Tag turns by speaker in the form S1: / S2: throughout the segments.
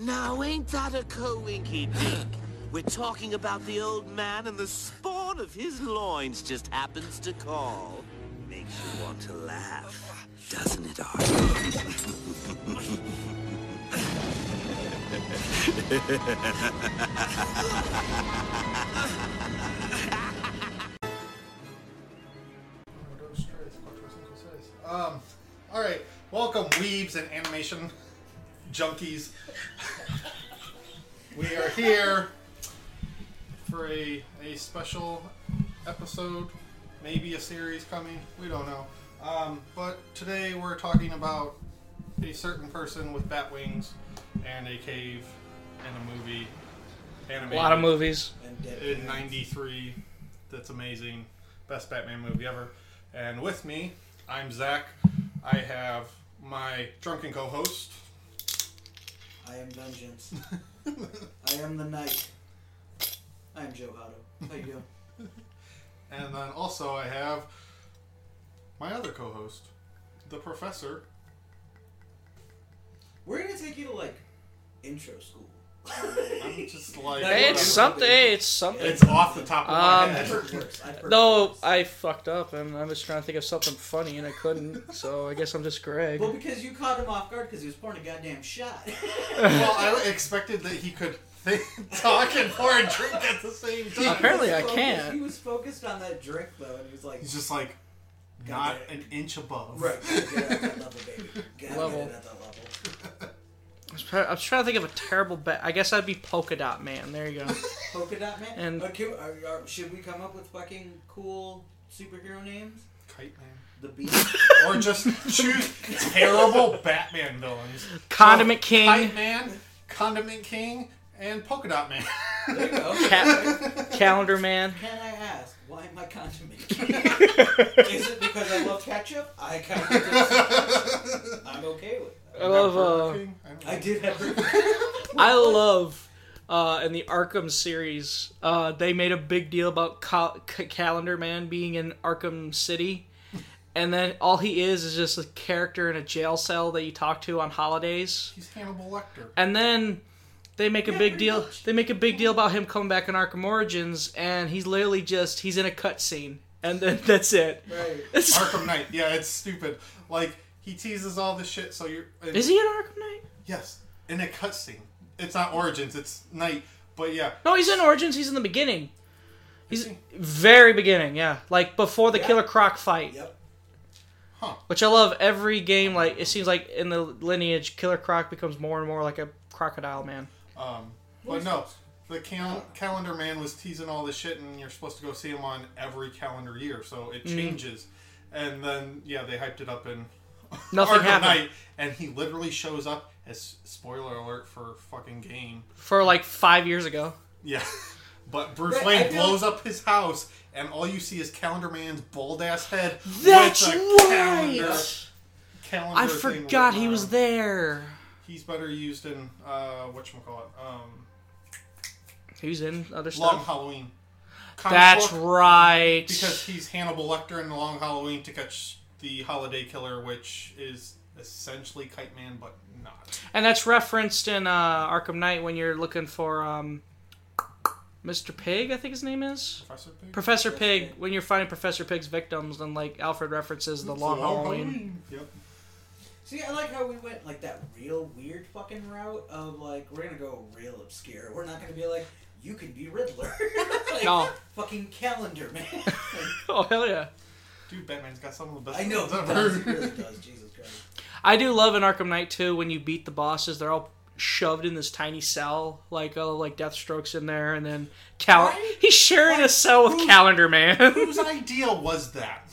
S1: Now, ain't that a coinky dink? We're talking about the old man and the spawn of his loins just happens to call. Makes you want to laugh, doesn't it, Arthur?
S2: Murder Straits, Quattro Cinco Seis. Um, all right, welcome, weebs and animation junkies. we are here for a, a special episode, maybe a series coming. We don't know. Um, but today we're talking about a certain person with bat wings and a cave and a movie.
S3: A lot of movies.
S2: in 93 that's amazing best batman movie ever and with me i'm zach i have my drunken co-host
S4: I am vengeance. I am the knight. I am Joe Hotto. How you doing?
S2: and then also i have my other co-host the professor
S4: We're gonna take you to like intro school.
S2: i'm just like
S4: Hey,
S3: It's something. hey, It's something.
S2: it's off the top of
S3: Um,
S2: my
S4: I've
S2: head
S4: heard worse. I've heard
S3: No,
S4: worse.
S3: I fucked up, and I was trying to think of something funny, and I couldn't. So I guess I'm just Greg.
S4: Well, because you caught him off guard because he was pouring a goddamn shot.
S2: well i expected that he could think, talk and pour a drink at the same time
S3: Apparently, I
S4: Focused-
S3: can't.
S4: He was focused on that drink though, and he was like,
S2: he's just like not an inch above
S4: "Right, gotta get at that level, baby. Gotta
S3: Level.
S4: get at that level."
S3: I was try- I was trying to think of a terrible bet. I guess I'd be Polka Dot Man. There you go.
S4: Polka dot man.
S3: And-
S4: Uh, can- are- are- should we come up with fucking cool superhero names?
S2: kite man
S4: The Beast.
S2: or just choose terrible batman villains
S3: Condiment
S2: Kite
S3: King,
S2: Man, Condiment King, and Polka Dot Man.
S4: there you go.
S3: Cat- Calendar Man.
S4: Can I ask why am I condiment? Is it because I love ketchup? I kind of do. I'm okay with that.
S3: I love.
S2: Burger
S3: Uh,
S2: King? I don't know.
S4: I did have
S3: I love. Uh, in the Arkham series, uh, they made a big deal about Cal- C- Calendar Man being in Arkham City, and then all he is is just a character in a jail cell that you talk to on holidays.
S2: He's Hannibal Lecter.
S3: And then they make a big deal. They make a big deal about him coming back in Arkham Origins, and he's literally just he's in a cutscene, and then that's it.
S4: right.
S3: It's-
S2: Arkham Knight. Yeah, it's stupid. Like he teases all this shit. So you're. and-
S3: is he in Arkham Knight?
S2: Yes, in a cutscene. It's not Origins. It's Knight. But yeah,
S3: No, he's in Origins. He's in the beginning. He's
S2: he?
S3: very beginning, yeah, like before the
S4: Yeah.
S3: Killer Croc fight,
S4: Yep.
S3: which I love. Every game, like it seems like in the lineage, Killer Croc becomes more and more like a crocodile man.
S2: um, but no. The cal- calendar man was teasing all this shit, and you're supposed to go see him on every calendar year, so
S3: Mm.
S2: it changes. And then, yeah, they hyped it up in
S3: Nothing
S2: Arkham
S3: happened
S2: Knight, and he literally shows up as spoiler alert for fucking game.
S3: for like five years ago.
S2: Yeah. But Bruce
S4: Right, I
S2: Wayne
S4: feel-
S2: blows up his house, and all you see is Calendar Man's bald ass head.
S3: That's
S2: with a Calendar,
S3: right.
S2: calendar
S3: I
S2: thing
S3: forgot
S2: written
S3: he
S2: on
S3: was
S2: him.
S3: there.
S2: He's better used in uh, what you call it, um,
S3: He was in other stuff.
S2: Long Halloween. Comic
S3: That's
S2: book,
S3: right.
S2: because he's Hannibal Lecter in Long Halloween to catch the Holiday Killer, which is essentially Kite Man, but not.
S3: and that's referenced in uh, Arkham Knight when you're looking for um, Mr. Pig, I think his name is.
S2: Professor Pig.
S3: Professor Pig,
S4: Pig.
S3: when you're finding Professor Pig's victims, then like Alfred references the
S2: It's
S3: long Halloween.
S2: Yep.
S4: See, I like how we went like that real weird fucking route of like we're gonna go real obscure. We're not gonna be like you can be Riddler. like,
S3: No.
S4: Fucking calendar man.
S3: Oh hell yeah!
S2: Dude, Batman's got some of the best
S4: I know he
S2: villains
S4: does. He
S2: ever.
S4: really does. Jesus Christ.
S3: I do love in Arkham Knight too when you beat the bosses, they're all shoved in this tiny cell, like oh like Deathstroke's in there, and then Cal
S2: Why?
S3: he's sharing a cell with Calendar Man.
S2: Whose idea was that?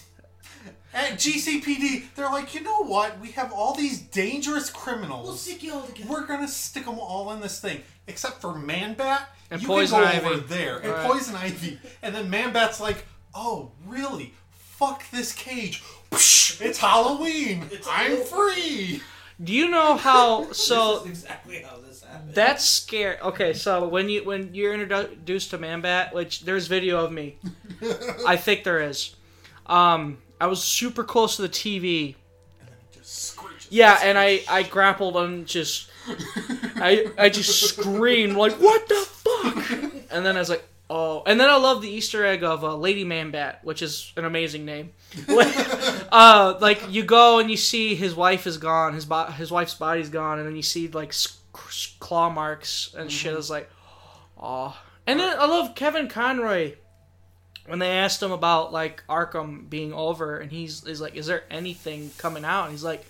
S2: At GCPD, they're like, you know what? We have all these dangerous criminals.
S4: We'll stick you all together.
S2: We're gonna stick them all in this thing, except for Manbat.
S3: And
S2: you
S3: Poison
S2: can go
S3: Ivy.
S2: over there, and
S3: Right.
S2: Poison Ivy, and then Manbat's like, "Oh, really? Fuck this cage! Psh, it's Halloween. I'm free."
S3: do you know how? So
S4: this is exactly how this happened.
S3: That's scary. Okay, so when you when you're introduced to Manbat, which there's video of me, I think there is. Um, I was super close to the TV,
S2: And then he just screeches. punches.
S3: Yeah, and I I grappled and just I I just screamed like what the fuck, and then I was like oh, and then I love the Easter egg of uh, Lady Man Bat, which is an amazing name. uh, like you go and you see his wife is gone, his bo- his wife's body's gone, and then you see like sc- sc- claw marks and shit. I was like oh, and then I love Kevin Conroy. When they asked him about like Arkham being over, and he's, he's like, "Is there anything coming out?" And he's like,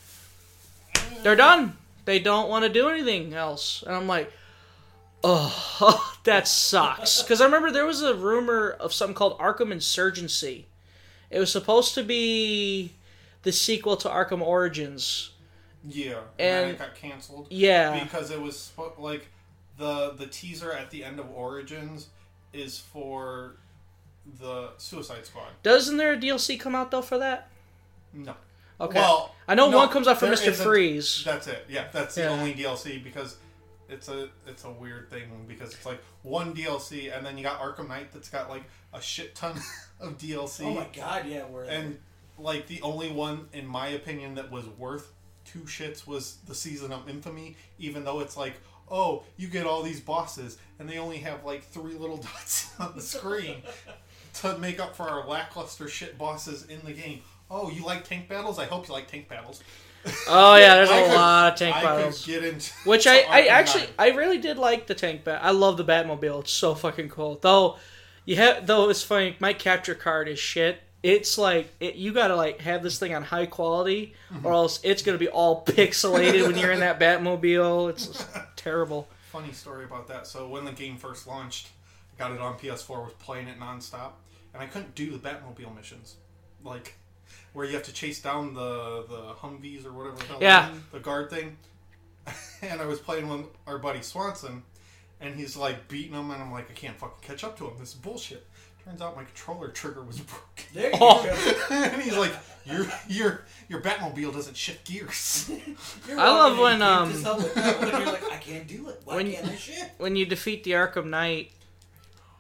S3: they're done. They don't want to do anything else. And I'm like, oh, that sucks. Because I remember there was a rumor of something called Arkham Insurgency. It was supposed to be the sequel to Arkham Origins.
S2: Yeah, and,
S3: And-
S2: then it got canceled.
S3: Yeah.
S2: because it was spo- like the the teaser at the end of Origins is for the Suicide Squad.
S3: Doesn't there a DLC come out though for that?
S2: No,
S3: Okay.
S2: Well,
S3: I know
S2: no,
S3: one comes out for
S2: there
S3: Mister
S2: is a-
S3: Freeze.
S2: that's it. Yeah, that's
S3: Yeah.
S2: the only DLC because it's a it's a weird thing because it's like one DLC and then you got Arkham Knight that's got like a shit ton of DLC.
S4: Oh my god, yeah, we're
S2: And like the only one, in my opinion, that was worth two shits was the season of infamy. Even though it's like, oh, you get all these bosses, and they only have like three little dots on the screen to make up for our lackluster shit bosses in the game. Oh, you like tank battles? I hope you like tank battles.
S3: Oh yeah, there's
S2: I
S3: a
S2: could-
S3: lot of tank
S2: I
S3: battles.
S2: Could get into
S3: Which I,
S2: to
S3: I
S2: Arkham
S3: actually
S2: Knight.
S3: I really did like the tank bat. I love the Batmobile. It's so fucking cool. Though you have though it's funny. My capture card is shit. It's like it, you gotta like have this thing on high quality,
S2: Mm-hmm.
S3: or else it's gonna be all pixelated when you're in that Batmobile. It's just terrible.
S2: Funny story about that. So when the game first launched, I got it on PS4, was playing it nonstop, and I couldn't do the Batmobile missions, like where you have to chase down the the Humvees or whatever the hell,
S3: Yeah.
S2: the guard thing. And I was playing with our buddy Swanson, and he's like beating him, and I'm like, I can't fucking catch up to him. This is bullshit. Turns out my controller trigger was broken.
S4: there you
S3: Oh.
S4: go.
S2: and he's like, your your your Batmobile doesn't shift gears.
S4: You're
S3: I love
S4: walking
S3: when,
S4: in,
S3: um,
S4: you just help with that one, and you're like, I can't do it. Why
S3: when-
S4: can't I shit?
S3: When you defeat the Arkham Knight,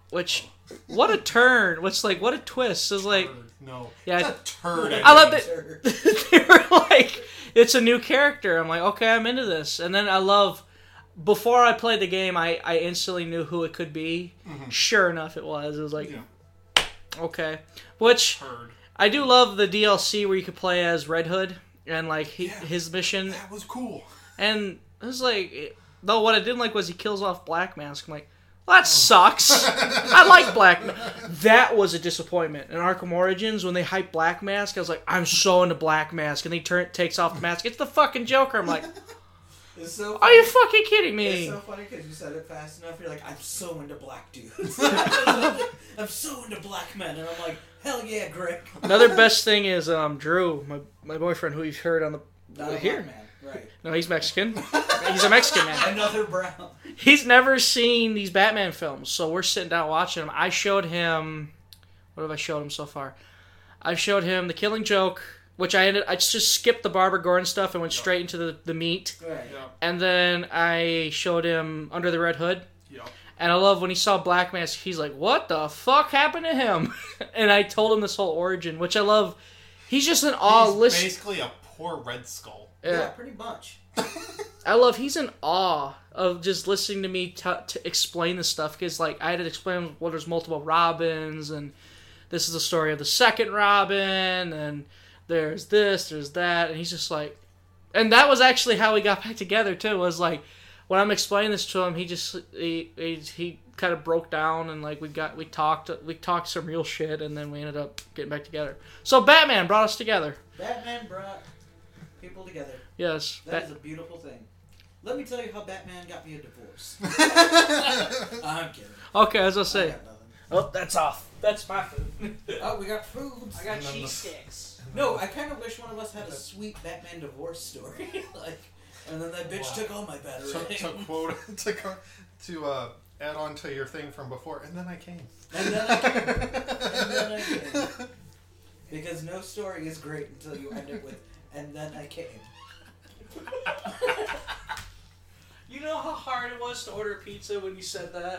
S3: which what a turn! What's like what a twist! It's like
S2: no,
S3: Yeah,
S2: it's a turd.
S3: I love that-
S4: Sir.
S3: they were like, it's a new character. I'm like, okay, I'm into this. And then I love, before I played the game, I, I instantly knew who it could be. Sure enough, it was. It was like,
S2: Mm-hmm. Yeah.
S3: okay. Which
S2: turd.
S3: I do love the DLC where you could play as Red Hood and like he,
S2: Yeah.
S3: his mission.
S2: That was cool.
S3: And it was like, it- though what I didn't like was he kills off Black Mask. I'm like, well, that sucks. I like Black Mask. That was a disappointment in Arkham Origins when they hyped Black Mask. I was like, I'm so into Black Mask, and he turn takes off the mask. It's the fucking Joker. I'm like,
S4: It's so
S3: are you fucking kidding
S4: It's
S3: me?
S4: so funny because you said it fast enough. You're like, I'm so into black dudes. I'm so into black men, and I'm like, hell yeah, Greg.
S3: Another best thing is um Drew, my my boyfriend who you've heard on the
S4: Not a
S3: here.
S4: black man, right?
S3: No, he's Mexican. he's a Mexican man.
S4: Another brown.
S3: he's never seen these Batman films, so we're sitting down watching them. I showed him, what have I showed him so far? I've showed him The Killing Joke, which I ended, I just skipped the Barbara Gordon stuff and went straight into the, the meat.
S4: Right.
S2: Yeah,
S3: And then I showed him Under the Red Hood.
S2: yeah.
S3: And I love when he saw Black Mask, he's like, what the fuck happened to him? and I told him this whole origin, which I love. He's just an awe
S2: He's
S3: listen.
S2: basically a poor Red Skull.
S4: Yeah.
S3: Yeah.
S4: pretty much.
S3: I love he's in awe of just listening to me t- to explain this stuff because like I had to explain well there's multiple Robins and this is the story of the second Robin and there's this there's that and he's just like and that was actually how we got back together too was like when I'm explaining this to him he just he he, he kind of broke down and like we got we talked we talked some real shit and then we ended up getting back together so Batman brought us together
S4: Batman brought people together.
S3: yes
S4: That
S3: Bat-
S4: is a beautiful thing. Let me tell you how Batman got me a divorce. I'm kidding.
S3: okay as I
S4: I
S3: say
S4: got nothing.
S3: oh that's off that's my food.
S4: Oh, we got foods.
S3: I got
S2: And then
S3: cheese
S2: the-
S3: sticks.
S4: No, I kind of wish one of us had a sweet Batman divorce story. like, and then that bitch
S2: Wow.
S4: took all my battery.
S2: To, to quote to co- to uh, add on to your thing from before, and then I came.
S4: and then I came. And then I came. Because no story is great until you end it with, and then I came.
S3: You know how hard it was to order pizza when you said that?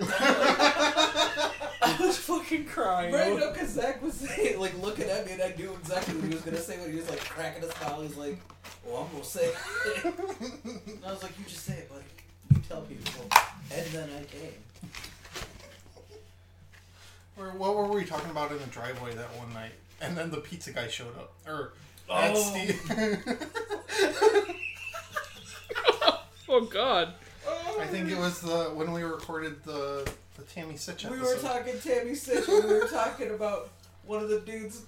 S3: I was fucking crying.
S4: Right, no, because Zach was saying, like, looking at me, and I knew exactly what he was going to say when he was, like, cracking his smile. He's like, Well, I'm gonna say it. and I was like, you just say it, buddy. You tell people. And then I came.
S2: Or what were we talking about in the driveway that one night? And then the pizza guy showed up. Or that's
S4: Oh.
S2: the.
S3: Oh God.
S2: I think it was the when we recorded the the Tammy Sitch
S4: We
S2: episode.
S4: were talking Tammy Sitch. and we were talking about one of the dudes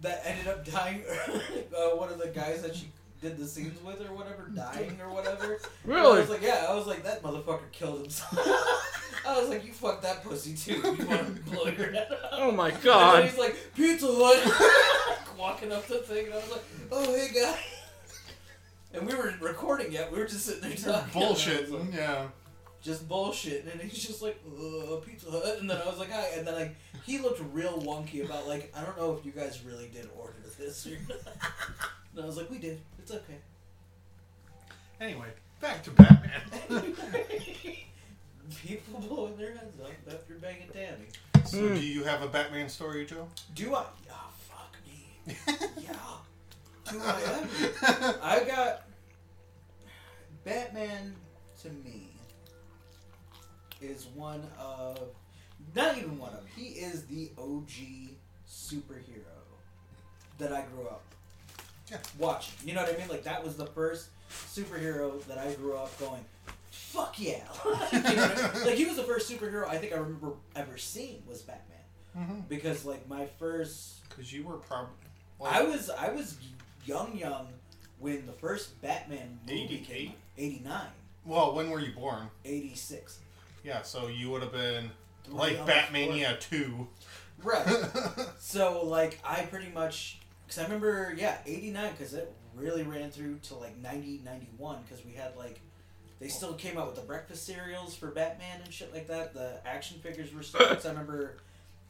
S4: that ended up dying. uh, one of the guys that she did the scenes with or whatever, dying or whatever. And I
S3: Really?
S4: was like, yeah. I was like, that motherfucker killed himself. I was like, you fucked that pussy too. You want to blow your head off?
S3: Oh my
S4: And then
S3: God.
S4: he's like, Pizza Hut! Walking up the thing, and I was like, oh, hey, guy. And we weren't recording yet, we were just sitting there talking.
S2: Bullshit.
S4: And I was like,
S2: yeah.
S4: just bullshit. And he's just like, uh, Pizza Hut. And then I was like, hi. And then, like, he looked real wonky about, like, I don't know if you guys really did order this or not. And I was like, we did. It's okay.
S2: Anyway, back to Batman.
S4: People blowing their heads up after banging Danny.
S2: so,
S3: Hmm.
S2: do you have a Batman story, Joe?
S4: Do I? Oh, fuck me. yeah. Do I ever? I got Batman to me is one of not even one of he is the OG superhero that I grew up
S2: Yeah.
S4: watching. You know what I mean? Like that was the first superhero that I grew up going, fuck yeah! You know what I mean? Like he was the first superhero I think I remember ever seeing was Batman
S2: Because
S4: because like my first
S2: you were probably. Oh.
S4: I was I was young young when the first Batman movie came out. 89,
S2: Well, when were you born?
S4: 86.
S2: Yeah, so you would have been
S4: Three
S2: like
S4: on the
S2: Batmania 2.
S4: Right. so like I pretty much cuz I remember yeah, 89 cuz it really ran through to like 90 91 cuz we had like they still came out with the breakfast cereals for Batman and shit like that. The action figures were still cuz I remember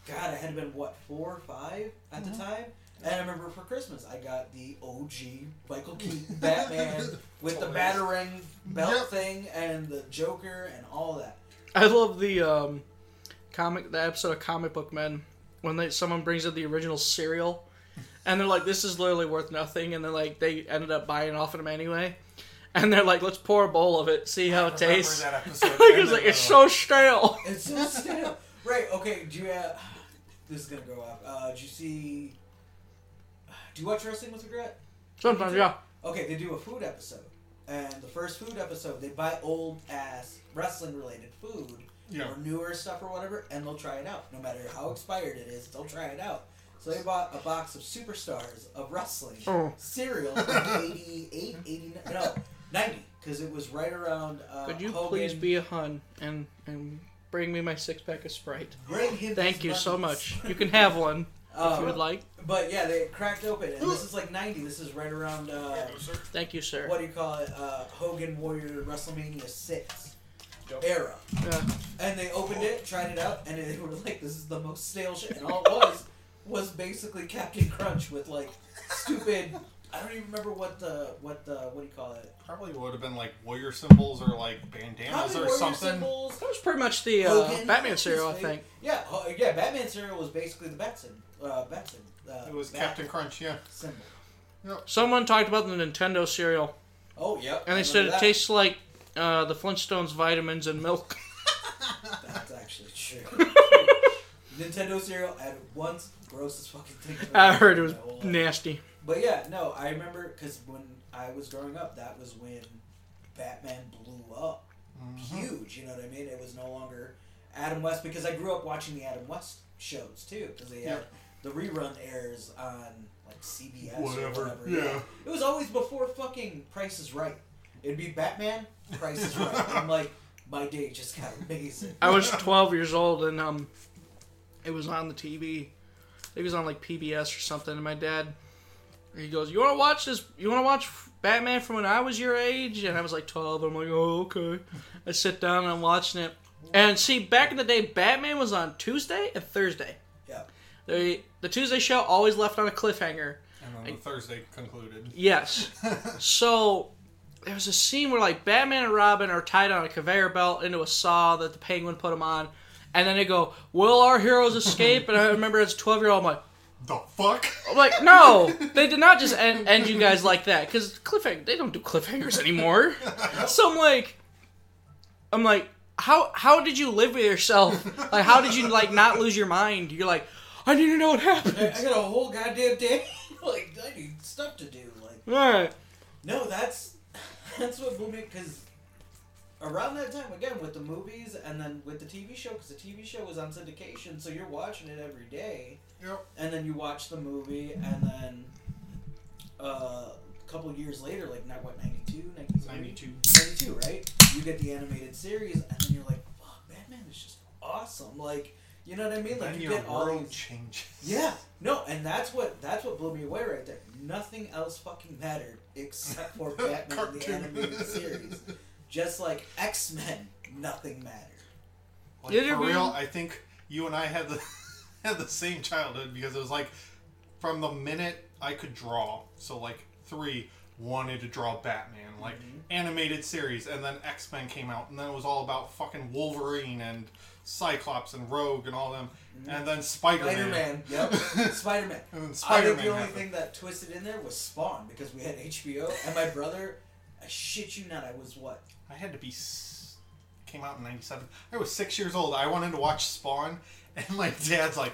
S4: god, I had been what 4 or 5 at the time. And I remember for Christmas, I got the OG Michael Keaton Batman with the
S2: Toys.
S4: batarang belt
S2: Yep.
S4: thing and the Joker and all that.
S3: I love the um, comic, the episode of Comic Book Men when they someone brings up the original cereal, and they're like, "This is literally worth nothing," and they're like, they ended up buying off of them anyway, and they're like, "Let's pour a bowl of it, see how it
S2: Remember
S3: tastes."
S2: that episode.
S3: Like, it's
S2: And
S3: like
S2: then
S3: it's
S2: the-
S3: so stale.
S4: It's so stale. right, okay, do you have, this is gonna go off. Uh, do you see do you watch Wrestling with Regret?
S3: Sometimes, yeah.
S4: Okay, they do a food episode. And the first food episode they buy old ass wrestling related food
S2: Yeah.
S4: or newer stuff or whatever and they'll try it out. No matter how expired it is, they'll try it out. So they bought a box of superstars of wrestling
S3: Oh.
S4: cereal from 88, 89, no, 90, because it was right around. Uh,
S3: Could you
S4: Hogan.
S3: please be a hun and and bring me my six pack of Sprite?
S4: Bring him
S3: Thank
S4: his
S3: you so much.
S4: buttons.
S3: You can have one if you
S4: Um,
S3: would like.
S4: But yeah, they cracked open, and this is like 90. This is right around, uh,
S3: Thank you, sir.
S4: what do you call it? Uh, Hogan Warrior WrestleMania 6
S2: Yep.
S4: era.
S3: Yeah.
S4: And they opened it, tried it out, and they were like, this is the most stale shit. And all it was was basically Captain Crunch with like stupid. I don't even remember what the what the what do you call it?
S2: Probably would have been like warrior symbols or like bandanas
S4: Probably
S2: or
S4: warrior
S2: something.
S4: symbols,
S3: That was pretty much the uh,
S4: Hogan,
S3: Batman cereal, I
S4: his face.
S3: think.
S4: Yeah, oh, yeah. Batman cereal was basically the Batson. Uh, Batson. Uh,
S2: It was
S4: Bat
S2: Captain Crunch, yeah.
S4: symbol.
S3: Someone talked about the Nintendo cereal,
S4: Oh yeah.
S3: and they said it tastes like uh, the Flintstones vitamins and milk.
S4: That's actually true. Nintendo cereal at once grossest fucking thing. I've
S3: I
S4: ever
S3: heard it
S4: in
S3: was
S4: my whole life.
S3: nasty.
S4: But yeah, no, I remember because when I was growing up, that was when Batman blew up
S2: Mm-hmm.
S4: huge. You know what I mean? It was no longer Adam West because I grew up watching the Adam West shows too because they had the rerun airs on like CBS
S2: Whatever,
S4: or whatever.
S2: yeah.
S4: it was always before fucking Price is Right. It'd be Batman, Price is Right. I'm like, my day just got amazing.
S3: I was 12 years old, and um, it was on the TV. It was on like PBS or something. And my dad, he goes, "You want to watch this? You want to watch Batman from when I was your age?" And I was like 12. I'm like, "Oh, okay." I sit down and I'm watching it. And see, back in the day, Batman was on Tuesday and Thursday.
S4: Yeah.
S3: The the Tuesday show always left on a cliffhanger.
S2: And then the Thursday concluded.
S3: Yes. so there was a scene where like Batman and Robin are tied on a conveyor belt into a saw that the Penguin put them on, and then they go, "Will our heroes escape?" And I remember as a twelve year old, I'm like,
S2: the fuck?
S3: I'm like, no, they did not just end, end you guys like that because cliffhanger they don't do cliffhangers anymore. So I'm like, I'm like, how how did you live with yourself? Like, how did you like not lose your mind? You're like, I need to know what
S4: I,
S3: happened.
S4: I got a whole goddamn day. like I need stuff to do. Like
S3: All right,
S4: no, that's that's what blew me because around that time again with the movies and then with the TV show because the TV show was on syndication, so you're watching it every day.
S2: Yep.
S4: and then you watch the movie and then uh, a couple years later like not what 92 92
S2: 92.
S4: 92 right you get the animated series and then you're like fuck batman is just awesome like you know what i mean like
S2: Then
S4: you
S2: your
S4: get all
S2: world
S4: these-
S2: changes.
S4: yeah no and that's what that's what blew me away right there nothing else fucking mattered except for batman and the
S2: Cartoon.
S4: animated series just like x-men nothing mattered
S2: Like,
S3: Did it
S2: for
S3: really?
S2: real, I think you and I had the had the same childhood because it was like from the minute I could draw, so like three wanted to draw Batman, like
S4: Mm-hmm.
S2: animated series, and then X Men came out, and then it was all about fucking Wolverine and Cyclops and Rogue and all them, and then Spider Man.
S4: Mm-hmm. Spider-Man. Yep. Spider-Man.
S2: And then
S4: I think
S2: Spider-Man
S4: the only
S2: happened.
S4: thing that twisted in there was Spawn because we had HBO and my brother. I shit you not, I was what?
S2: I had to be s- came out in '97. I was six years old. I wanted to watch Spawn, and my dad's like,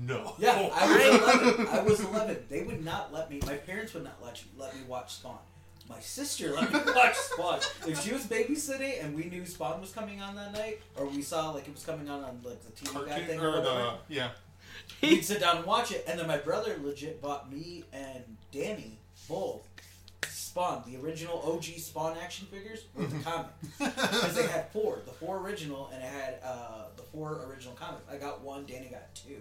S2: "No."
S4: Yeah, I was eleven. I was eleven. They would not let me. My parents would not let you, let me watch Spawn. My sister let me watch Spawn. If she was babysitting and we knew Spawn was coming on that night, or we saw like it was coming on on like the TV guy
S2: Cartoon
S4: thing
S2: or
S4: or whatever,
S2: the yeah.
S4: we'd sit down and watch it. And then my brother legit bought me and Danny both Spawn, the original OG Spawn action figures with the comic. Because they had four, the four original, and it had uh, the four original comics. I got one, Danny got two.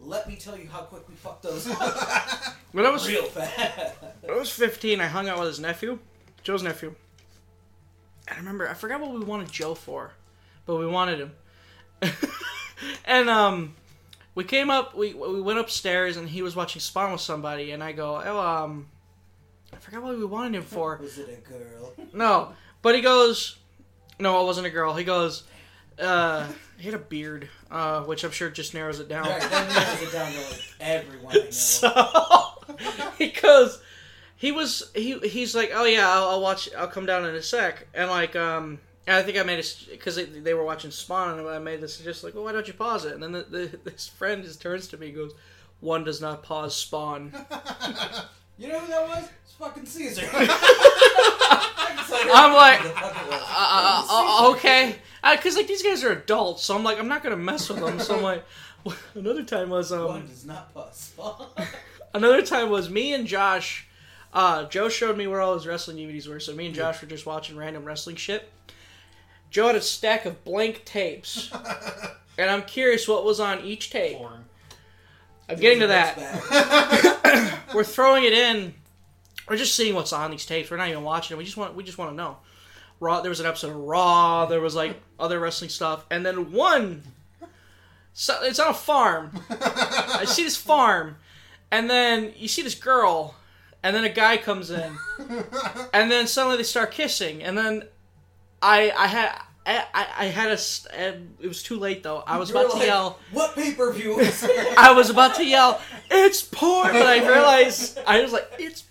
S4: Let me tell you how quick we fucked those up
S3: when I was
S4: real fast.
S3: When I was 15, I hung out with his nephew, Joe's nephew. And I remember, I forgot what we wanted Joe for, but we wanted him. and um, we came up, we we went upstairs, and he was watching Spawn with somebody, and I go, oh um, I forgot what we wanted him for.
S4: Was it a girl?
S3: No, but he goes, no, it wasn't a girl. He goes, uh, he had a beard, uh, which I'm sure just narrows it down.
S4: All right, then narrows it down to like everyone I know.
S3: So he goes, he was he he's like, oh yeah, I'll, I'll watch, I'll come down in a sec, and like um, and I think I made a because they, they were watching Spawn, and I made this just like, well, why don't you pause it? And then the, the, this friend just turns to me and goes, one does not pause Spawn.
S4: you know who that was? It's fucking Caesar.
S3: I'm
S4: I'm
S3: like,
S4: uh,
S3: Uh, uh, okay, because like these guys are adults, so I'm like, I'm not gonna mess with them. So I'm like, another time was um.
S4: One does not pause Spawn.
S3: another time was me and Josh. Uh, Joe showed me where all his wrestling DVDs were, so me and Josh were just watching random wrestling shit. Joe had a stack of blank tapes, and I'm curious what was on each tape.
S2: Porn.
S3: I'm getting to that.
S4: That's bad.
S3: We're throwing it in. We're just seeing what's on these tapes. We're not even watching it. We just want we just want to know. Raw. There was an episode of Raw. There was like other wrestling stuff, and then one. So it's on a farm. I see this farm, and then you see this girl, and then a guy comes in, and then suddenly they start kissing, and then I I had. I, I, I had a. st- It was too late though. I was
S4: You were
S3: about to
S4: like,
S3: yell.
S4: What pay per view is this?
S3: I was about to yell, "It's porn," but I realized I was like, "It's,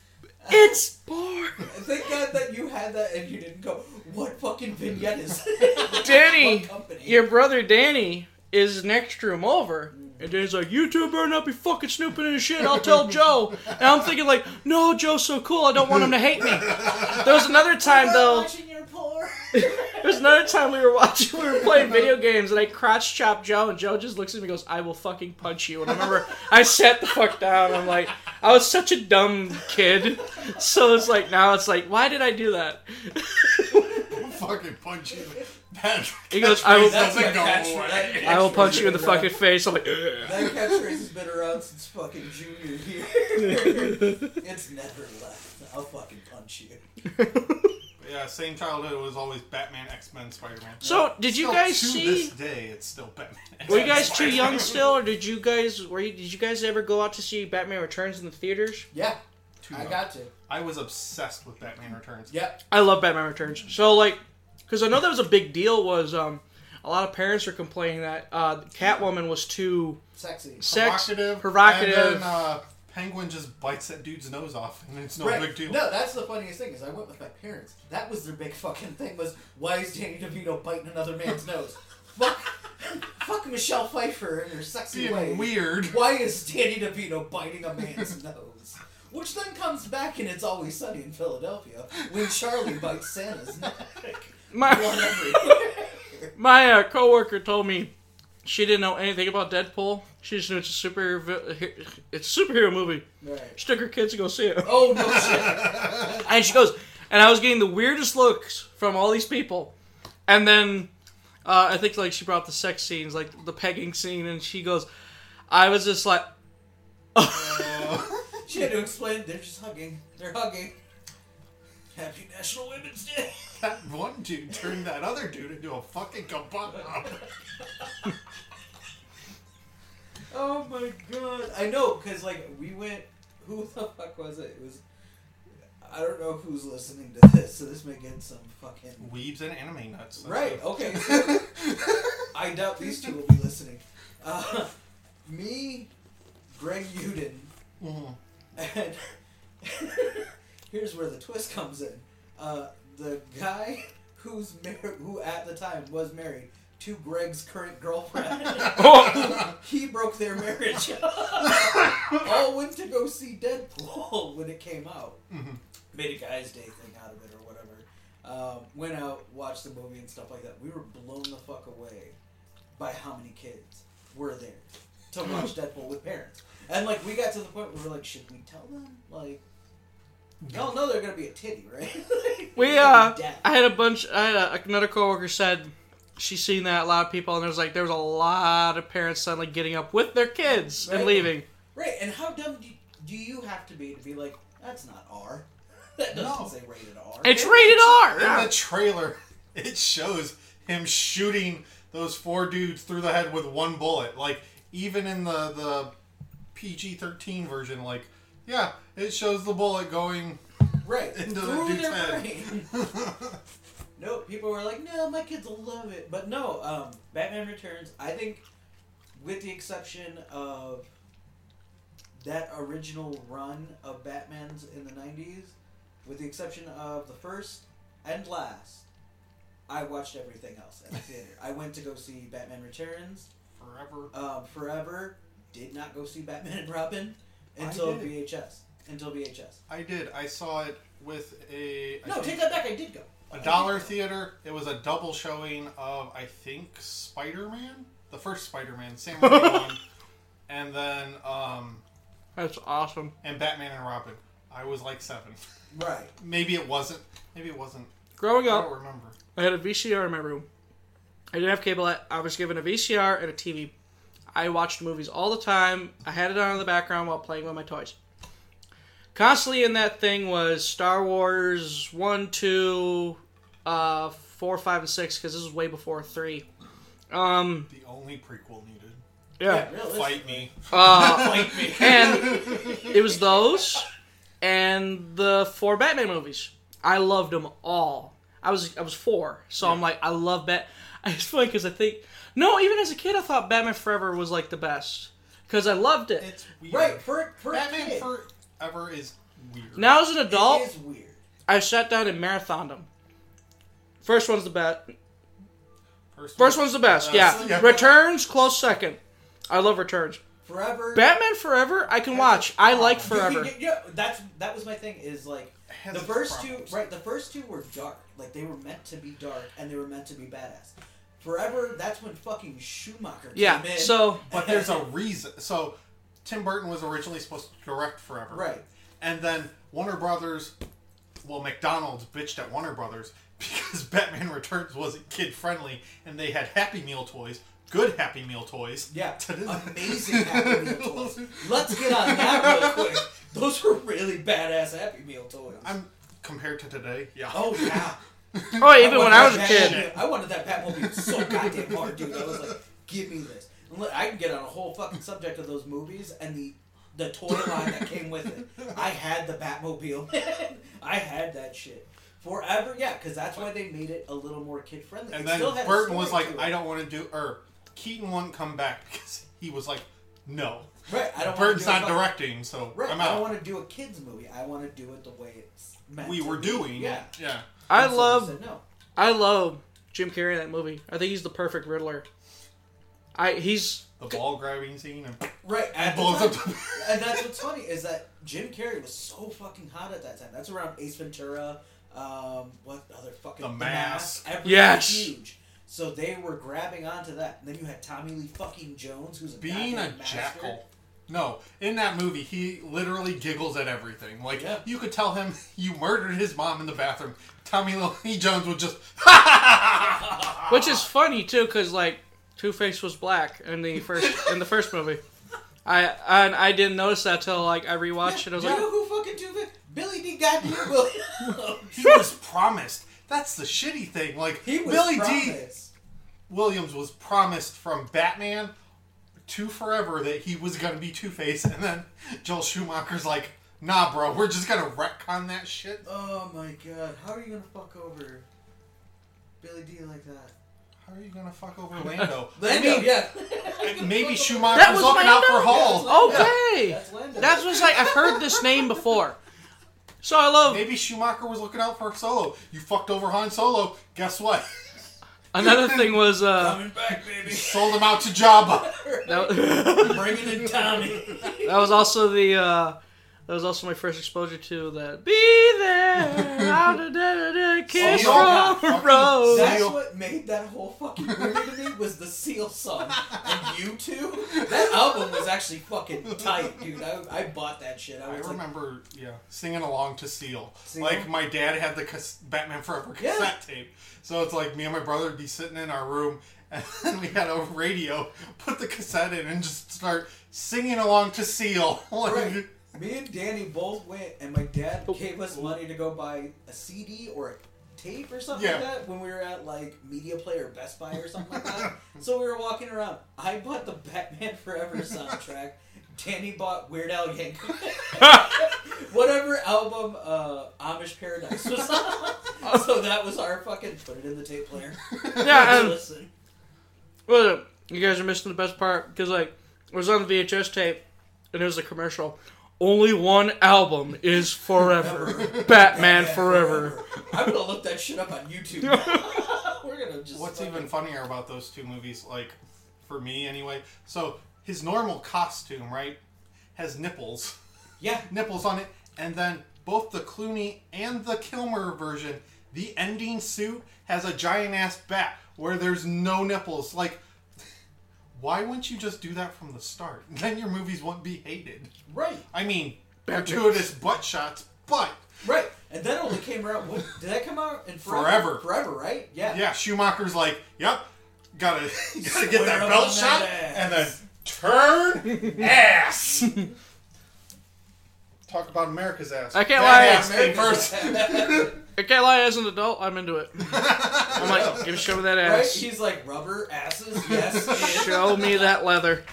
S3: it's porn."
S4: Thank God that you had that and you didn't go, what fucking vignette is this?
S3: Danny,
S4: What company?
S3: your brother Danny is next room over, and Danny's like, "You two better not be fucking snooping and shit." I'll tell Joe. And I'm thinking like, "No, Joe's so cool. I don't want him to hate me." There was another time
S4: Not
S3: though.
S4: watching your porn.
S3: There was another time we were watching, we were playing video games, and I crotch chopped Joe, and Joe just looks at me and goes, "I will fucking punch you." And I remember I sat the fuck down. and I'm like, I was such a dumb kid, so it's like now it's like, why did I do that?
S2: fucking punch you. That
S3: He goes, I will-
S4: That's
S2: doesn't
S4: my
S2: go
S4: catch-
S2: away.
S4: that-
S3: I will punch you in the fucking face. I'm like, "Ugh."
S4: That catchphrase has been around since fucking junior year. it's never left. I'll fucking punch you.
S2: Yeah, same childhood was always Batman, X Men, Spider Man.
S3: so did you guys
S2: to This
S3: see?
S2: day, it's still Batman.
S3: Were you guys too
S2: Spider-Man.
S3: young still, or did you guys were you, did you guys ever go out to see Batman Returns in the theaters?
S4: Yeah,
S2: Too
S4: I
S2: young.
S4: got to.
S2: I was obsessed with Batman Returns.
S4: Yep.
S3: I love Batman Returns. So like, because I know that was a big deal was um, a lot of parents are complaining that uh, Catwoman was too
S4: Sexy.
S3: sex
S2: provocative,
S3: provocative.
S2: And then, uh, Penguin just bites that dude's nose off, and it's no
S4: right.
S2: big deal.
S4: No, that's the funniest thing is I went with my parents. That was their big fucking thing was why is Danny DeVito biting another man's nose? Fuck, fuck Michelle Pfeiffer and her sexy
S2: Being
S4: ways.
S2: weird.
S4: Why is Danny DeVito biting a man's nose? Which then comes back and it's always sunny in Philadelphia when Charlie bites Santa's neck. Blood
S3: My
S4: everywhere.
S3: my uh, coworker told me she didn't know anything about Deadpool. She just knew it's a superhero. vi- It's a superhero movie.
S4: Right.
S3: She took her kids to go see it,
S4: Oh no shit.
S3: and she goes, and I was getting the weirdest looks from all these people, and then uh, I think like she brought up the sex scenes, like the pegging scene, and she goes, I was just like,
S4: She had to explain they're just hugging. They're hugging. Happy National Women's Day.
S2: That one dude turned that other dude into a fucking kebab.
S4: Oh my god! I know, cause like we went. Who the fuck was it? It was. I don't know who's listening to this, so this may get some fucking.
S2: Weebs and anime nuts. That's
S4: Right.
S2: it.
S4: Okay. so- I doubt these two will be listening. Uh, me, Greg Uden, Mm-hmm.
S2: Mhm.
S4: and here's where the twist comes in. Uh, the guy who's mar- who at the time was married to Greg's current girlfriend. He broke their marriage. All went to go see Deadpool when it came out. Made a Guy's Day thing out of it or whatever. Um, went out, watched the movie and stuff like that. We were blown the fuck away by how many kids were there to watch Deadpool with parents. And like we got to the point where we are like, should we tell them? Like, y'all know they're gonna be a titty, right?
S3: We
S4: They're gonna
S3: uh,
S4: be dead.
S3: I had a bunch. I had a, another coworker said she's seen that a lot of people, and there's like there was a lot of parents suddenly getting up with their kids and
S4: Right.
S3: leaving.
S4: Right, and how dumb do you, do you have to be to be like, that's not R. That doesn't
S2: No.
S4: say rated R.
S3: It's rated
S2: In
S3: R.
S2: the trailer, it shows him shooting those four dudes through the head with one bullet. Like even in the the PG thirteen version, like yeah, it shows the bullet going.
S4: right
S2: Into the
S4: through
S2: dude's
S4: their
S2: head.
S4: brain. no, people were like, no, my kids will love it, but no. Um, Batman Returns. I think, with the exception of that original run of Batman's in the '90s, with the exception of the first and last, I watched everything else at the theater. I went to go see Batman Returns.
S2: Forever.
S4: um, forever. Did not go see Batman and Robin
S2: I
S4: until
S2: did.
S4: VHS. Until VHS.
S2: I did. I saw it with a I
S4: No,
S2: think,
S4: take that back. I did go.
S2: a dollar theater. It was a double showing of I think Spider Man, the first Spider Man, Sam Raimi one, and then um
S3: That's awesome.
S2: and Batman and Robin. I was like seven.
S4: Right.
S2: Maybe it wasn't. Maybe it wasn't.
S3: Growing
S2: I don't
S3: up,
S2: remember.
S3: I had a VCR in my room. I didn't have cable. I- I was given a VCR and a TV. I watched movies all the time. I had it on in the background while playing with my toys. Constantly in that thing was Star Wars 1, 2, uh, 4, 5, and 6, because this was way before 3. Um,
S2: The only prequel needed.
S3: yeah.
S4: Really?
S2: Fight me.
S4: Fight me.
S3: and it was those and the four Batman movies. I loved them all. I was I was four, so I'm like I love Bat. It's funny because I think no, even as a kid, I thought Batman Forever was like the best because I loved it.
S2: It's weird.
S4: Right. For for a
S2: Batman
S4: kid,
S2: Forever is weird.
S3: now as an adult,
S4: it is weird.
S3: I sat down and marathoned them. First one's the best.
S2: First,
S3: First one's the best. Yeah.
S2: Uh, yeah.
S3: Returns close second. I love Returns.
S4: Forever.
S3: Batman Forever, I can watch. I like
S4: You can
S3: Forever.
S4: get- yeah, that's that was my thing. Is like
S2: Has
S4: the
S2: its
S4: first
S2: problems.
S4: two. Right. The first two were dark. Like they were meant to be dark, and they were meant to be badass. Forever. That's when fucking Schumacher
S3: Yeah.
S4: came in.
S3: So
S2: But there's a reason. So, Tim Burton was originally supposed to direct Forever.
S4: Right.
S2: And then Warner Brothers, well, McDonald's bitched at Warner Brothers because Batman Returns wasn't kid friendly, and they had Happy Meal toys, good Happy Meal toys.
S4: Yeah, Uh,
S2: to do that.
S4: amazing Happy Meal toys. Let's get on that real quick. Those were really badass Happy Meal toys.
S2: I'm compared to today. Yeah.
S4: oh yeah.
S3: oh, even when
S4: wanted
S3: I was a
S4: that
S3: kid.
S4: Batmobile- I wanted that Batmobile so goddamn hard, dude. I was like, give me this. And look, I can get on a whole fucking subject of those movies and the the toy line that came with it. I had the Batmobile. I had that shit. Forever, yeah, because that's why they made it a little more kid friendly.
S2: And then
S4: still had a
S2: Burton was
S4: story
S2: like,
S4: to
S2: I
S4: it.
S2: don't want to do, or Keaton wouldn't come back because he was like, no.
S4: Right, I don't. wanna
S2: Burton's
S4: do a
S2: not
S4: fucking-
S2: directing, so
S4: Right,
S2: I'm
S4: I don't
S2: out.
S4: want to do a kids movie. I want to do it the way it's meant.
S2: We
S4: to
S2: were
S4: be.
S2: doing.
S4: Yeah,
S2: it. Yeah.
S3: I
S4: And so they
S3: love
S4: said no.
S3: I love Jim Carrey in that movie. I think he's the perfect Riddler. I he's
S2: The ball grabbing scene. And
S4: Right, at the
S2: blows
S4: time.
S2: up the-
S4: and that's what's funny is that Jim Carrey was so fucking hot at that time. That's around Ace Ventura. Um, what other fucking
S2: The Mask.
S4: everything
S3: Yes.
S4: huge. So they were grabbing onto that. And then you had Tommy Lee fucking Jones, who's a
S2: being a
S4: goddamn master.
S2: jackal. No, in that movie, he literally giggles at everything. Like
S4: Yeah.
S2: you could tell him you murdered his mom in the bathroom. Tommy Lee Jones would just
S3: which is funny too because like Two Face was black in the first in the first movie. I and I didn't notice that till like I rewatched it. I was
S4: You
S3: like,
S4: know who fucking do it? Billy D. Goddamn Williams.
S2: he was promised. That's the shitty thing. Like
S4: He was
S2: Billy D.
S4: promised.
S2: Williams was promised from Batman to Forever that he was gonna be Two Face, and then Joel Schumacher's like, "Nah, bro, we're just gonna retcon that shit."
S4: Oh my god, how are you gonna fuck over Billy D. like that?
S2: How are you gonna fuck over Lando?
S4: Lando, yeah.
S2: Maybe
S3: That
S2: Schumacher's
S3: was
S2: looking out
S3: Lando?
S2: for Hall.
S3: okay,
S4: That's Lando.
S3: that's what's like I've heard this name before. So I love
S2: Maybe Schumacher was looking out for Solo. You fucked over Han Solo. Guess what?
S3: another thing was uh
S4: coming back, baby.
S2: Sold him out to Jabba.
S3: that,
S4: Bringing in Tommy.
S3: that was also the uh that was also my first exposure to that. Be there, out of da- da- da- kiss
S2: Oh, y'all got
S3: from a rose.
S2: fucking
S4: That's
S2: Seal.
S4: what made that whole fucking movie to me was the Seal song. And you two, that album was actually fucking tight, dude. I, I bought that shit. I
S2: I
S4: was like,
S2: remember, yeah, singing along to Seal.
S4: Seal?
S2: Like my dad had the cas- Batman Forever
S4: Yeah.
S2: cassette tape, so it's like me and my brother would be sitting in our room, and then we had a radio, put the cassette in, and just start singing along to Seal. Like,
S4: right. Me and Danny both went, and my dad
S2: Oh.
S4: gave us money to go buy a CD or a tape or something like
S2: Yeah.
S4: that when we were at like Media Play or Best Buy or something like that. so we were walking around. I bought the Batman Forever soundtrack. Danny bought Weird Al Yankovic. Whatever album uh, Amish Paradise was on. so that was our fucking put it in the tape player.
S3: Yeah, and
S4: Listen.
S3: Well, you guys are missing the best part because like it was on the VHS tape and it was a commercial. Only one album is forever. Batman forever.
S4: I'm gonna look that shit up on YouTube. We're gonna just
S2: What's
S4: fucking-
S2: even funnier about those two movies, like for me anyway, so his normal costume, right, has nipples.
S4: yeah.
S2: nipples on it, and then both the Clooney and the Kilmer version, the ending suit has a giant ass bat where there's no nipples. Like, why wouldn't you just do that from the start? Then your movies won't be hated.
S4: Right,
S2: I mean, gratuitous butt shots, but
S4: right. And that only came out. What, did that come out in
S2: Forever.
S4: forever? Forever, right? Yeah.
S2: yeah, Schumacher's like, yep, gotta gotta get
S4: Square
S2: that
S4: up
S2: belt
S4: on
S2: shot,
S4: that
S2: and then turn ass. Talk about America's ass.
S3: I can't
S2: That
S3: lie,
S2: ass came
S4: America's-
S2: first.
S3: I can't lie, as an adult, I'm into it. I'm like, give show me that
S4: Right?
S3: ass.
S4: She's like rubber asses. Yes. and-
S3: Show me that leather.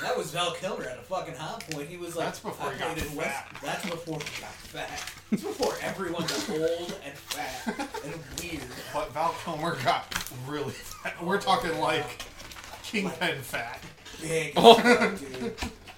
S4: That was Val Kilmer at a fucking high point. He was like,
S2: That's before
S4: I
S2: he got
S4: played in
S2: fat.
S4: West- That's before he got fat. That's before everyone got old and fat and weird.
S2: But Val Kilmer got really fat. We're talking like kingpin fat.
S4: Big,
S3: Oh.
S4: dude.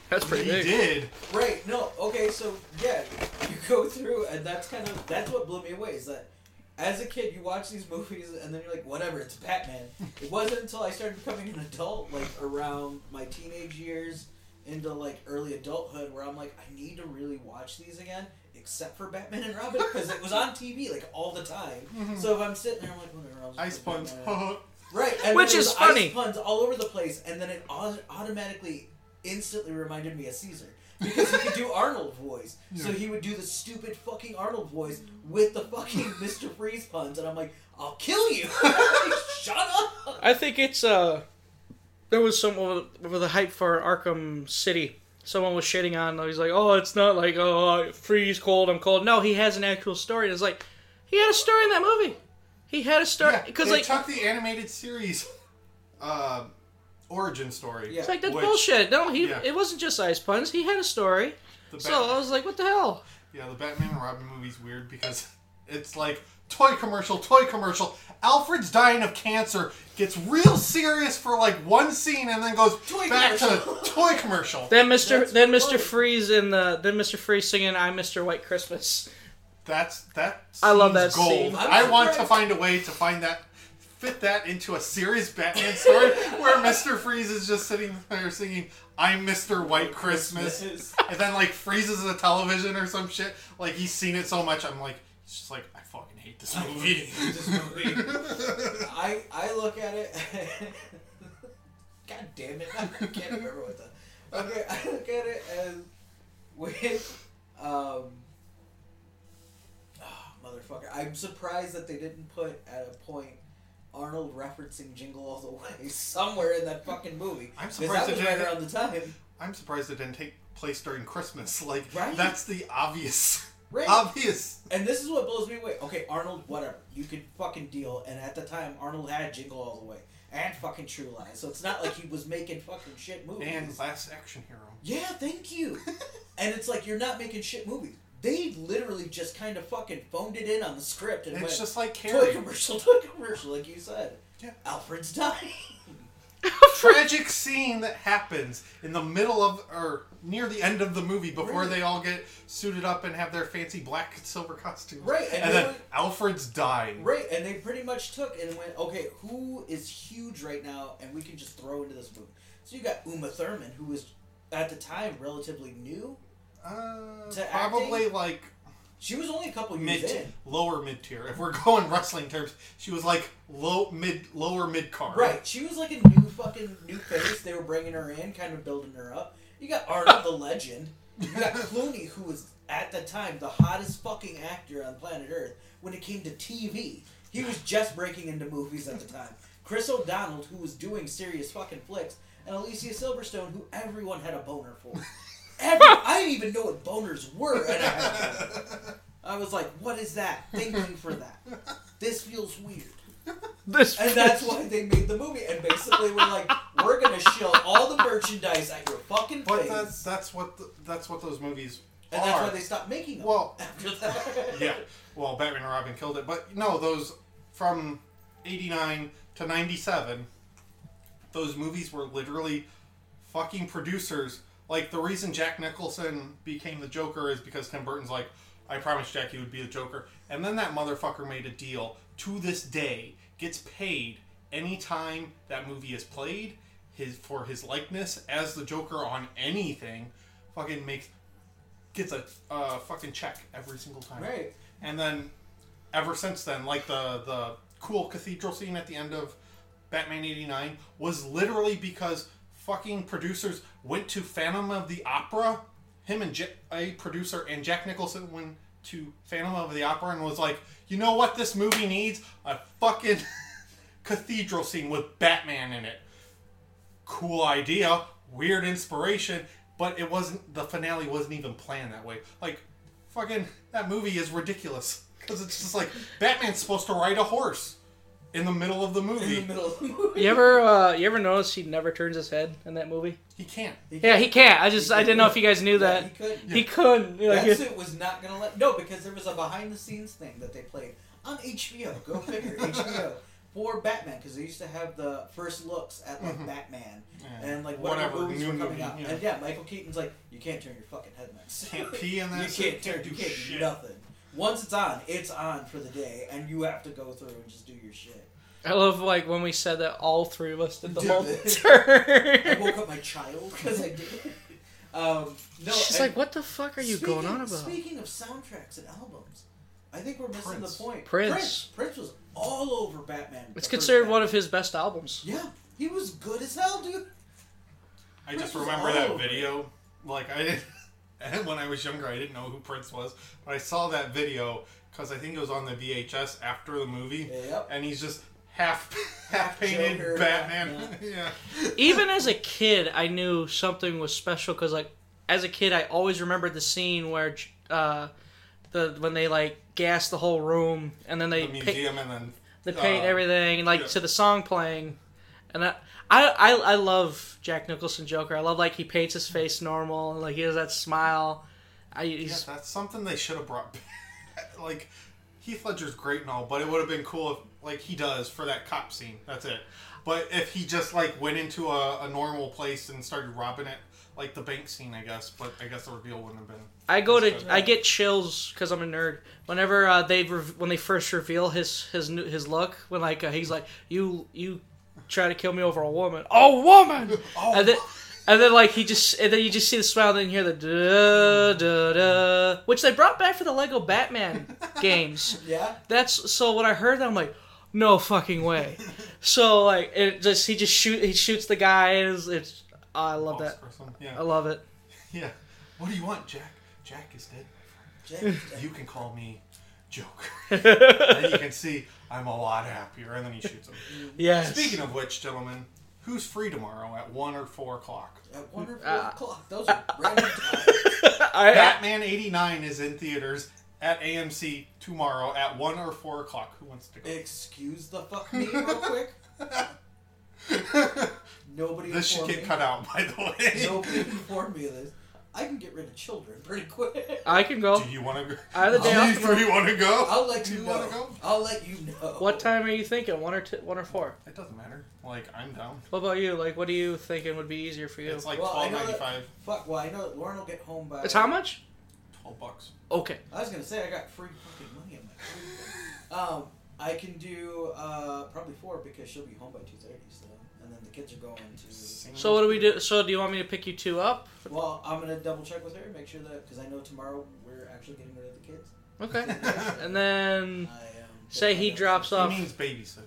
S3: That's
S2: He
S3: pretty big.
S2: did.
S4: Right. No. Okay. So yeah, you go through, and that's kind of that's what blew me away is that as a kid you watch these movies and then you're like, whatever, it's Batman. It wasn't until I started becoming an adult, like around my teenage years into like early adulthood, where I'm like, I need to really watch these again, except for Batman and Robin because it was on TV like all the time. So if I'm sitting there, I'm like, whatever. I'll just
S2: Ice
S4: put
S2: puns.
S4: Batman on. Right, and
S3: Which
S4: there
S3: is
S4: was
S3: funny.
S4: Ice puns all over the place, and then it au- automatically, instantly reminded me of Caesar because he could do Arnold voice. So he would do the stupid fucking Arnold voice with the fucking Mr. Freeze puns, and I'm like, I'll kill you! Shut up!
S3: I think it's uh, there was some over, over the hype for Arkham City. Someone was shitting on. him. He's like, oh, it's not like oh, I freeze cold, I'm cold. No, he has an actual story. It's like he had a story in that movie. He had a story because
S2: Because
S3: like
S2: took the animated series uh, origin story.
S4: Yeah.
S3: It's like that's
S2: Which-
S3: bullshit. No, he
S2: yeah.
S3: it wasn't just ice puns. He had a story.
S2: The
S3: So I
S2: Bat-
S3: was like, what the hell?
S2: yeah, the Batman and Robin movie's weird because It's like toy commercial, toy commercial. Alfred's dying of cancer, gets real serious for like one scene, and then goes
S4: Toy
S2: back
S4: commercial.
S2: to toy commercial.
S3: Then Mr.
S4: That's
S3: then Mr.
S4: funny.
S3: Freeze in the then Mr. Freeze singing "I'm Mr. White Christmas."
S2: That's that.
S3: I love
S2: scene's
S3: that
S2: gold.
S3: scene.
S4: I'm
S2: I want to
S4: surprised-
S2: find a way to find that, fit that into a serious Batman story where Mister Freeze is just sitting there singing "I'm Mister White Christmas,"
S4: Christmas.
S2: and then like freezes the television or some shit. Like he's seen it so much, I'm like, it's just like I fucking hate this movie.
S4: This movie. I I look at it. God damn it! I can't remember what the. Okay, I look at it as with um. ah, motherfucker! I'm surprised that they didn't put at a point Arnold referencing Jingle All the Way somewhere in that fucking movie.
S2: I'm
S4: 'Cause
S2: surprised
S4: that
S2: it
S4: was right
S2: didn't.
S4: around the time.
S2: I'm surprised it didn't take place during Christmas. Like
S4: Right?
S2: that's the obvious,
S4: Right.
S2: obvious.
S4: And this is what blows me away. Okay, Arnold, whatever. You could fucking deal. And at the time, Arnold had Jingle All the Way and fucking True Lies. So it's not like he was making fucking shit movies.
S2: And Last Action Hero.
S4: yeah, thank you. and it's like you're not making shit movies. They literally just kind of fucking phoned it in on the script and
S2: It's
S4: went
S2: just like
S4: toy
S2: Carrie.
S4: commercial, toy commercial, like you said.
S2: Yeah.
S4: Alfred's dying.
S2: tragic scene that happens in the middle of or near the end of the movie before
S4: Right.
S2: they all get suited up and have their fancy black and silver costumes.
S4: Right, and
S2: And, then
S4: really-
S2: Alfred's dying.
S4: right, and they pretty much took and went, okay, who is huge right now, and we can just throw into this movie. So you got Uma Thurman, who was at the time relatively new.
S2: Uh,
S4: To
S2: probably like
S4: She was only a couple years
S2: mid
S4: in.
S2: lower mid tier. If we're going wrestling terms, she was like low mid lower mid card.
S4: Right. She was like a new fucking new face. They were bringing her in, kind of building her up. You got Arnold the Legend. You got Clooney, who was at the time the hottest fucking actor on planet Earth when it came to TV. He was just breaking into movies at the time. Chris O'Donnell, who was doing serious fucking flicks, and Alicia Silverstone, who everyone had a boner for. Every, I didn't even know what boners were. And I, had one. I was like, what is that? Thank you for that. This feels weird.
S3: This
S4: And that's why they made the movie. And basically, we're like, we're gonna shill all the merchandise at your fucking
S2: But
S4: place.
S2: that's that's what the, that's what those movies
S4: and
S2: are.
S4: that's why they stopped making them.
S2: Well-
S4: after that.
S2: yeah. Well, Batman and Robin killed it, but no, those from '89 to '97, those movies were literally fucking producers. Like the reason Jack Nicholson became the Joker is because Tim Burton's like, I promised Jack he would be the Joker, and then that motherfucker made a deal. To this day, gets paid anytime that movie is played. His for his likeness as the Joker on anything, fucking makes gets a uh, fucking check every single time.
S4: Right.
S2: And then ever since then, like the the cool cathedral scene at the end of Batman '89 was literally because fucking producers went to Phantom of the Opera. Him and J- a producer and Jack Nicholson went to Phantom of the Opera and was like, you know what this movie needs? A fucking cathedral scene with Batman in it cool idea, weird inspiration, but it wasn't the finale wasn't even planned that way. Like fucking that movie is ridiculous cuz it's just like Batman's supposed to ride a horse in the middle of the
S4: in the
S2: movie.
S4: middle of the movie.
S3: You ever uh, you ever notice he never turns his head in that movie?
S2: he can't.
S3: Yeah, he can't. I just I didn't know if you guys knew
S4: Yeah, he
S3: that.
S4: couldn't.
S3: He couldn't. You're like,
S4: That suit was not gonna let. No, because there was a behind the scenes thing that they played on HBO. Go figure, HBO for Batman because they used to have the first looks at like Batman and like
S2: Mm-hmm.
S4: whatever,
S2: Whatever,
S4: movies
S2: new
S4: were coming
S2: movie,
S4: out.
S2: yeah.
S4: And yeah, Michael Keaton's like, you can't turn your fucking head next.
S2: Can't pee in that
S4: You
S2: suit,
S4: can't turn.
S2: can't
S4: You
S2: do
S4: can't do
S2: shit.
S4: nothing. Once it's on, it's on for the day, and you have to go through and just do your shit.
S3: I love like when we said that all three of us did the
S4: Did
S3: whole
S4: it. I
S3: turn.
S4: woke up my child because I did. it. Um, no,
S3: She's
S4: and-
S3: like, what the fuck are you
S4: Speaking-
S3: going on about?
S4: Speaking of soundtracks and albums, I think we're missing
S2: Prince.
S4: the point.
S3: Prince.
S4: Prince. Prince was all over Batman.
S3: It's
S4: the first
S3: considered
S4: Batman.
S3: one of his best albums.
S4: Yeah, he was good as hell, dude.
S2: I just
S4: Prince was
S2: remember
S4: all
S2: that
S4: over it.
S2: video. Like I didn't and when I was younger, I didn't know who Prince was, but I saw that video cuz I think it was on the VHS after the movie.
S4: Yep.
S2: And he's just half half
S4: Half
S2: painted
S4: Joker,
S2: Batman. Yeah.
S3: Even as a kid, I knew something was special because, like, as a kid, I always remembered the scene where uh, the when they like gas the whole room and then they
S2: The
S3: pick-
S2: museum and then
S3: the paint,
S2: uh,
S3: everything, and, like
S2: yeah.
S3: to the song playing, and I, I, I, I love Jack Nicholson Joker. I love like he paints his face normal, and, like he has that smile. I,
S2: Yeah,
S3: he's,
S2: that's something they should have brought back. like, Heath Ledger's great and all, but it would have been cool if like he does for that cop scene. That's it. But if he just like went into a, a normal place and started robbing it, like the bank scene, I guess. But I guess the reveal wouldn't have been.
S3: I go to
S2: That's good.
S3: I get chills because I'm a nerd. Whenever uh, they re- when they first reveal his his new- his look when like uh, he's like you you try to kill me over a woman oh woman and then and then like he just and then you just see the smile and then you hear the da da da which they brought back for the Lego Batman games.
S4: Yeah.
S3: That's so when I heard that I'm like no fucking way. so like it just he just shoot he shoots the guy and it's, it's oh, I love that
S2: Or something.
S3: I
S2: Yeah.
S3: love it.
S2: Yeah. What do you want, Jack? Jack is dead.
S4: Jack-
S2: You can call me Joker. and you can see I'm a lot happier. And then he shoots him.
S3: Yes.
S2: Speaking of which, gentlemen, who's free tomorrow at one or four o'clock?
S4: At one or four
S3: Uh,
S4: o'clock. Those are random times.
S3: I, I-
S2: Batman '89 is in theaters at AMC tomorrow at one or four o'clock. Who wants to go?
S4: Excuse the fuck me, real quick. Nobody.
S2: This should
S4: informed
S2: get
S4: me.
S2: cut out, by the way.
S4: Nobody informed me of this. I can get rid of children pretty quick.
S3: I can go.
S2: Do you want to go?
S3: I have the day
S2: Do
S3: off
S2: you
S3: tomorrow.
S2: three want to go?
S4: I'll let
S2: Do
S4: you,
S2: you
S4: know.
S2: want to go?
S4: I'll let you know.
S3: What time are you thinking? One or two, one or four?
S2: It doesn't matter. Like I'm down.
S3: What about you? Like, what are you thinking would be easier for you?
S2: It's like
S4: Well, I
S2: twelve
S4: know
S2: ninety
S4: that-
S2: five.
S4: Fuck. Well, I know that Lauren will get home by.
S3: It's how much?
S2: Twelve bucks.
S3: Okay.
S4: I was gonna say I got free fucking money on my phone. Um, I can do uh probably four because she'll be home by two thirty. So, and then the kids are going to.
S3: So what do we do? So do you want me to pick you two up?
S4: Well, I'm gonna double check with her, make sure that because I know tomorrow we're actually getting rid of the kids.
S3: Okay. And then
S4: I am.
S3: say he drops
S2: He
S3: off.
S2: means babysitter.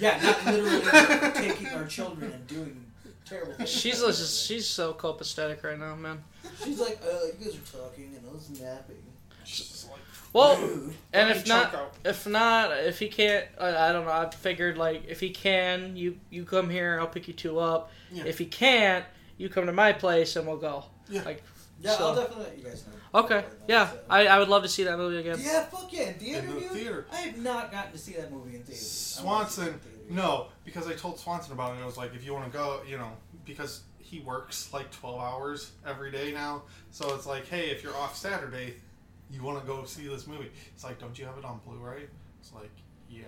S4: Yeah, not literally taking our children and doing terrible things.
S3: She's just, she's so copacetic right now, man.
S4: She's like, uh, you guys are talking and I was napping.
S2: She's just like,
S3: Well,
S4: Dude.
S3: and
S2: let
S3: if
S2: me choke
S3: not,
S2: out.
S3: if not, if he can't, I, I don't know. I figured like if he can, you you come here, I'll pick you two up.
S2: Yeah.
S3: If he can't, you come to my place and we'll go.
S2: Yeah.
S3: Like,
S4: Yeah,
S3: so-
S4: I'll definitely let you guys know.
S3: Okay.
S4: Or not,
S3: Yeah,
S4: so.
S3: I, I would love to see that movie again.
S4: Yeah, fuck yeah, in theater,
S2: In the
S4: dude.
S2: theater.
S4: I have not gotten to see that movie in theaters. I
S2: Swanson,
S4: wanna see it in theaters.
S2: no, because I told Swanson about it. I was like, if you want to go, you know, because he works like twelve hours every day now. So it's like, hey, if you're off Saturday, you want to go see this movie. It's like, don't you have it on Blu-ray? It's like, yeah.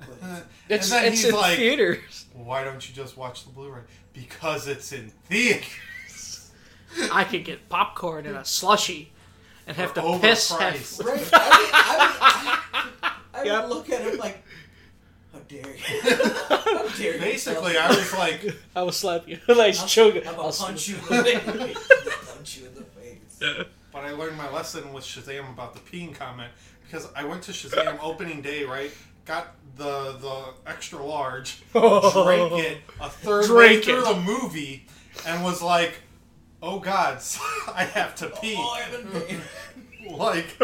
S3: It's
S2: and then
S3: it's
S2: he's
S3: in
S2: like,
S3: theaters.
S2: why don't you just watch the Blu-ray? Because it's in theaters.
S3: I could get popcorn and a slushy, and have
S2: Or
S3: to piss.
S2: overpriced.
S3: Have,
S4: Right? I would, I would, I would
S3: Yep.
S4: look at him like, how dare you? how dare you?
S2: Basically,
S4: fella.
S2: I was like,
S3: I will slap you. like
S4: I'll-
S3: choke.
S4: I'm
S3: I'll
S4: gonna punch
S3: sl-
S4: you in the face. I'll punch you in the face.
S2: But I learned my lesson with Shazam about the peeing comment because I went to Shazam opening day, right? Got the the extra large, drank it a third
S3: Drank
S2: way through
S3: it.
S2: the movie, and was like, "Oh God, I have to pee."
S4: Oh, I've been paying.
S2: like,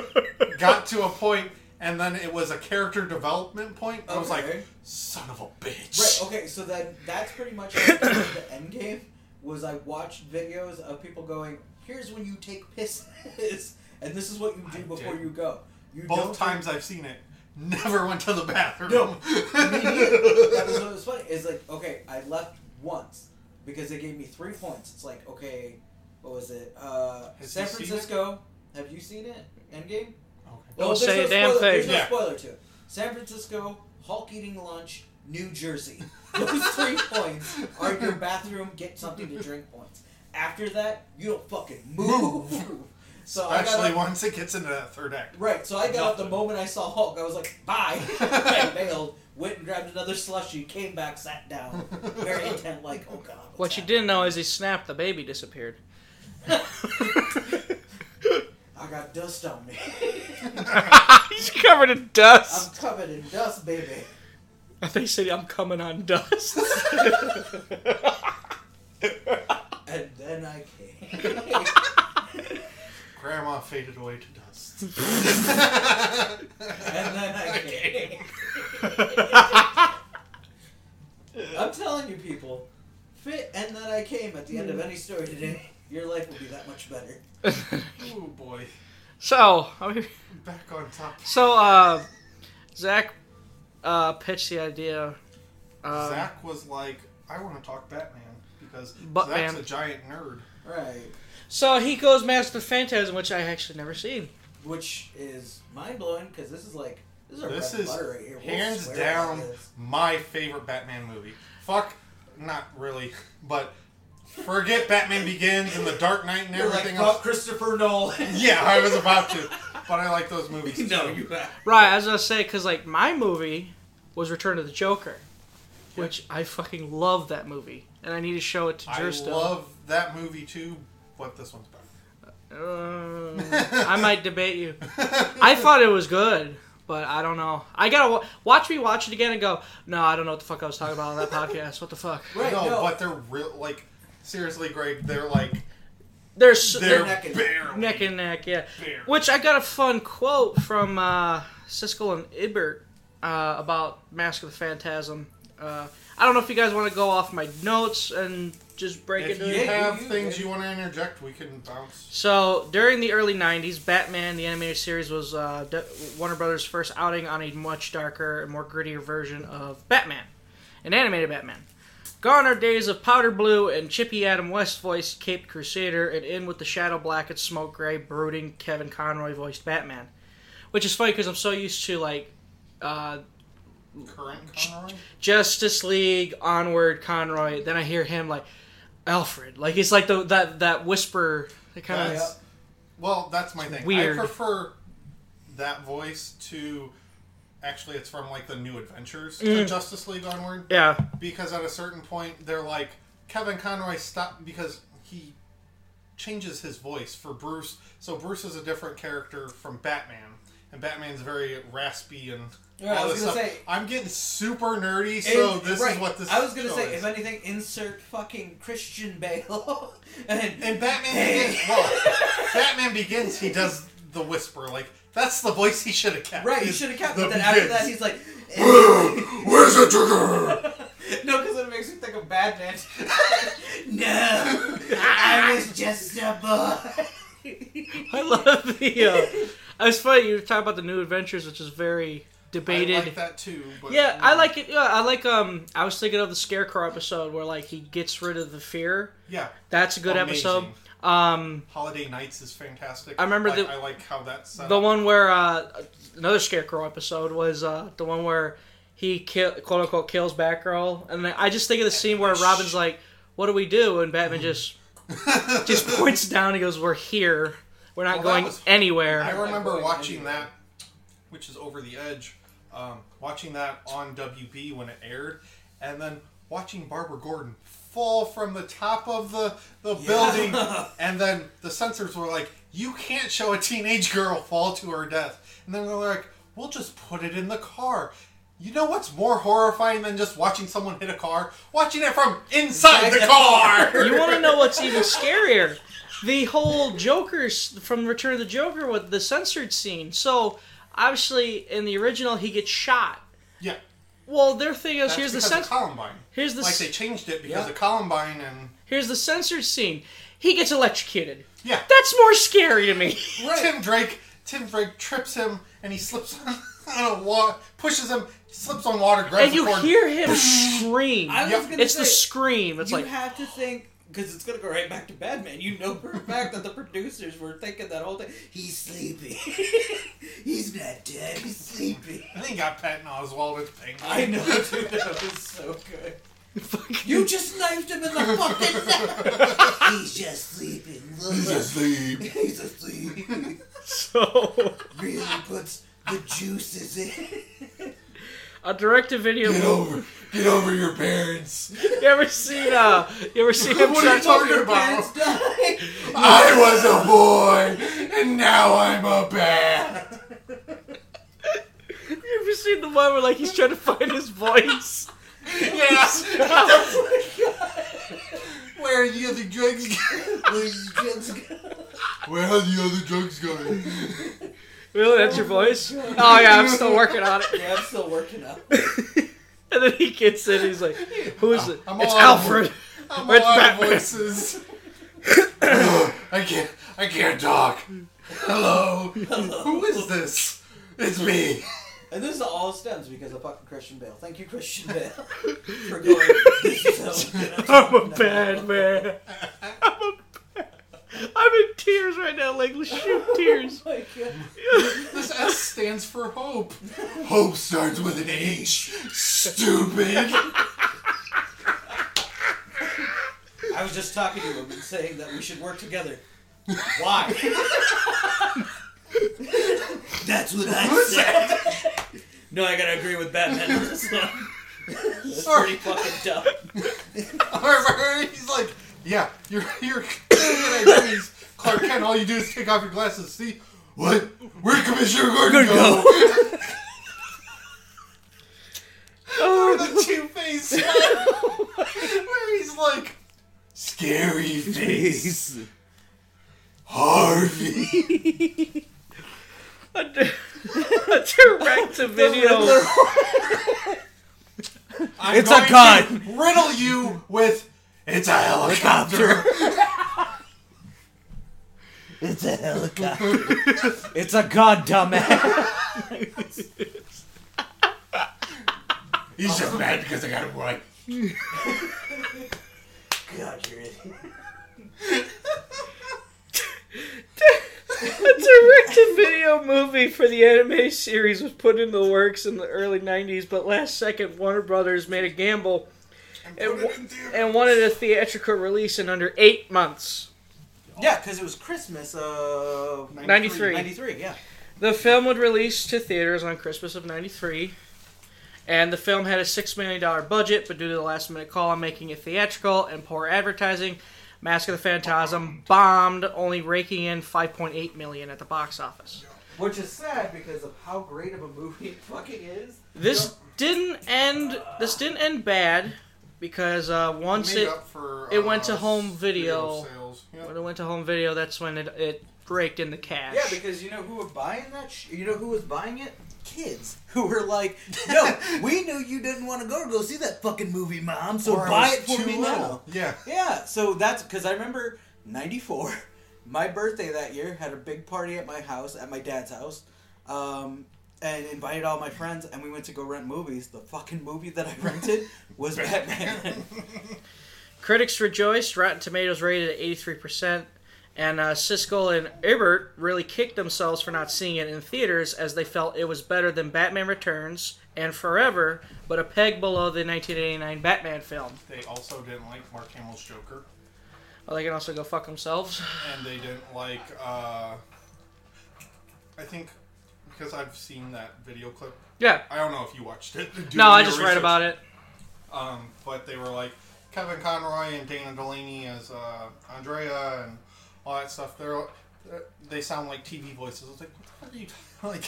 S2: got to a point, and then it was a character development point. I was
S4: Okay.
S2: like, "Son of a bitch!"
S4: Right. Okay. So then that's pretty much how I got to the end game. Was I watched videos of people going, "Here's when you take pisses, and this is what you do
S2: I
S4: before
S2: did.
S4: you go." You don't
S2: Both times I've seen it, never went to the bathroom.
S4: No, me neither. that was what was funny. Is like, okay, I left once because they gave me three points. It's like, okay, what was it? Uh,
S2: Has
S4: San
S2: he seen
S4: Francisco. Have you seen it? Endgame.
S2: Okay.
S3: Don't
S4: there's
S3: say
S4: no
S3: a damn thing.
S4: spoiler, There's no
S2: Yeah.
S4: spoiler to it. San Francisco, Hulk eating lunch, New Jersey. Those three points are your bathroom get something to drink points. After that, you don't fucking move. So I got
S2: Especially
S4: up-
S2: once it gets into that third act.
S4: Right, so I got up the
S2: Nothing.
S4: moment I saw Hulk. I was like, bye. I bailed, went and grabbed another slushy, came back, sat down, very intent, like, oh god. what's
S3: What you
S4: happening?"
S3: didn't know is he snapped. The baby disappeared.
S4: I got dust on me.
S3: He's covered in
S4: I'm
S3: dust.
S4: covered in dust, baby.
S3: they said I'm coming on dust.
S4: And then I came.
S2: Grandma faded away to dust.
S4: and then I came. I'm telling you, people, fit and then I came at the end
S3: Hmm.
S4: of any story today, your life will be that much better.
S2: oh boy.
S3: so are we-
S2: Back on top.
S3: so uh, Zach uh, pitched the idea. Um,
S2: Zach was like, I want to talk Batman because
S3: Batman.
S2: Zach's a giant nerd.
S4: Right.
S3: So he goes Master of Phantasm, which I actually never seen.
S4: which is mind blowing because this is like this is our
S2: This
S4: bread and
S2: is
S4: butter right here. We'll
S2: hands
S4: swear
S2: down
S4: by this.
S2: my favorite Batman movie. Fuck, not really, but forget Batman Begins and The Dark Knight and
S4: You're like
S2: everything
S4: fuck
S2: else.
S4: Christopher Nolan.
S2: Yeah, I was about to, but I like those movies.
S4: no,
S2: too.
S4: you have.
S3: Right, as I was gonna say, because like my movie was Return of the Joker, which I fucking love that movie, and I need to show it to
S2: I
S3: Jersto.
S2: love that movie too, but this one's better.
S3: Uh, I might debate you. I thought it was good, but I don't know. I gotta wa- watch me watch it again and go. No, I don't know what the fuck I was talking about on that podcast. What the fuck?
S4: Right,
S2: no,
S4: no,
S2: but they're real. Like seriously, Greg, they're like
S3: There's
S2: they're,
S4: neck and-
S2: barely
S3: neck and neck, yeah.
S2: Fair.
S3: Which I got a fun quote from uh, Siskel and Ebert uh, about Mask of the Phantasm. Uh, I don't know if you guys want to go off my notes and just break
S2: If
S3: it.
S2: you
S4: Yeah, you-
S2: have
S4: you-
S2: things you want to interject, we can bounce.
S3: So during the early '90s, Batman the animated series was uh, D- Warner Brothers' first outing on a much darker and more grittier version of Batman, an animated Batman. Gone are days of powder blue and chippy Adam West voiced Caped Crusader, and in with the shadow black and smoke gray brooding Kevin Conroy voiced Batman. Which is funny because I'm so used to like uh,
S2: Current Conroy.
S3: Justice League, Onward, Conroy. Then I hear him like Alfred, like it's like the that that whisper that kind of.
S2: That's- Well, that's my thing.
S3: weird.
S2: I prefer that voice to actually it's from like the New Adventures to Justice League onward
S3: Yeah,
S2: because at a certain point they're like Kevin Conroy stop because he changes his voice for Bruce. So Bruce is a different character from Batman. And Batman's very raspy and
S4: Yeah, I
S2: all
S4: was
S2: this
S4: gonna
S2: stuff.
S4: say-
S2: I'm getting super nerdy, so
S4: And-
S2: this
S4: right,
S2: is what this.
S4: I was gonna say,
S2: is.
S4: if anything, insert fucking Christian Bale and,
S2: And Batman Begins, well, Batman Begins, he does the whisper. Like, that's the voice he should have kept.
S4: right. You
S2: Is
S4: should have kept.
S2: the
S4: But then after
S2: Begins.
S4: that, he's like,
S2: Where's the trigger?
S4: no, because it makes me think of Batman. no, I was just a boy.
S3: I love the. Uh, it's funny you were talking about the new adventures, which is very debated.
S2: I like that too. But
S3: yeah, I like it. Yeah, I like. Um, I was thinking of the Scarecrow episode where like he gets rid of the fear.
S2: Yeah,
S3: That's a good
S2: Amazing.
S3: episode. Um,
S2: Holiday Nights is fantastic.
S3: I remember
S2: Like,
S3: the-
S2: I like how that's set
S3: the
S2: up.
S3: one where uh, another Scarecrow episode was uh the one where he kill quote unquote kills Batgirl, and then I just think of the scene where Robin's like, "What do we do?" and Batman just just points down and goes, "We're here. We're not
S2: Mm-hmm. Well, that
S3: going
S2: was-
S3: anywhere."
S2: I remember
S4: Going
S2: watching
S4: anywhere.
S2: that, which is Over the Edge, um, watching that on WB when it aired, and then watching Barbara Gordon fall from the top of the, the building, and then the censors were like, You can't show a teenage girl fall to her death. And then they're like, We'll just put it in the car. You know what's more horrifying than just watching someone hit a car? Watching it from inside the car!
S3: You want to know what's even scarier? The whole Joker's from Return of the Joker with the censored scene. So obviously, in the original, he gets shot.
S2: yeah.
S3: Well, their thing is
S2: That's
S3: here's the
S2: because of
S3: cens-
S2: Columbine.
S3: here's the
S2: like
S3: s-
S2: they changed it because
S4: Yeah.
S2: of Columbine and
S3: here's the censored scene. He gets electrocuted.
S2: yeah.
S3: That's more scary to me.
S2: Tim Drake, Tim Drake trips him and he slips on, on a wall, pushes him, slips on water, grabs
S3: and you
S2: the cord.
S3: hear him scream.
S4: I was
S2: Yep.
S4: gonna
S3: It's
S4: say,
S3: the scream. It's
S4: you
S3: like
S4: have to think because it's gonna go right back to Batman. You know for a fact that the producers were thinking that whole thing. He's sleepy. He's not dead. He's sleepy.
S2: I think he got Patton Oswald as Penguin.
S4: I know, dude. That was so good. You just knifed him in the fucking neck. He's just sleeping. He's asleep. He's asleep.
S3: so.
S4: Really puts the juices in.
S3: A direct-to-video. movie.
S2: Get over your parents.
S3: You ever seen? Uh, you ever seen him?
S2: What are you
S3: try-
S2: talking
S4: Parents
S2: about?
S4: die.
S2: I was a boy, and now I'm a bat.
S3: you ever seen the one where like he's trying to find his voice?
S2: Yeah. Where are the other drugs going?
S4: Please just go.
S2: Where are the other drugs going?
S3: Really, that's your voice? Oh yeah, I'm still working on it.
S4: Yeah, I'm still working up.
S3: And then he gets in. He's like, "Who is it?
S2: I'm
S3: it's
S2: all out of
S3: Alfred."
S2: I'm
S3: Or
S2: a
S3: it's
S2: lot of
S3: Batman.
S2: voices. I can't. I can't talk. Hello. Who is this? It's me.
S4: And this all stems because of fucking Christian Bale. Thank you, Christian Bale, for going. This is how
S3: I'm a bad man. I'm a. Bad. I'm in tears right now, like shoot tears.
S4: Like, uh,
S2: This S stands for hope. Hope starts with an H. Stupid.
S4: I was just talking to him and saying that we should work together. Why?
S1: That's what I said.
S4: no, I gotta agree with Batman on this one. That's
S2: Sorry.
S4: pretty fucking dumb.
S2: He's like, yeah, you're you're killing it. He's Clark Kent. All you do is take off your glasses. See what? Where Commissioner Gordon go? Or Oh, the Two Face. Where he's like, scary face, Harvey.
S3: a direct to video.
S2: I'm
S5: It's a
S2: going to
S5: gun.
S2: Riddle you with. It's a helicopter.
S5: It's a helicopter. it's a goddamn dumbass.
S2: He's just mad because I got it right.
S4: God, you're an idiot.
S3: A direct to video movie for the anime series was put into the works in the early 90s, but last second, Warner Brothers made a gamble and, wa- and wanted a theatrical release in under eight months.
S4: Yeah, because it was Christmas of
S3: 93.
S4: 93, yeah.
S3: The film would release to theaters on Christmas of 93, and the film had a $6 million budget, but due to the last minute call on making it theatrical and poor advertising, Mask of the Phantasm bombed, only raking in 5.8 million at the box office.
S4: Which is sad because of how great of a movie it fucking is.
S3: This didn't end. This didn't end bad, because uh, once
S2: Made
S3: it
S2: up for,
S3: it went to
S2: uh,
S3: home video.
S2: sales. Yeah.
S3: when it went to home video, that's when it it raked in the cash.
S4: Yeah, because you know who were buying that? Sh- you know who was buying it? Kids who were like, "Yo, we knew you didn't want to go go see that fucking movie, mom. So
S2: Or I
S4: buy
S2: was
S4: it for
S2: too
S4: me now."
S2: little. Yeah.
S4: Yeah, so that's because I remember '94, my birthday that year, had a big party at my house, at my dad's house, um, and invited all my friends, and we went to go rent movies. The fucking movie that I rented was Batman.
S3: critics rejoiced. Rotten Tomatoes rated at eighty three percent, and uh, Siskel and Ebert really kicked themselves for not seeing it in theaters, as they felt it was better than Batman Returns and Forever, but a peg below the nineteen eighty nine Batman film.
S2: They also didn't like Mark Hamill's Joker,
S3: Well, they can also go fuck themselves.
S2: and they didn't like. Uh, I think because I've seen that video clip.
S3: Yeah.
S2: I don't know if you watched it. Do
S3: No, I
S2: your
S3: just read
S2: research.
S3: about it.
S2: Um, but they were like Kevin Conroy and Dana Delaney as uh, Andrea and all that stuff. They're uh, they sound like TV voices. I was like, what the fuck are you like?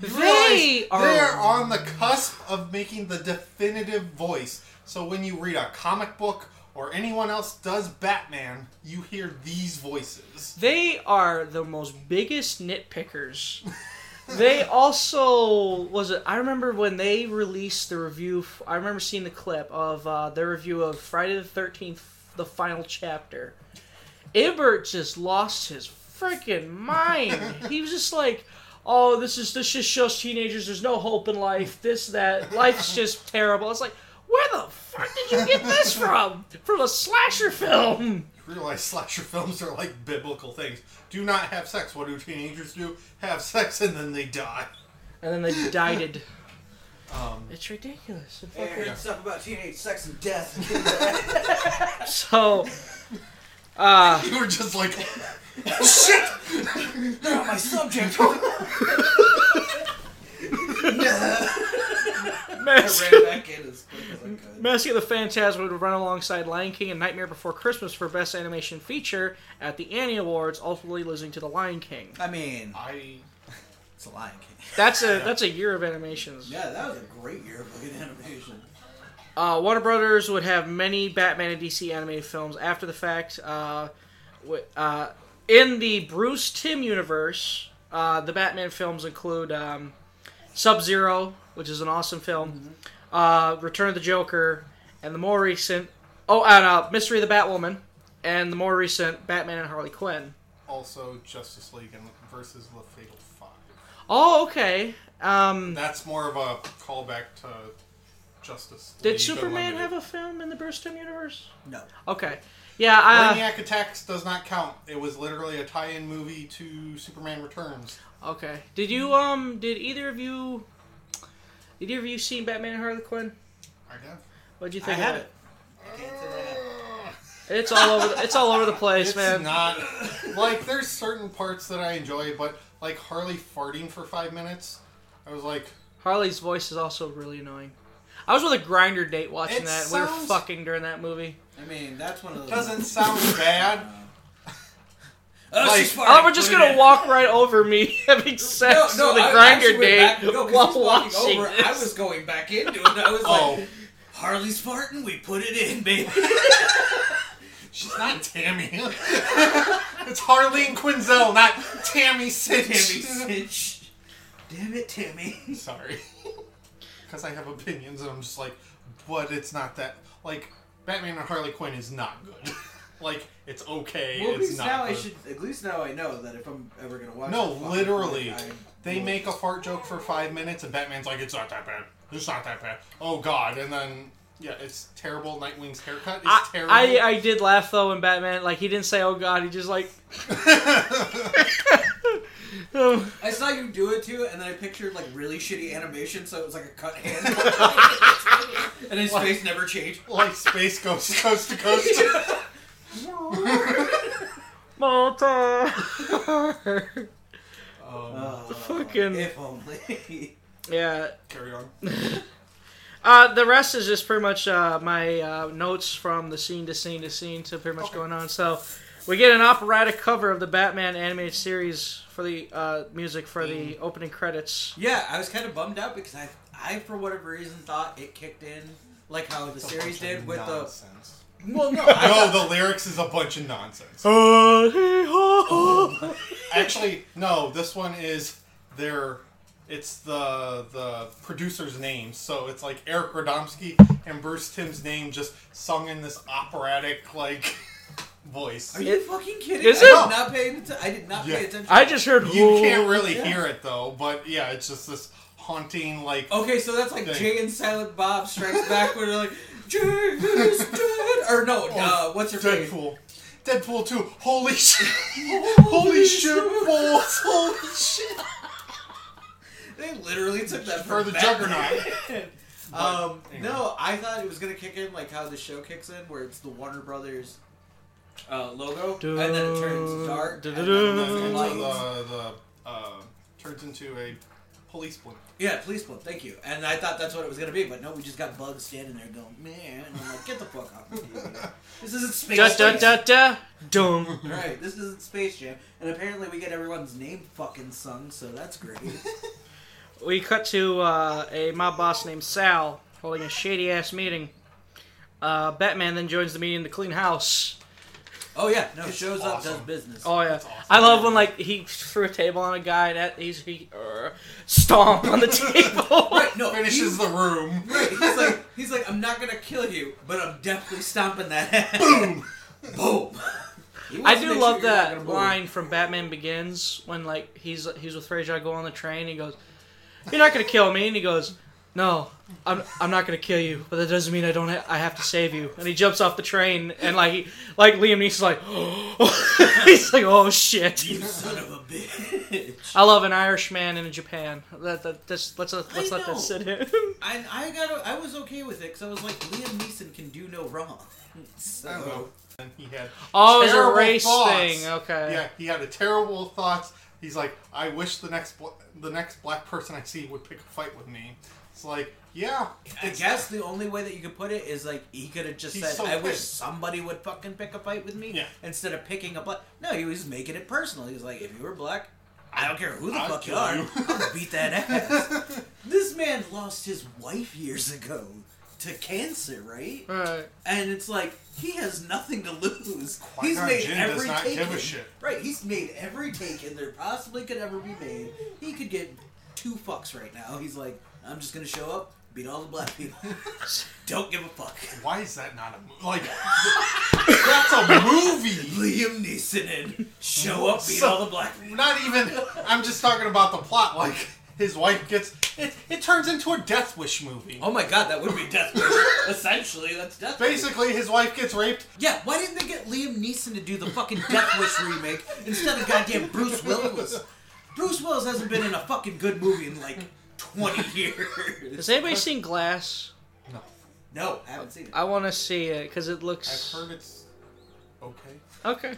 S2: you
S3: They
S2: realize
S3: are-
S2: they are on the cusp of making the definitive voice. So when you read a comic book or anyone else does Batman, you hear these voices.
S3: They are the most biggest nitpickers. they also was it? I remember when they released the review. f- I remember seeing the clip of uh, their review of Friday the Thirteenth, the final chapter. Ibert just lost his freaking mind. he was just like, "Oh, this is this just shows teenagers there's no hope in life. This that life's just terrible." It's like, where the fuck did you get this from? From a slasher film?
S2: You realize slasher films are like biblical things. Do not have sex. What do teenagers do? Have sex and then they die.
S3: And then they dyed it.
S2: Um,
S3: It's ridiculous. It
S4: I
S3: fucking-
S4: heard stuff about teenage sex and death.
S3: So, uh,
S2: you were just like,
S4: They're on my subject.
S3: Mask,
S4: ran back in as quick as I could.
S3: Mask of the Phantasm would run alongside Lion King and Nightmare Before Christmas for Best Animation Feature at the Annie Awards, ultimately losing to The Lion King.
S4: I mean,
S2: I
S4: it's a Lion King.
S3: That's a that's a year of animations.
S4: Yeah, that was a great year of fucking animation.
S3: Uh, Warner Brothers would have many Batman and DC animated films after the fact. Uh, wi- uh, in the Bruce Tim universe, uh, the Batman films include um, Sub Zero, which is an awesome film, uh, Return of the Joker, and the more recent oh, and uh, Mystery of the Batwoman, and the more recent Batman and Harley Quinn.
S2: also Justice League and versus the Fatal Five.
S3: Oh, okay. Um,
S2: That's more of a callback to Justice.
S3: Did
S2: League
S3: Superman
S2: Unlimited.
S3: have a film in the Burston universe?
S4: No.
S3: Okay. Yeah, uh, I.
S4: Ah.
S2: Brainiac Attacks does not count. It was literally a tie-in movie to Superman Returns.
S3: Okay. Did you um? Did either of you? Did either of you seen Batman and Harley Quinn?
S2: I have.
S3: What'd you
S4: I
S3: think of
S4: have
S3: it?
S4: it. I can't say that.
S3: It's all over. The, it's all over the place,
S2: It's
S3: man.
S2: not like there's certain parts that I enjoy, but like Harley farting for five minutes, I was like,
S3: Harley's voice is also really annoying. I was with a grinder date watching
S2: It
S3: that. We were
S2: sounds-
S3: fucking during that movie.
S4: I mean, that's one of those.
S2: doesn't sound bad.
S4: Oh,
S2: Like-
S4: she's farting.
S3: Oh, we're just
S4: Wait a
S3: gonna
S4: minute.
S3: walk right over me having sex
S4: No, no,
S3: with a
S4: I
S3: grinder
S4: actually went back-
S3: date
S4: no, 'cause
S3: while
S4: she's walking
S3: watching
S4: over,
S3: this.
S4: I was going back into it. And I was
S2: Oh,
S4: like, Harley's farting. We put it in, baby.
S2: she's not Tammy. it's Harley and Quinzel, not Tammy Sitch.
S4: Tammy Sitch. Damn it, Tammy.
S2: Sorry, because I have opinions, and I'm just like, but it's not that. Like Batman and Harley Quinn is not good. like it's okay.
S4: Well, at
S2: it's
S4: least
S2: not.
S4: now I
S2: good.
S4: should. At least now I know that if I'm ever gonna watch.
S2: No,
S4: it, fuck,
S2: literally.
S4: I-
S2: They make a fart joke for five minutes, and Batman's like, "It's not that bad. It's not that bad. Oh God!" And then, yeah, it's terrible. Nightwing's haircut is
S3: I,
S2: terrible.
S3: I, I did laugh though when Batman like he didn't say oh god he just like um,
S4: I saw you do it too, and then I pictured like really shitty animation, so it was like a cut hand, and his face never changed.
S2: like space goes coast to coast.
S3: Malta
S2: um,
S4: Oh,
S3: Fucking-
S4: If only.
S3: yeah
S2: carry on.
S3: uh, the rest is just pretty much uh, my uh, notes from the scene to scene to scene to pretty much going on so we get an operatic cover of the Batman animated series for the uh, music for the opening credits
S4: Yeah, I was kind of bummed out because I, I for whatever reason thought it kicked in like how the series did with the.
S2: nonsense.
S4: Well, no, I
S2: No,
S4: thought-
S2: the lyrics is a bunch of nonsense.
S3: Uh, hey, ho, ho.
S2: Actually, no, this one is their. It's the the producer's name, so it's like Eric Radomski and Bruce Timm's name just sung in this operatic like voice.
S4: Are you
S3: It-
S4: fucking kidding?
S3: Is
S4: I
S3: it?
S4: did not pay attention. I did not
S2: Yeah.
S4: pay attention.
S3: I just heard
S2: You can't really
S4: Yeah.
S2: hear it though, but yeah, it's just this haunting like.
S4: Okay, so that's like
S2: Okay.
S4: Jay and Silent Bob Strikes Back where they're like, Jay is dead! Or no, uh, what's her face?
S2: Oh, Deadpool. Deadpool 2. Holy shit.
S4: Holy
S2: Holy shit,
S4: shit.
S2: balls. Holy shit.
S4: They literally took that
S2: For
S4: from
S2: the
S4: Batman.
S2: Juggernaut.
S4: um,
S2: But, anyway.
S4: no, I thought it was gonna kick in like how the show kicks in, where it's the Warner Brothers uh, logo, and then it turns dark. and then
S2: Into
S4: there's lights.
S2: the, the, uh, turns into a police blimp.
S4: Yeah, police blip. Thank you. And I thought that's what it was gonna be, but no, we just got Bugs standing there going, "Man," and I'm like, "Get the fuck off!" of me." This isn't space.
S3: da da
S4: Jam."
S3: da da dum.
S4: Right, this isn't Space Jam, and apparently we get everyone's name fucking sung, so that's great.
S3: We cut to uh, a mob boss named Sal holding a shady ass meeting. Uh, Batman then joins the meeting to clean house.
S4: Oh yeah, no, shows up, does
S2: awesome.
S4: business.
S3: Oh yeah,
S2: awesome.
S3: I love when like he threw a table on a guy and that he's he uh, stomp on the table.
S4: Right, no,
S2: Finishes the room.
S4: Right, he's like, he's like, I'm not gonna kill you, but I'm definitely stomping that ass.
S2: Boom.
S4: boom. He wants
S3: I
S4: to
S3: do
S4: make
S3: love
S4: sure you're not gonna
S3: that
S4: boom.
S3: line from Batman Begins when like he's he's with Frasier. I go on the train. He goes, "You're not gonna kill me," and he goes, "No, I'm I'm not gonna kill you, but that doesn't mean I don't ha- I have to save you." And he jumps off the train and like he, like Liam Neeson's like, he's like, "Oh shit."
S4: You son of a bitch.
S3: I love an Irishman in Japan. That, that this let's let's
S4: I
S3: let
S4: know.
S3: that sit in.
S4: I, I got, I was okay with it because I was like, Liam Neeson can do no wrong.
S2: I don't know.
S4: So
S2: And he had
S3: Oh, it was a
S2: terrible
S3: race
S2: thoughts.
S3: thing. Okay.
S2: Yeah, he had a terrible thoughts. He's like, I wish the next bl- the next black person I see would pick a fight with me. It's like, yeah,
S4: I guess the only way that you could put it is like he could have just
S2: He's
S4: said,
S2: so
S4: "I wish
S2: pissed.
S4: somebody would fucking pick a fight with me,"
S2: Yeah.
S4: instead of picking a black. No, he was making it personal. He was like, "If you were black, I don't care who the
S2: I'll
S4: fuck you
S2: kill
S4: are,
S2: you."
S4: I'm gonna beat that ass." this man lost his wife years ago to cancer, right?
S3: Alright.
S4: And it's like he has nothing to lose.
S2: Qui-Gon
S4: He's made
S2: Jinn does
S4: every
S2: not
S4: taken.
S2: give a shit.
S4: Right, he's made every taken there possibly could ever be made. He could get two fucks right now. He's like, I'm just gonna show up, beat all the black people. Don't give a fuck.
S2: Why is that not a movie? Like, that's a movie.
S4: Liam Neeson in. Show up, beat
S2: So-
S4: all the black people.
S2: Not even. I'm just talking about the plot. Like, his wife gets it. It turns into a Death Wish movie.
S6: Oh my god, that would be death. wish. Essentially, that's death. wish.
S2: Basically, his wife gets raped.
S6: Yeah, why didn't they get Liam Neeson to do the fucking Death Wish remake instead of goddamn Bruce Willis? Bruce Willis hasn't been in a fucking good movie in like 20 years.
S3: Has anybody seen Glass?
S6: No, I haven't seen it.
S3: I want to see it because it
S2: I've
S3: looks
S2: heard it's okay.
S3: okay.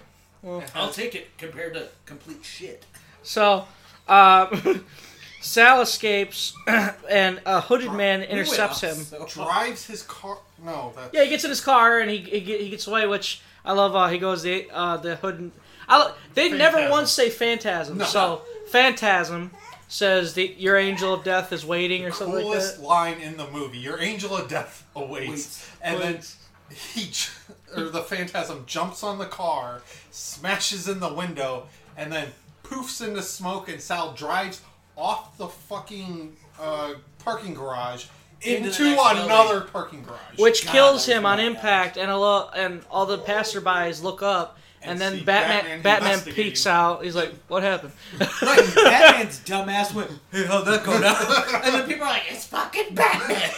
S6: I'll take it compared to complete shit.
S3: So, uh, Sal escapes, and a hooded man
S6: We went
S3: intercepts
S6: off
S3: him.
S6: so-
S2: Drives his car. No, that's
S3: Yeah, he gets in his car and he he, get- he gets away, which I love. Uh, he goes the uh, the hood. I lo- they never
S2: Phantasm.
S3: once say phantasm. So phantasm says that your angel of death is waiting or something like
S2: coolest
S3: that.
S2: line in the movie. Your angel of death awaits,
S6: Waits.
S2: and
S3: Waits.
S2: then he j- or the phantasm jumps on the car, smashes in the window, and then poofs into smoke. And Sal drives off the fucking uh, parking garage
S6: Into the
S2: into,
S6: next building.
S2: another parking garage.
S3: Which
S6: God,
S3: kills
S6: that was
S3: him on
S6: badass.
S3: impact, and a lo- and all the passerbys look up, and,
S2: And
S3: then
S2: see
S3: Batman
S2: Batman
S3: Batman,
S2: investigating.
S3: peeks out. He's like, "What happened?"
S4: Right, Batman's dumbass went.
S6: Hey, how'd that go down? and then people are like, it's fucking Batman!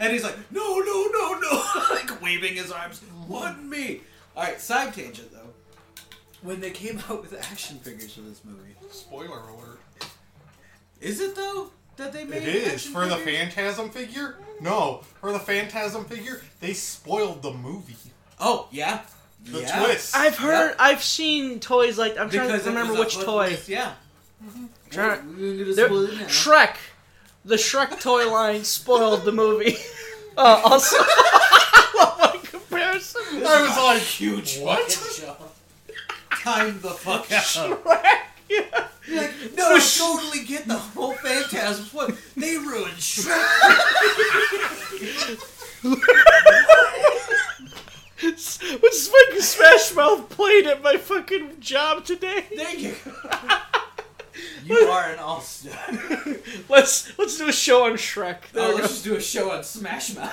S6: and he's like, no, no, no, no! like waving his arms, one me!
S4: Alright, side tangent though. When they came out with action figures for this movie.
S2: Spoiler alert.
S4: Is it though? That they made
S2: It is
S4: action
S2: for the
S4: figures?
S2: phantasm figure. No, for the phantasm figure, they spoiled the movie.
S6: Oh, yeah?
S2: The
S4: Yeah.
S2: twist.
S3: I've heard, I've seen toys like I'm trying
S4: Because
S3: to
S4: it
S3: remember
S4: was a
S3: which
S4: hood
S3: toy. Mm-hmm.
S4: twist, Yeah.
S3: Try-
S4: We're gonna
S3: There-
S4: spoil it now.
S3: Shrek, the Shrek toy line spoiled the movie. Uh, also, I love my comparison.
S2: I was like, huge. What?
S4: Time the fuck out.
S3: Yeah.
S6: No, I totally get the whole Phantasm. What? They ruined Shrek.
S3: Which fucking Smash Mouth played at my fucking job today.
S4: There you go. You are an all star.
S3: Let's let's do a show on Shrek. There
S4: Oh,
S3: we go.
S4: let's just do a show on Smash Mouth.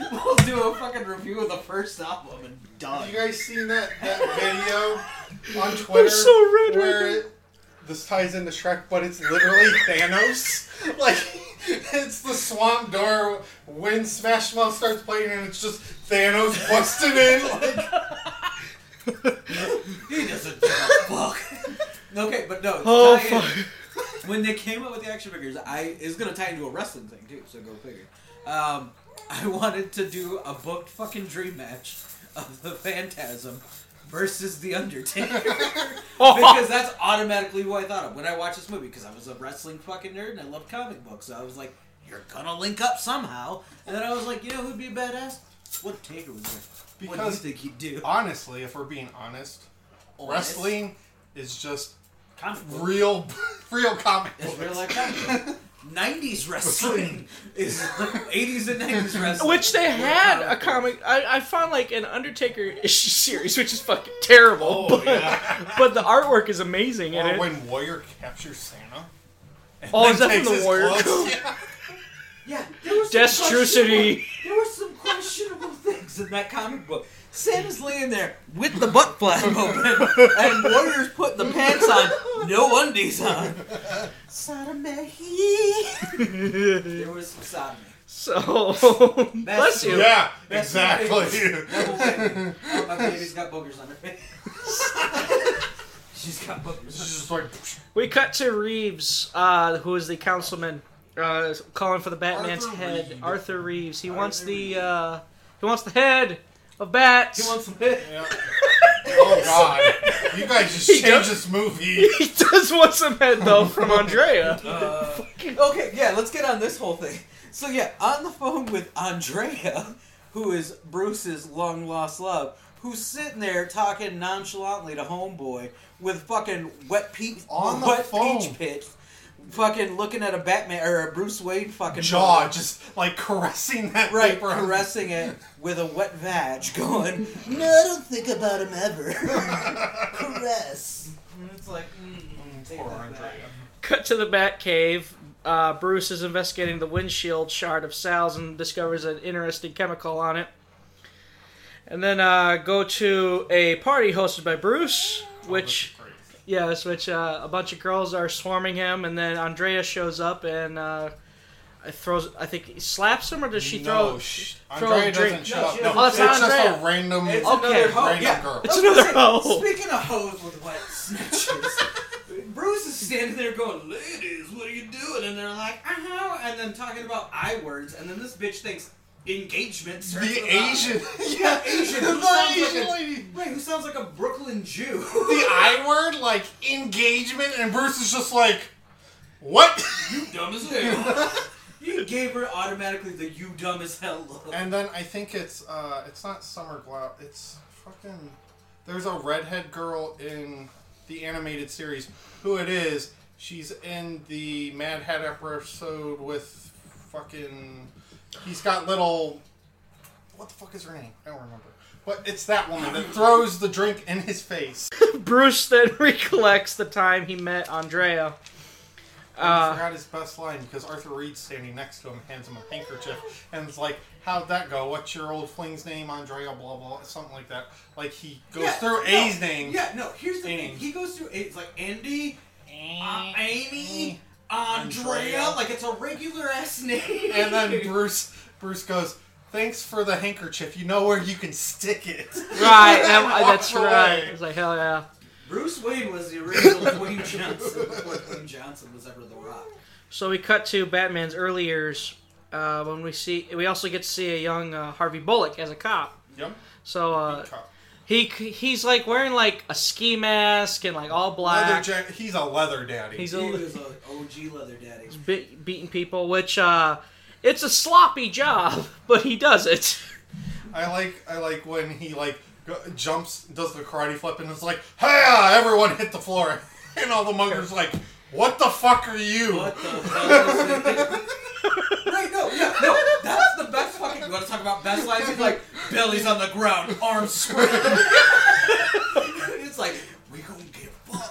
S4: we'll do a fucking review of the first album and done.
S3: Uh,
S2: Have you guys seen that, that video on Twitter?
S3: I'm so red right
S2: where
S3: now.
S2: it- this ties into Shrek, but it's literally Thanos. Like, it's the swamp door when Smash Mouth starts playing, and it's just Thanos busting in. Like,
S4: He doesn't give a fuck. okay, but no.
S3: Oh,
S4: tie in. When they came up with the action figures, I is gonna tie into a wrestling thing too. So go figure. Um, I wanted to do a booked fucking dream match of the Phantasm versus the Undertaker
S3: Oh,
S4: because that's automatically who I thought of when I watched this movie because I was a wrestling fucking nerd and I loved comic books. So I was like, you're gonna link up somehow. And then I was like, you know who'd be badass? What Taker was there? What do you
S2: Because-
S4: think he'd do?
S2: honestly, if we're being honest, wrestling is just
S4: Comic book.
S2: real, real comic
S4: It's
S2: books.
S4: real life comic book. 90s wrestling is 80s and 90s wrestling.
S3: Which they had a comic. I, I found like an Undertaker issue series, which is fucking
S4: Oh,
S3: terrible. but, but the artwork is amazing in
S2: Oh, Or
S3: it.
S2: when Warrior captures Santa.
S3: Oh, is
S2: and
S3: that from
S2: takes
S3: the
S2: his
S3: Warrior?
S2: clothes. Yeah.
S4: Yeah, there was some
S3: Destrucity.
S4: questionable- There were some questionable things in that comic book. Santa's laying there with the butt flap open, and Warrior's putting the pants on, no undies on. Sodomy. there was some sodomy.
S3: So bless you.
S2: Yeah,
S4: That's my
S2: exactly.
S4: favorite. That whole baby. Oh, my baby's got boogers on her face. She's got boogers.
S2: It's just like
S3: We cut to Reeves, uh, who is the councilman, uh, calling for the Batman's
S2: Arthur
S3: head.
S2: Reeves.
S3: Arthur Reeves. He wants
S4: Arthur
S3: the
S4: Reeves.
S3: uh, he wants the head of bats.
S4: She wants some.
S2: Yeah. Oh god. You guys just
S3: He
S2: changed
S3: does-
S2: this movie.
S3: he does want some head though from Andrea.
S4: Uh, okay, yeah, let's get on this whole thing. So yeah, on the phone with Andrea, who is Bruce's long lost love, who's sitting there talking nonchalantly to homeboy with fucking wet peach
S2: On the
S4: wet
S2: phone.
S4: peach pit, fucking looking at a Batman or a Bruce Wayne fucking
S2: Jaw
S4: photo.
S2: just like caressing that
S4: Right,
S2: paper.
S4: caressing it with a wet vag, going, No, I don't think about him ever. Caress. And it's like, mm, take
S2: Poor
S4: that
S2: Andrea.
S4: back.
S3: Cut to the Batcave. Uh, Bruce is investigating the windshield shard of Sal's and discovers an interesting chemical on it. And then uh, go to a party hosted by Bruce, which
S2: Great.
S3: Yes, which uh, a bunch of girls are swarming him, and then Andrea shows up and uh, throws. I think he slaps him, or does she throw?
S2: No, sh-
S3: throw
S2: Andrea
S3: a drink.
S2: doesn't show
S4: No,
S2: up.
S4: she
S2: No,
S4: doesn't.
S2: it's
S3: Oh, it's
S2: just a
S3: Andrea.
S2: random,
S4: It's
S2: random
S3: another
S4: hoe, yeah.
S2: girl.
S3: It's
S4: I was
S3: another
S4: gonna
S3: hoe.
S4: Speaking of hoes with wet snatchers, Bruce is standing there going, "Ladies, what are you doing?" And they're like, "Uh huh," and then talking about I words, and then this bitch thinks engagement. starts
S2: The
S4: with I.
S2: Asian,
S4: yeah, Asian.
S2: the
S4: Who sounds
S2: Asian
S4: like a,
S2: lady.
S4: Wait, who sounds like a Brooklyn Jew?
S2: The I word, like engagement, and Bruce is just like, what?
S4: you dumb as hell. you gave her automatically the "you dumb as hell" look.
S2: And then I think it's uh, it's not Summer Glau. It's fucking. There's a redhead girl in the animated series. Who it is? She's in the Mad Hatter episode with fucking. He's got little. What the fuck is her name? I don't remember. But it's that woman that throws the drink in his face.
S3: Bruce then recollects the time he met Andrea.
S2: I
S4: Uh,
S2: forgot his best line because Arthur Reed's standing next to him, hands him a handkerchief, and it's like, "How'd that go? What's your old fling's name? Andrea, blah blah, something like that." Like he goes
S4: Yeah,
S2: through
S4: no,
S2: A's name.
S4: Yeah, no. Here's the thing.
S2: Amy.
S4: He goes through. It's like Andy, uh,
S2: and
S4: Amy, Andrea.
S2: Andrea.
S4: Like it's a regular ass name.
S2: then Bruce Bruce goes, "Thanks for the handkerchief. You know where you can stick it."
S3: Right,
S2: And
S3: that- that's
S2: walks
S3: right.
S2: away.
S3: It's like hell yeah.
S4: Bruce Wayne was the original Dwayne Johnson before Dwayne Johnson was ever the Rock.
S3: So we cut to Batman's early years uh, when we see we also get to see a young uh, Harvey Bullock as a cop.
S2: Yep.
S3: So uh,
S2: Cop.
S3: he he's like wearing like a ski mask and like all
S2: Leather
S3: black.
S2: jack- he's a leather daddy.
S3: He's
S4: He
S3: a,
S4: was Uh, a OG leather daddy.
S3: be- beating people, which uh, it's a sloppy job, but he does it.
S2: I like I like when he like go- jumps, does the karate flip, and is like, "Hey, everyone hit the floor!" And all the muggers like, "What the fuck are you?"
S4: What the hell is that? Right, no, yeah, no, that's the best fucking. You want to talk about best lines? He's like, belly's on the ground, arms spread. it's like, we gonna get fucked.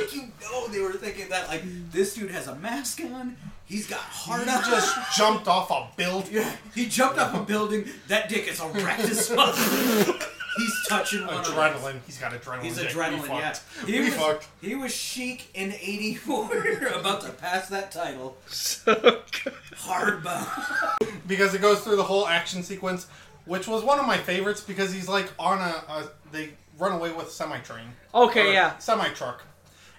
S4: like, you know, they were thinking that, like, this dude has a mask on, he's got
S2: He
S4: hard on.
S2: just jumped off a building.
S4: Yeah, he jumped off a building, that dick is erect as fuck. he's touching one of us.
S2: Adrenaline. He's got adrenaline.
S4: He's
S2: dick.
S4: adrenaline,
S2: We
S4: yeah.
S2: fucked.
S4: He
S2: we
S4: was,
S2: fucked.
S4: he was chic in 84, about to pass that title.
S3: So good.
S4: Hardbound.
S2: because it goes through the whole action sequence, which was one of my favorites because he's like on a, a they run away with a semi train.
S3: Okay, yeah.
S2: Semi truck,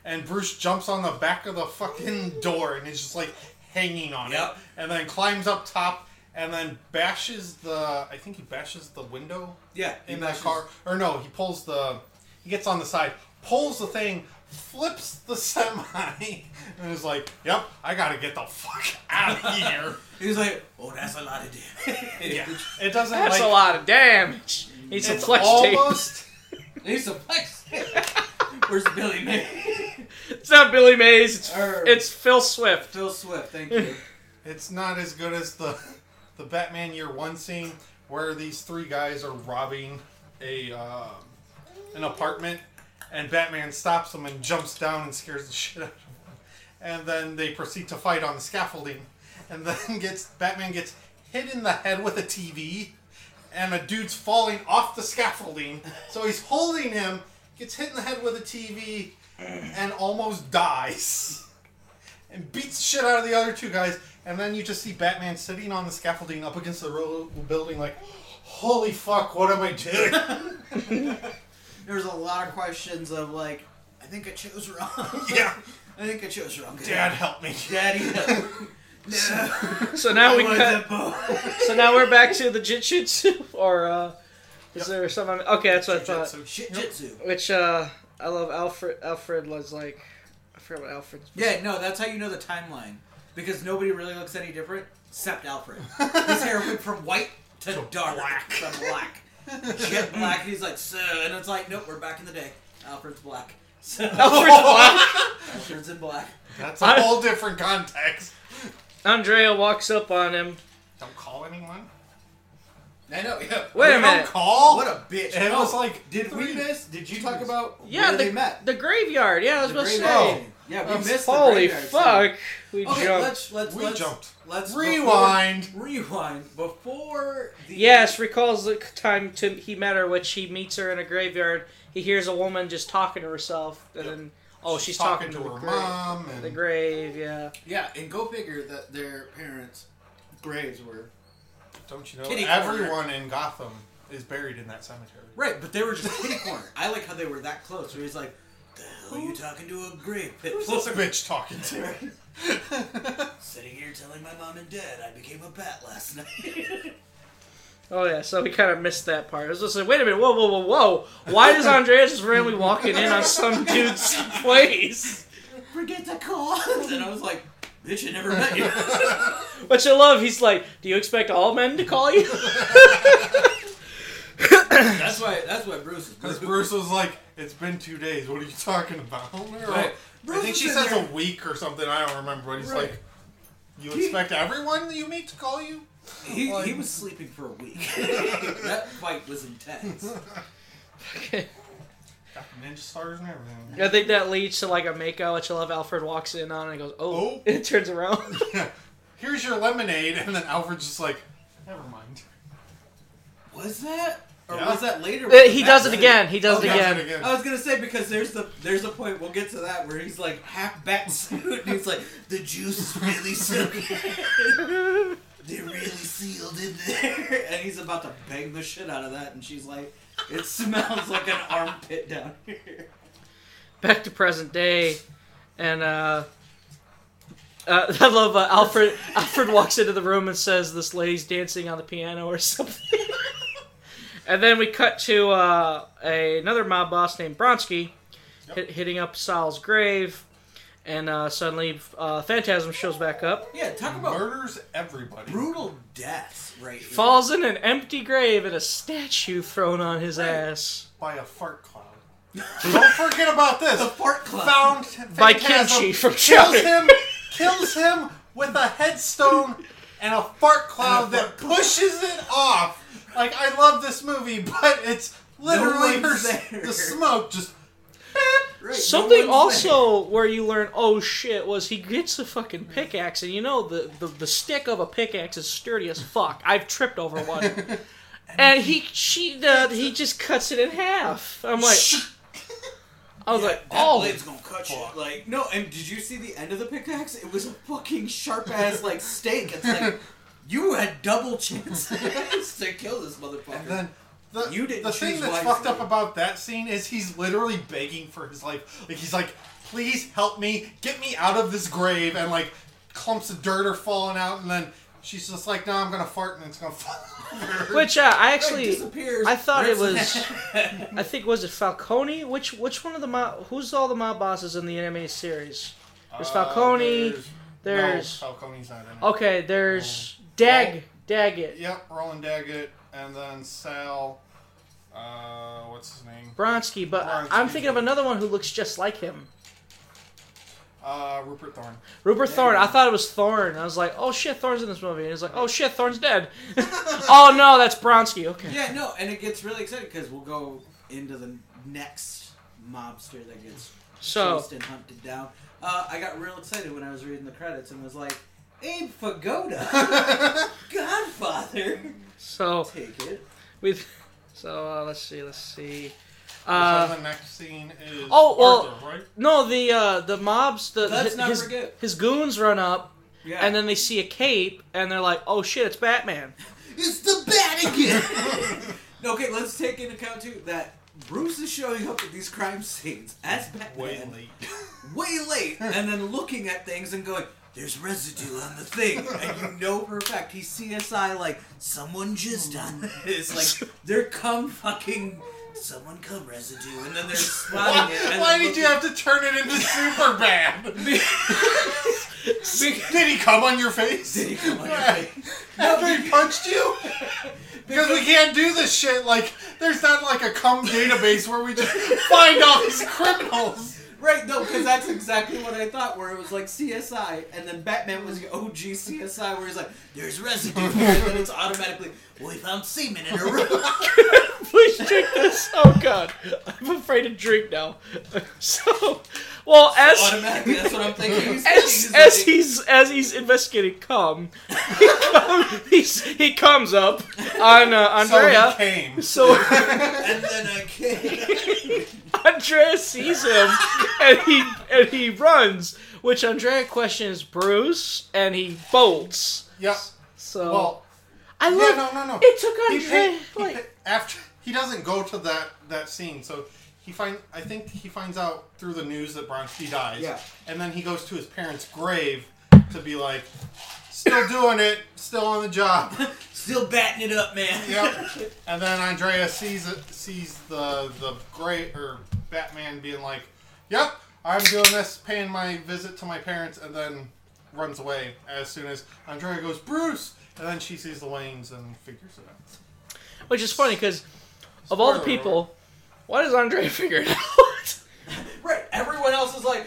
S2: and Bruce jumps on the back of the fucking door and is just like hanging on
S4: Yep.
S2: it, and then climbs up top and then bashes the I think he bashes the window
S4: Yeah, he
S2: in that
S4: bashes-
S2: car or no he pulls the he gets on the side pulls the thing. Flips the semi and is like, "Yep, I gotta get the fuck out of here."
S4: He was like, oh, that's a lot of damage.
S2: yeah, it doesn't.
S3: That's
S2: like,
S3: a lot of damage. Needs some
S2: It's
S3: flex tape.
S2: almost.
S4: He's a flex. Where's Billy May?
S3: It's not Billy Mays. It's,
S4: Or-
S3: it's Phil Swift.
S4: Phil Swift, thank you.
S2: It's not as good as the the Batman Year One scene where these three guys are robbing a um, an apartment, and Batman stops them and jumps down and scares the shit out of them, and then they proceed to fight on the scaffolding, and then gets Batman gets hit in the head with a TV, and a dude's falling off the scaffolding, so he's holding him, gets hit in the head with a TV, and almost dies and beats the shit out of the other two guys. And then you just see Batman sitting on the scaffolding up against the ro- building, like, holy fuck, what am I doing?
S4: There's a lot of questions of, like, I think I chose wrong.
S2: yeah,
S4: I think I chose wrong.
S2: Dad, help me.
S4: Daddy, no. no.
S3: So now we
S4: I wanted
S3: cut.
S4: that bow.
S3: So now we're back to the jitsu, or uh, is there something? Okay, that's what I thought.
S2: Jujutsu.
S4: Uh, Shit jitsu.
S3: Which uh, I love. Alfred. Alfred was like, I forgot what Alfred's.
S4: Yeah, no, that's how you know the timeline. Because nobody really looks any different except Alfred. His hair went from white to, dark
S2: black.
S4: to black. Jet black, and he's like, sir. And it's like, nope, we're back in the day. Alfred's black. So,
S3: Alfred's black.
S4: Alfred's in black.
S2: That's a
S3: I-
S2: whole different context.
S3: Andrea walks up on him.
S2: Don't call anyone.
S4: I know, yeah.
S3: Wait a
S2: Don't
S3: minute.
S2: call?
S6: What a bitch.
S4: Oh,
S2: And it was like,
S6: did we miss? Did you talk about
S3: Yeah,
S6: where
S3: the,
S6: they met?
S3: the graveyard. Yeah, I was about to
S6: graveyard.
S3: say.
S6: Oh.
S4: Yeah, we
S2: That's
S4: missed
S3: Holy
S4: the graveyard scene.
S3: fuck! We
S4: Okay,
S3: jumped.
S4: let's let's
S2: We
S4: let's,
S2: jumped.
S4: Let's
S2: Rewind.
S4: before- rewind before the
S3: Yes, recalls the time to he met her, which he meets her in a graveyard. he hears a woman just talking to herself, and then oh, she's, talking, to,
S2: her
S3: the grave.
S2: mom and
S3: The grave, yeah.
S4: Yeah, and go figure that their parents.
S2: graves were. Don't you know?
S4: Kitty corner.
S2: everyone in Gotham is buried in that cemetery.
S4: Right, but they were just kitty corner. I like how they were that close. Where he's like, "The hell are you talking to a grave pit full
S2: What's
S4: of
S2: a bitch talking to?
S4: Sitting here telling my mom and dad I became a bat last night.
S3: Oh yeah, so we kind of missed that part. I was just like, wait a minute, whoa, whoa, whoa, whoa! Why is Andreas just randomly walking in on some dude's place?
S4: Forget the call. and I was like, bitch, I never met you.
S3: But you love, he's like, do you expect all men to call you?
S4: that's why. That's why Bruce is
S2: Because Bruce was like, "It's been two days. What are you talking about?" Or-
S4: Right.
S2: I think
S4: Bruce
S2: she
S4: is
S2: says
S4: there.
S2: a week or something. I don't remember. But he's
S4: Right.
S2: like, "You expect everyone that you meet to call you?"
S4: He, he was sleeping for a week. that fight was intense.
S2: Got the ninja stars and everything.
S3: I think that leads to like a makeout, which I love. Alfred walks in on and goes, oh,
S2: Oh.
S3: and it turns around.
S2: Here's your lemonade, and then Alfred's just like, "Never mind."
S4: Was that? Or
S2: Yeah.
S4: was that later?
S3: Uh, he does it again. He does
S2: Okay.
S3: it
S2: Does
S3: again.
S2: it again.
S4: I was gonna say because there's the there's a point we'll get to that where he's like half bat suit and he's like the juice is really soaking. They're really sealed in there, and he's about to bang the shit out of that, and she's like, "It smells like an armpit down here."
S3: back to present day, and uh, uh, I love uh, Alfred. Alfred walks into the room and says, "This lady's dancing on the piano or something." and then we cut to uh, a, another mob boss named Bronsky hit, hitting up Sal's grave, and uh, suddenly uh, Phantasm shows back up,
S4: Yeah, talk about
S2: Murders everybody.
S4: brutal death right here.
S3: falls in an empty grave, and a statue thrown on his ass.
S2: by a fart cloud. Don't forget about this.
S4: the fart club.
S2: Found
S3: By
S2: Phantasm
S3: Kimchi from
S2: kills
S3: Chowder.
S2: him, kills him with a headstone and a fart cloud that pushes it off. Like I love this movie, but it's literally
S4: No one's
S2: her-
S4: there.
S2: the smoke just.
S4: Right, no
S3: Something
S4: one's
S3: also where you learn, oh shit, was he gets a fucking
S4: Mm.
S3: pickaxe, and you know the, the, the stick of a pickaxe is sturdy as fuck. I've tripped over one, and he she uh, he just cuts it in half. I'm like, I was like,
S4: That
S3: oh,
S4: blade's gonna cut you. Like, no, and did you see the end of the pickaxe? It was a fucking sharp ass, like, stake. It's like, you had double chances to kill this motherfucker.
S2: And then the,
S4: You didn't
S2: the thing
S4: choose
S2: that's
S4: wisely.
S2: fucked up about that scene is he's literally begging for his life. Like he's like, please help me, get me out of this grave, and like clumps of dirt are falling out, and then she's just like, no, I'm gonna fart and it's gonna fall over.
S3: which uh, I
S4: It
S3: actually
S4: disappears.
S3: I thought it
S4: Rips
S3: was,
S4: head.
S3: I think was it Falcone? Which which one of the mob? Who's all the mob bosses in the anime series? There's Falcone.
S2: Uh, there's-
S3: there's-
S2: no, Falcone's not in it.
S3: okay, there's Dag Daggett,
S2: Yep, Roland Daggett, and then Sal. Uh, what's his name?
S3: Bronsky, but I- I'm
S2: Bronsky.
S3: thinking of another one who looks just like him.
S2: Uh, Rupert Thorne.
S3: Rupert Thorne. I thought it was Thorne. I was like, oh shit, Thorne's in this movie. And he's like, oh shit, Thorne's dead. oh no, that's Bronsky. Okay.
S4: Yeah, no, and it gets really exciting because we'll go into the next mobster that gets
S3: So
S4: chased and hunted down. Uh, I got real excited when I was reading the credits and was like, Abe Fagoda, Godfather,
S3: so
S4: take it.
S3: we so uh, let's see, let's see.
S2: so
S3: Uh,
S2: the next scene is
S3: oh, well-
S2: Arthur, right?
S3: no, the uh, the mobs, the
S4: Let's
S3: his,
S4: not
S3: his,
S4: forget.
S3: goons run up
S4: Yeah,
S3: and then they see a cape and they're like, oh shit, it's Batman.
S4: It's the bat again. okay, let's take into account too that Bruce is showing up at these crime scenes as Batman
S2: Way late.
S4: way late, and then looking at things and going, "There's residue on the thing," and you know for a fact he's CSI. Like someone jizzed on this. Like there come fucking someone come residue, and then they're spotting it.
S2: Why,
S4: and
S2: why
S4: then
S2: did you have to turn it into Superman? did he come on your face?
S4: looking- Did he come on your
S2: Right.
S4: face?
S2: After he punched you? Because we can't do this shit. Like, there's not like a cum database where we just find all these criminals.
S4: Right, no, because that's exactly what I thought. Where it was like CSI, and then Batman was the OG CSI, where he's like, "There's residue," and then it's automatically, "Well, we found semen in her room."
S3: Please drink this. Oh god, I'm afraid to drink now. so, well, as
S4: automatically, that's what I'm thinking. He's
S3: as,
S4: thinking,
S3: as
S4: like-
S3: he's as he's investigating cum, he, come, he's, he comes up on uh,
S2: So he
S3: Andrea.
S2: came.
S3: So,
S4: and then I came.
S3: Andrea sees him and he and he runs, which Andrea questions Bruce and he bolts.
S2: Yep.
S3: So
S2: Well,
S3: I
S2: yeah,
S3: love
S2: no, no, no.
S3: it took
S2: He
S3: Andrea
S2: pick- he
S3: like
S2: pick- after he doesn't go to that that scene, so he find I think he finds out through the news that Bronski dies.
S4: Yeah.
S2: And then he goes to his parents' grave to be like, still doing it, still on the job.
S6: Still batting it up, man.
S2: yep. And then Andrea sees it, sees the the great or Batman being like, "Yep, I'm doing this, paying my visit to my parents," and then runs away as soon as Andrea goes, "Bruce!" And then she sees the Waynes and figures it out.
S3: which is funny because of all the
S2: Spoiler
S3: people, why does Andrea figure it out?
S4: Right. Everyone else is like,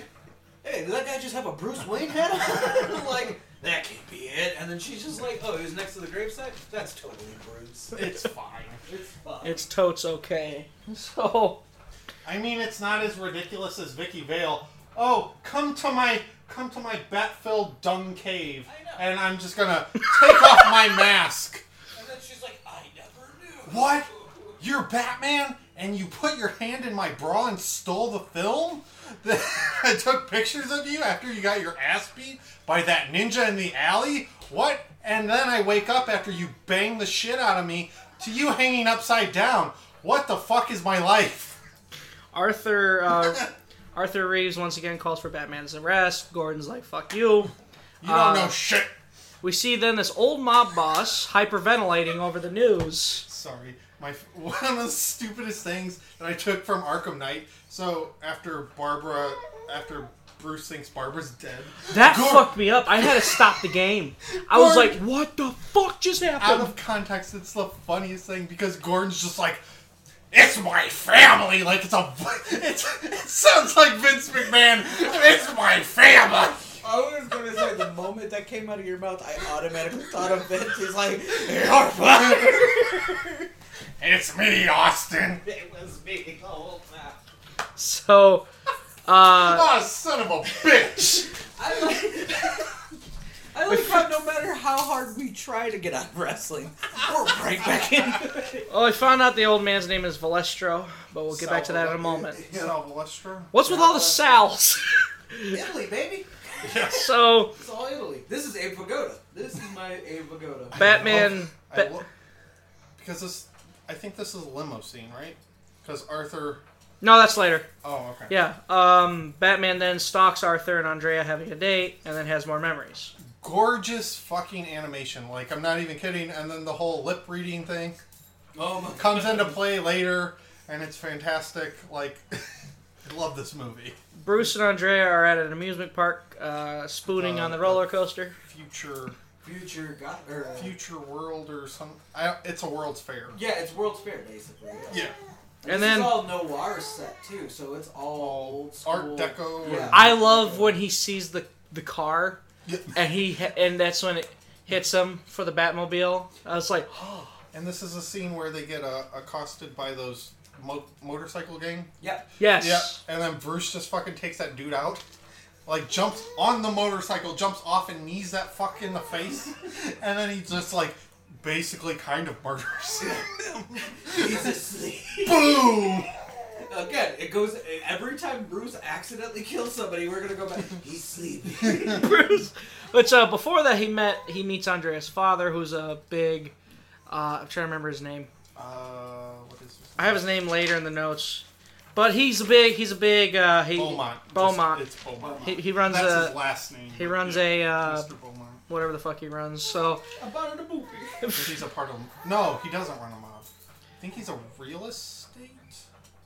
S4: hey, did that guy just have a Bruce Wayne head on? like,
S6: That can't be it. And then she's just like, oh, he was next to the gravesite?
S4: that's totally Bruce.
S2: It's fine.
S4: It's fine.
S3: it's totes okay. So
S2: I mean, it's not as ridiculous as Vicky Vale. Oh, come to my come to my bat-filled dung cave,
S4: I know.
S2: and I'm just gonna take off my mask.
S4: And then she's like, I never knew.
S2: What? You're Batman and you put your hand in my bra and stole the film? I took pictures of you after you got your ass beat by that ninja in the alley? What? And then I wake up after you bang the shit out of me to you hanging upside down. What the fuck is my life?
S3: Arthur uh, Arthur Reeves once again calls for Batman's arrest. Gordon's like, "Fuck you."
S2: You don't know shit.
S3: We see then this old mob boss hyperventilating over the news.
S2: Sorry. My one of the stupidest things that I took from Arkham Knight. So after Barbara, after Bruce thinks Barbara's dead,
S3: That
S2: Gor-
S3: fucked me up. I had to stop the game. I was
S2: Gord-
S3: like, "What the fuck just
S2: out
S3: happened?"
S2: of context, it's the funniest thing because Gordon's just like, "It's my family." Like it's a, it's, it sounds like Vince McMahon. It's my family.
S4: I was gonna say the moment that came out of your mouth, I automatically thought of Vince. He's like, they are fired.
S2: It's me, Austin.
S4: it was me the
S6: Oh,
S4: whole time.
S3: So, uh,
S2: Oh, son of a bitch.
S4: I like, I like how no matter how hard we try to get out of wrestling, we're right back in.
S3: well, oh, I found out the old man's name is Valestro, but we'll get back to that in a moment.
S2: Salvestro.
S3: What's with all the Sal's?
S6: Italy, baby.
S2: Yes.
S3: so,
S6: It's all Italy. This is a pagoda. This is my a pagoda.
S3: Batman.
S2: Oh, I
S3: Ba-
S2: lo- because this, I think this is a limo scene, right? Because Arthur.
S3: no, that's later.
S2: Oh, okay.
S3: Yeah. Um, Batman then stalks Arthur and Andrea having a date, and then has more memories.
S2: Gorgeous fucking animation. Like I'm not even kidding. And then the whole lip reading thing.
S6: Oh my
S2: comes into play later, and it's fantastic. Like, I love this movie.
S3: Bruce and Andrea are at an amusement park, uh, spooning
S2: Uh,
S3: on the roller coaster.
S2: Future,
S6: future god. Or, uh,
S2: future world, or some. I, it's a World's Fair.
S6: yeah, it's World's Fair basically.
S2: Yeah,
S3: And
S6: this
S3: then-
S6: is all noir set too, so it's all old school.
S2: Art Deco.
S6: Yeah.
S3: I love when he sees the the car,
S2: Yeah.
S3: and he and that's when it hits him for the Batmobile. I was like,
S2: And this is a scene where they get uh, accosted by those mo- motorcycle gang.
S6: Yep.
S3: yes,
S2: Yeah, and then Bruce just fucking takes that dude out. Like jumps on the motorcycle, jumps off and knees that fuck in the face, and then he just like basically kind of murders him.
S6: He's asleep.
S2: Boom!
S6: Again, it goes every time Bruce accidentally kills somebody. We're gonna go back. He's sleeping.
S3: Bruce. But uh, before that, he met he meets Andrea's father, who's a big. Uh, I'm trying to remember his name.
S2: Uh, what is this?
S3: I have his name later in the notes, but he's a big he's a big uh, he
S2: Beaumont.
S3: Beaumont.
S2: Just- it's Beaumont.
S3: he, he runs
S2: That's his
S3: a
S2: last name.
S3: he runs a uh,
S2: Mr. Beaumont.
S3: whatever the fuck he runs. So
S6: About a movie.
S2: He's a part of. No, he doesn't run a mob. I think he's a real estate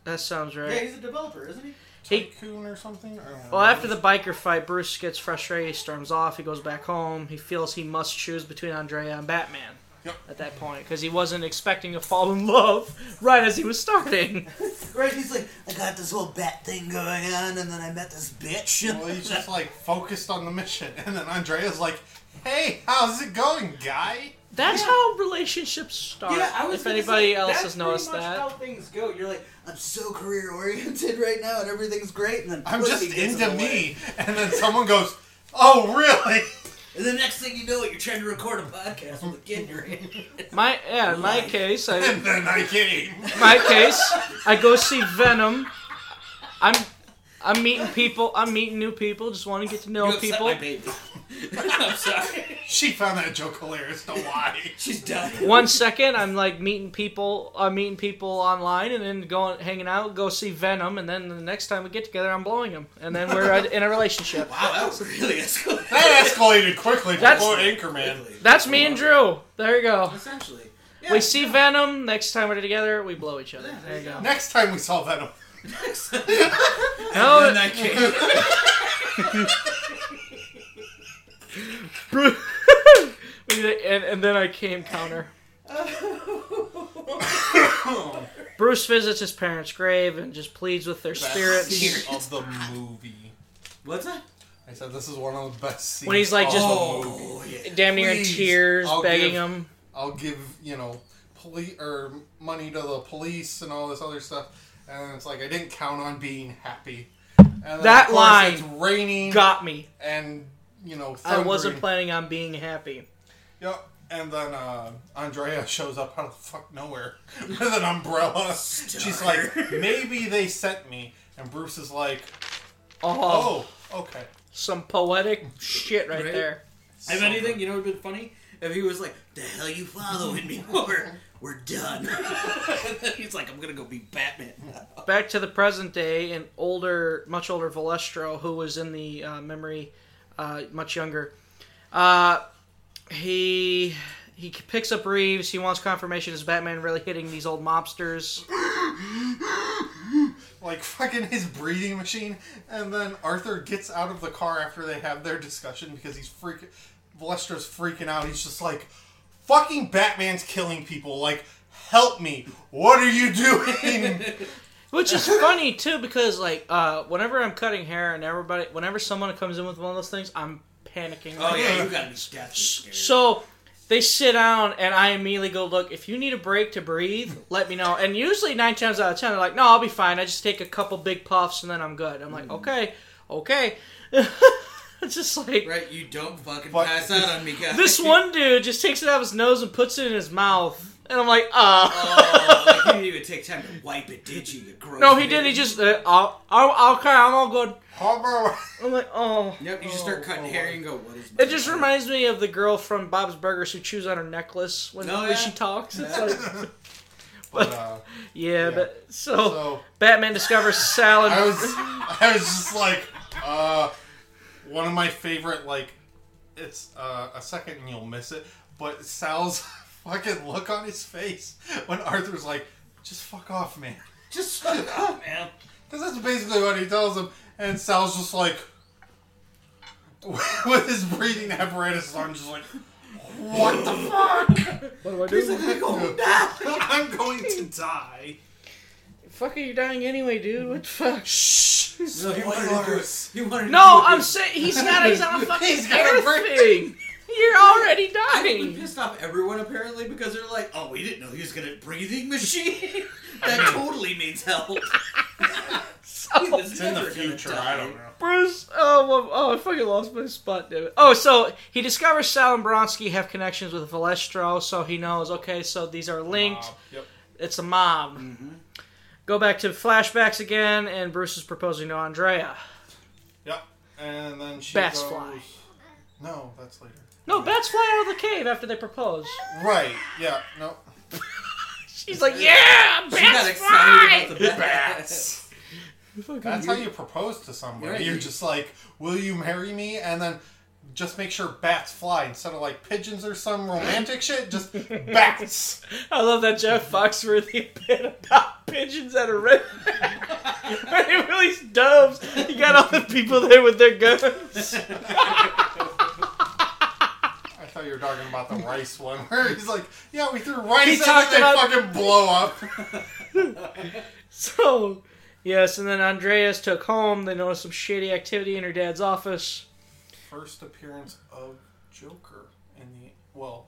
S3: that sounds
S6: Yeah,
S3: right.
S6: he's a developer, isn't he?
S3: He-
S2: tycoon or something. I don't know.
S3: Well, after the biker fight, Bruce gets frustrated. He storms off. He goes back home. He feels he must choose between Andrea and Batman
S2: Yep.
S3: at that point because he wasn't expecting to fall in love right as he was starting.
S4: Right? He's like, I got this whole bat thing going on, and then I met this bitch.
S2: Well, he's just like focused on the mission, and then Andrea's like, "Hey, how's it going, guy?"
S3: That's how relationships start.
S6: Yeah, I was.
S3: if
S6: gonna
S3: anybody
S6: say,
S3: else
S6: that's
S3: has noticed
S6: pretty much
S3: that,
S6: how things go. You're like,
S4: I'm so career oriented right now, and everything's great. And then
S2: I'm
S4: pussy
S2: just
S4: gets in
S2: into
S4: the way.
S2: me, and then someone goes, "Oh, really?"
S4: And the next thing you know, you're trying to record a podcast with a kid in your hand.
S3: my yeah, in my case, I
S2: And then I came.
S3: my case, I go see Venom. I'm I'm meeting people. I'm meeting new people. Just want to get to know
S6: you upset
S3: people.
S6: my baby. I'm sorry.
S2: She found that joke hilarious. No why?
S6: She's done.
S3: One second, I'm like meeting people. I'm meeting people online, and then going hanging out. Go see Venom, and then the next time we get together, I'm blowing him, and then we're in a relationship.
S6: Wow, that was really escalated.
S2: That escalated quickly
S3: That's-
S2: before Anchorman.
S3: That's me and Drew. There you go.
S6: Essentially.
S3: We see Venom. Next time we're together, we blow each other. There you go.
S2: Next time we saw Venom.
S3: No,
S6: And I came.
S3: we did it, and, and then I came counter. Bruce visits his parents' grave and just pleads with their
S2: Best
S3: spirits.
S2: scene of the movie.
S6: What's that?
S2: I said this is one of the best scenes.
S3: When he's like
S2: of
S3: just-
S2: the
S6: Oh,
S2: movie.
S6: yeah.
S3: Damn near in
S2: Please,
S3: tears,
S2: I'll
S3: begging
S2: give-
S3: him.
S2: I'll give you know police or money to the police and all this other stuff, and it's like I didn't count on being happy. And then, of
S3: That
S2: course,
S3: line
S2: it's raining
S3: Got me.
S2: and you know
S3: I wasn't
S2: thundering.
S3: planning on being happy.
S2: Yep. And then uh, Andrea shows up out of the fuck nowhere with an umbrella. She's like, maybe they sent me. And Bruce is like,
S3: Oh,
S2: oh, okay.
S3: some poetic shit right,
S6: Right?
S3: there.
S6: If anything, you know what would have been funny? If he was like, the hell you following me for? We're done. He's like, I'm gonna go be Batman.
S3: Back to the present day, an older, much older Valestro, who was in the uh, memory, uh, much younger. Uh, he he picks up Reeves. He wants confirmation: is Batman really hitting these old mobsters?
S2: Like, fucking his breathing machine. And then Arthur gets out of the car after they have their discussion because he's freaking. Valestro's freaking out. He's just like, fucking Batman's killing people. Like, help me. What are you doing?
S3: Which is funny too, because like uh, whenever I'm cutting hair and everybody, whenever someone comes in with one of those things, I'm panicking.
S6: Oh, yeah, you gotta be deathly scared.
S3: So they sit down, and I immediately go, "Look, if you need a break to breathe, let me know." And usually nine times out of ten, they're like, "No, I'll be fine. I just take a couple big puffs, and then I'm good." I'm like,
S6: Mm-hmm.
S3: "Okay, okay." it's just like
S6: Right, you don't fucking
S2: Fuck.
S6: pass out on me, guys.
S3: this one dude just takes it out of his nose and puts it in his mouth, and I'm like, "Ah."
S6: Oh, like, you didn't even take time to wipe it, did you? You gross.
S3: no, he didn't. He just, uh, I'll, I'll, okay, I'm all good.
S2: Homer.
S3: I'm like, oh.
S6: Yep, you just start cutting
S2: oh,
S6: hair
S2: my.
S6: and go, what is my
S3: It just reminds me of the girl from Bob's Burgers who chews on her necklace when,
S6: Oh,
S3: when
S6: yeah.
S3: she talks. It's like,
S2: But, uh,
S3: yeah, but so
S2: so.
S3: Batman discovers salad.
S2: I was I was just like, uh, one of my favorite like, it's uh, a second and you'll miss it, but Sal's fucking look on his face when Arthur's like, just fuck off, man,
S6: Just shut up, man.
S2: because that's basically what he tells him, and Sal's just like, with his breathing apparatus on, just like, what the fuck?
S3: What do I do?
S2: I'm going to die.
S3: Fuck, are you dying anyway, dude? What the fuck?
S6: No, he wanted to do it. He wanted to
S3: No,
S6: do it.
S3: I'm saying he's got he's on a fucking
S2: He's got
S3: hair
S2: a break.
S3: thing. You're already
S6: I think we
S3: dying.
S6: pissed off everyone apparently because they're like, oh, we didn't know he was gonna breathing machine. that totally means help. He was
S2: It's in the
S6: never gonna
S2: future.
S6: die.
S2: I don't know.
S3: Bruce, oh, well, oh, I fucking lost my spot, damn it. Oh, so he discovers Sal and Bronski have connections with Valestro, so he knows. Okay, so these are linked.
S2: Uh, yep.
S3: It's a mob. Go back to flashbacks again, and Bruce is proposing to Andrea.
S2: Yep. And then she
S3: Bats
S2: goes-
S3: fly.
S2: No, that's later.
S3: No, bats fly out of the cave after they propose.
S2: Right. Yeah. No.
S3: She's like, "Yeah,
S6: She got
S3: bats
S6: excited
S3: fly."
S6: about the bats.
S2: That's how you propose to somebody.
S6: Right.
S2: You're just like, "Will you marry me?" And then just make sure bats fly instead of like pigeons or some romantic shit. Just bats.
S3: I love that Jeff Foxworthy bit about pigeons at a red. it really doves. You got all the people there with their guns.
S2: I thought you were talking about the rice one where he's like, "Yeah, we threw rice
S3: He
S2: at them,
S3: talked
S2: they
S3: about-
S2: fucking blow up."
S3: So, yes, and then Andreas took home. They noticed some shady activity in her dad's office.
S2: First appearance of Joker in the well,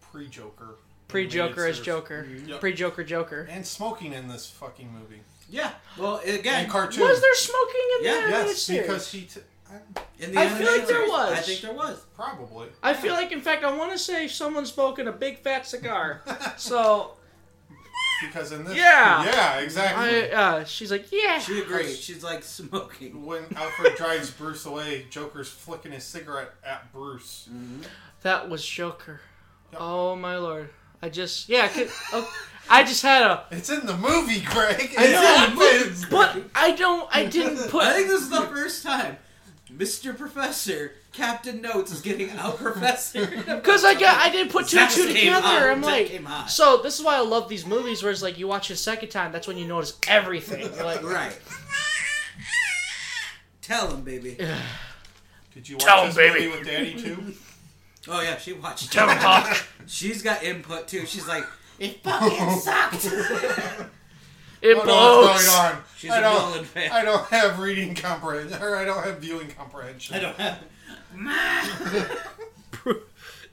S2: pre-Joker.
S3: Pre Joker
S2: Animated
S3: as
S2: series.
S3: Joker.
S2: Mm-hmm. Yep.
S3: Pre Joker Joker.
S2: And smoking in this fucking movie
S6: Yeah. Well, again,
S2: and cartoon.
S3: Was there smoking in
S6: Yeah,
S3: there?
S2: Yes, because he t- I'm-
S6: in the
S3: I feel like there
S6: animated
S3: was.
S6: I think there was.
S2: probably.
S3: I feel like, in fact, I want to say someone smoking a big fat cigar. So
S2: because in this,
S3: Yeah.
S2: yeah, exactly.
S3: I, uh, she's like, yeah.
S4: She agrees. She's like smoking.
S2: when Alfred drives Bruce away, Joker's flicking his cigarette at Bruce.
S3: That was Joker. Oh my lord. I just yeah. I, could, oh, I just had a.
S2: It's in the movie, Greg.
S3: know.
S2: It's in the
S3: But I don't. I didn't put.
S4: I think this is the first time Mr. Professor, Captain Notes is getting out Professor.
S3: Because I got, I didn't put two and two
S4: Zach came
S3: together.
S4: hot.
S3: I'm
S4: Zach
S3: like,
S4: came hot.
S3: so this is why I love these movies, where it's like you watch it a second time, that's when you notice everything. You're like,
S4: right. Tell him, baby.
S2: Did you
S3: Tell
S2: watch
S3: 'em,
S2: this
S3: baby.
S2: movie with Daddy too?
S4: Oh yeah, she watched.
S3: "Tell 'em, Hawk."
S4: She's got input too. She's like, it fucking sucked.
S3: It
S2: I
S3: blows.
S2: don't know what's going on.
S4: She's
S2: I
S4: a
S2: don't.
S4: Nolan fan.
S2: I don't have reading comprehension, or I don't have viewing comprehension.
S4: I don't have. Ma!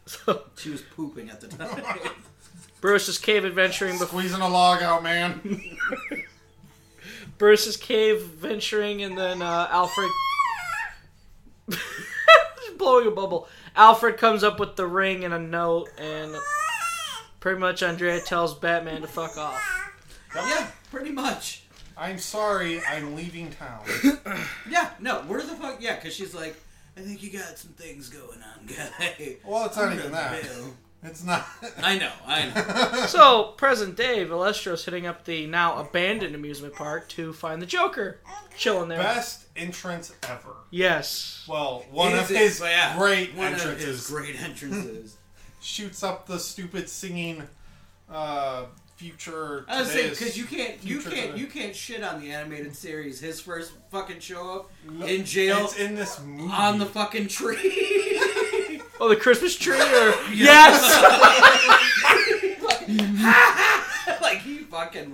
S3: So,
S4: she was pooping at the time.
S3: Bruce's cave adventuring. bef-
S2: Squeezing a log out, man.
S3: Bruce's cave venturing, and then uh, Alfred Just blowing a bubble. Alfred comes up with the ring and a note, and pretty much Andrea tells Batman to fuck off.
S4: yeah, pretty much.
S2: I'm sorry, I'm leaving town.
S4: Yeah, no, where the fuck? Yeah, because she's like, I think you got some things going on, guy.
S2: Well, it's not even
S4: Bill.
S2: that. It's not.
S4: I know, I know.
S3: So present day, Valestro's hitting up the now abandoned amusement park to find the Joker, chilling there.
S2: Best entrance ever.
S3: Yes.
S2: Well, one
S4: It
S2: of
S4: is-
S2: his
S4: but yeah,
S2: great
S4: one
S2: entrances.
S4: Of his great entrances.
S2: shoots up the stupid singing uh, future.
S4: I was saying
S2: today's-
S4: because you can't, you
S2: Future
S4: can't,
S2: today.
S4: you can't shit on the animated series. His first fucking show up
S2: No,
S4: in jail
S2: It's in this movie.
S4: on the fucking tree.
S3: Oh, the Christmas tree, or yes.
S4: like he fucking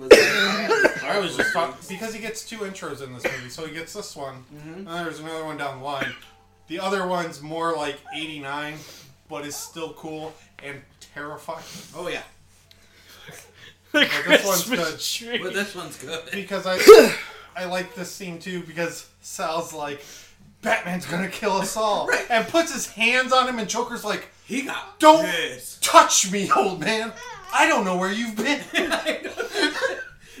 S4: was. Like,
S2: I was just talking because he gets two intros in this movie. So he gets this one, and there's another one down the line. The other one's more like '89, but is still cool and terrifying.
S4: oh yeah,
S3: the
S2: this one's
S3: Christmas
S4: but
S3: tree.
S4: this one's good.
S2: Because I, I like this scene too because Sal's like, Batman's gonna kill us all,
S4: Right.
S2: and puts his hands on him, and Joker's like,
S4: He got
S2: Don't-
S4: pissed.
S2: "Touch me, old man! I don't know where you've been."
S4: I know.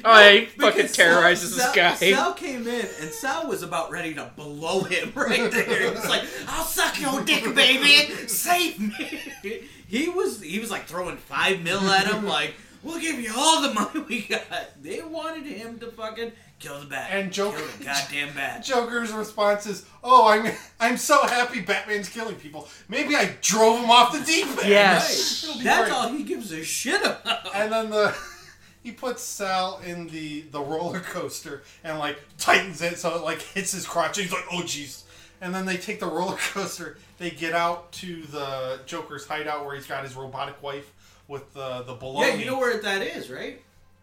S3: Oh, yeah, he fucking
S4: Because
S3: terrorizes this
S4: Sal,
S3: guy.
S4: Sal, Sal came in and Sal was about ready to blow him right there. He was like, "I'll suck your dick, baby. Save me." He was he was like throwing five mil at him, like, "We'll give you all the money we got." They wanted him to fucking kill the bat
S2: And Joker-
S4: kill the goddamn bat.
S2: Joker's response is, "Oh, I'm I'm so happy Batman's killing people. Maybe I drove him off the deep end."
S3: Yes.
S2: It'll be
S4: That's
S2: great.
S4: all he gives a shit about.
S2: And then the he puts Sal in the the roller coaster and like tightens it so it like hits his crotch. He's like, "Oh, jeez." And then they take the roller coaster. They get out to the Joker's hideout where he's got his robotic wife with the the baloney.
S4: Yeah, you know where that is, right?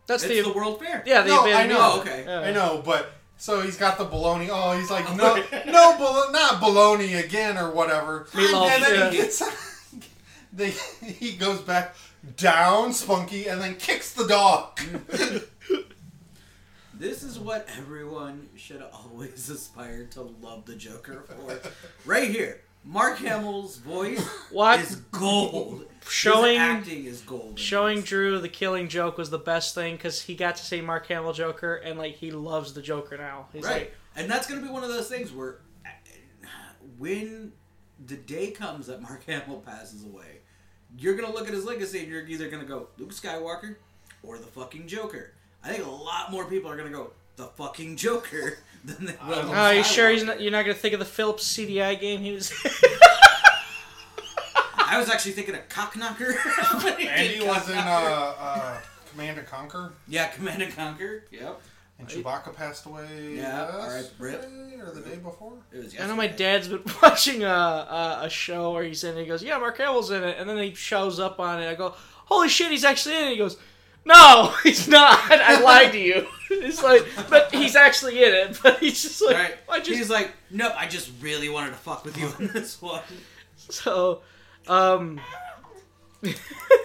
S3: That's
S4: It's
S3: the,
S4: the World Fair.
S3: yeah the
S2: No, I
S3: abandoned.
S2: know.
S4: Oh, okay.
S3: Yeah.
S2: I know, but so he's got the baloney. Oh, he's like, no, no, bal- not baloney again or whatever.
S3: Meatloaf,
S2: and then he
S3: yeah.
S2: gets, they, he goes back down, Spunky, and then kicks the dog.
S4: This is what everyone should always aspire to love the Joker for. right here, Mark Hamill's voice
S3: What?
S4: is gold.
S3: Showing-
S4: His acting is gold. in
S3: Showing
S4: this.
S3: Drew the Killing Joke was the best thing because he got to see Mark Hamill Joker and like he loves the Joker now. He's
S4: right,
S3: like,
S4: and that's gonna be one of those things where, uh, when the day comes that Mark Hamill passes away, you're gonna look at his legacy and you're either gonna go Luke Skywalker or the fucking Joker. I think a lot more people are gonna go the fucking Joker than they will.
S3: oh, you sure he's not, you're not gonna think of the Phillips CDI game he was?
S4: I was actually thinking of cock knocker.
S2: And he was in uh, uh, Command and Conquer,
S4: Yeah, Command and Conquer. Yep.
S2: and Chewbacca passed away.
S4: Yeah, alright, rip.
S2: yesterday Or the day before.
S4: It was
S3: I
S4: yesterday.
S3: know my dad's been watching a, a, a show where he's in it. He goes, "Yeah, Mark Hamill's in it," and then he shows up on it. I go, "Holy shit, he's actually in it!" He goes, "No, he's not. I lied to you." It's like, but he's actually in it. But he's just like,
S4: Right.
S3: I just
S4: He's like, nope, I just really wanted to fuck with you on this one.
S3: so. Um,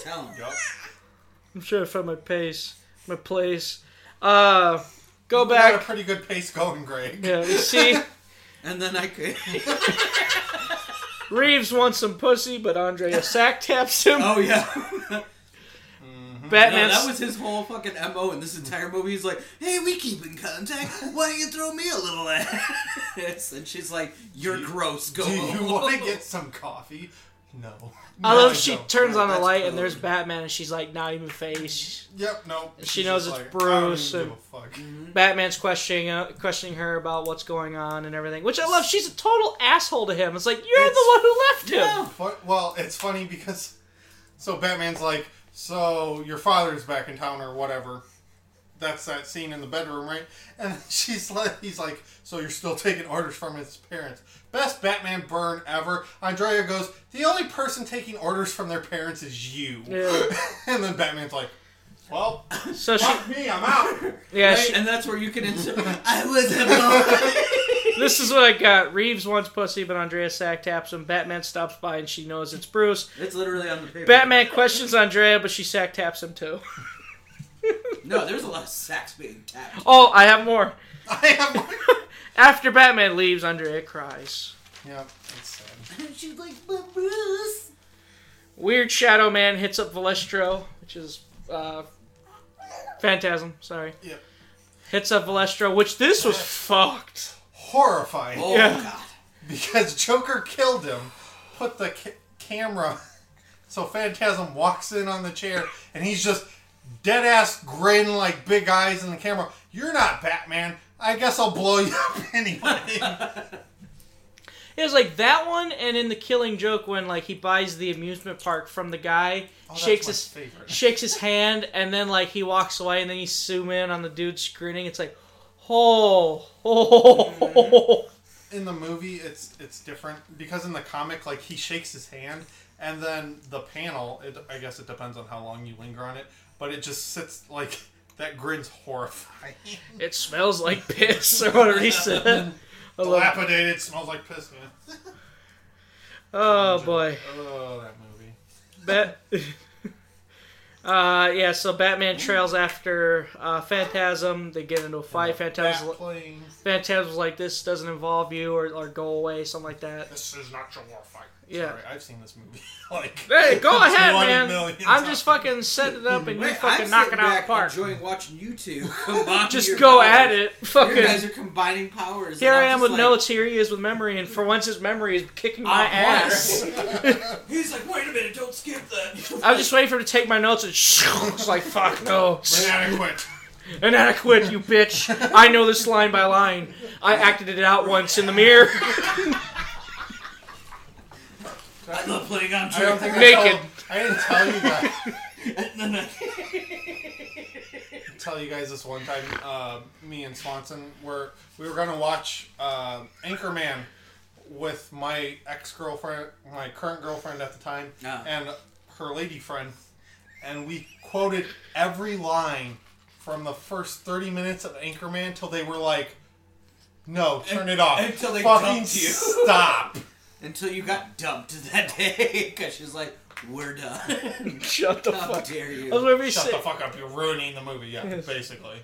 S4: Tell him.
S2: Yup.
S3: I'm sure I found my pace, my place. Uh, go
S2: Got a
S3: back.
S2: pretty good pace going, Greg.
S3: Yeah, you see,
S4: And then I could.
S3: Reeves wants some pussy, but Andrea Sack taps him.
S4: oh, yeah.
S3: Batman.
S6: Oh, No, that was his whole fucking mo in this entire movie. He's like, "Hey, we keep in contact. Why don't you throw me a little ass?" And she's like, "You're gross. Go
S2: Do you
S6: home."
S2: want to get some coffee? No.
S3: I
S2: No,
S3: love she
S2: don't.
S3: turns on the
S6: That's
S3: light and there's
S6: code.
S3: Batman and she's like not even faced.
S2: Yep. No.
S3: She knows it's Bruce
S2: I don't
S3: and-
S2: even give a fuck.
S6: Mm-hmm.
S3: Batman's questioning uh, questioning her about what's going on and everything, which I love. She's a total asshole to him. It's like you're the one who left him.
S2: Fu- Well, it's funny because so Batman's like, so your father's back in town or whatever. That's that scene in the bedroom, right? And she's like, he's like, so you're still taking orders from his parents. Best Batman burn ever. Andrea goes, the only person taking orders from their parents is you.
S3: Yeah.
S2: and then Batman's like, well,
S3: So she,
S2: fuck me, I'm out.
S3: yeah,
S6: Right?
S3: she,
S6: And that's where you can insert.
S4: I was alone.
S3: this is what I got. Reeves wants pussy, but Andrea Sack taps him. Batman stops by and she knows it's Bruce.
S6: It's literally on the paper.
S3: Batman questions Andrea, but she sack taps him too.
S6: No, there's a lot of sacks being tapped.
S3: Oh, I have more.
S2: I am.
S3: After Batman leaves, Andrea cries.
S2: yeah, it's sad.
S6: she's like, "But Bruce."
S3: Weird Shadow Man hits up Valestro, which is uh, Phantasm. Sorry.
S2: Yep.
S3: Hits up Valestro, which this was fucked.
S2: Horrifying.
S6: Oh
S3: Yeah.
S6: god.
S2: because Joker killed him, put the ca- camera. So Phantasm walks in on the chair, and he's just dead ass grin, like big eyes in the camera. You're not Batman. I guess I'll blow you up anyway.
S3: It was like that one, and in the Killing Joke when like he buys the amusement park from the guy, shakes his
S2: favorite.
S3: shakes his hand, and then like he walks away, and then you zoom in on the dude screening. It's like, oh, oh,
S2: In the movie, it's it's different because in the comic, like he shakes his hand, and then the panel. It, I guess it depends on how long you linger on it, but it just sits like that grin's horrifying,
S3: it smells like piss or whatever he said. I love it.
S2: dilapidated, smells like piss. Man.
S3: Oh boy,
S2: Oh, that movie.
S3: Bat. Uh, yeah, so Batman trails after uh, Phantasm. They get into a fight. Phantasm's,
S2: Bat plane.
S3: Phantasm's like, this doesn't involve you or, or go away, something like that.
S2: This is not your war fight.
S3: Yeah.
S2: Sorry, I've seen this movie. like,
S3: Hey, go ahead,
S2: 20
S3: man.
S2: million
S3: I'm
S2: times.
S3: just fucking setting it up and you
S6: Wait,
S3: fucking
S6: I'm
S3: knock
S6: sitting
S3: it out of
S6: back
S3: the park.
S6: Enjoying watching you two. combine
S3: Just
S6: your
S3: go
S6: powers.
S3: at it.
S6: You guys
S3: Fucking.
S6: are combining powers.
S3: Here
S6: and I'm
S3: I am
S6: just
S3: with
S6: like,
S3: notes. Here he is with memory, and for once his memory is kicking my
S6: I'm
S3: ass.
S6: He's like, wait a minute, don't skip that.
S3: I was just waiting for him to take my notes and it's like, fuck no.
S2: inadequate.
S3: And then I quit, you bitch. I know this line by line. I acted it out once in the mirror.
S6: I love playing on
S2: I don't think I
S3: Naked.
S2: told- I didn't tell you guys. tell you guys this one time. Uh, me and Swanson were we were gonna watch uh, Anchorman with my ex girlfriend, my current girlfriend at the time,
S6: Ah.
S2: and her lady friend, and we quoted every line from the first thirty minutes of Anchorman till they were like. No, turn it off.
S6: Until they
S2: fucking
S6: dumped you."
S2: stop.
S6: Until you got dumped that day, because she's like, we're done.
S3: Shut the
S6: How
S3: fuck.
S6: dare
S3: I was
S6: you?
S3: waiting for you to
S2: Shut the
S3: say-
S2: fuck up! You're ruining the movie. Yeah, basically.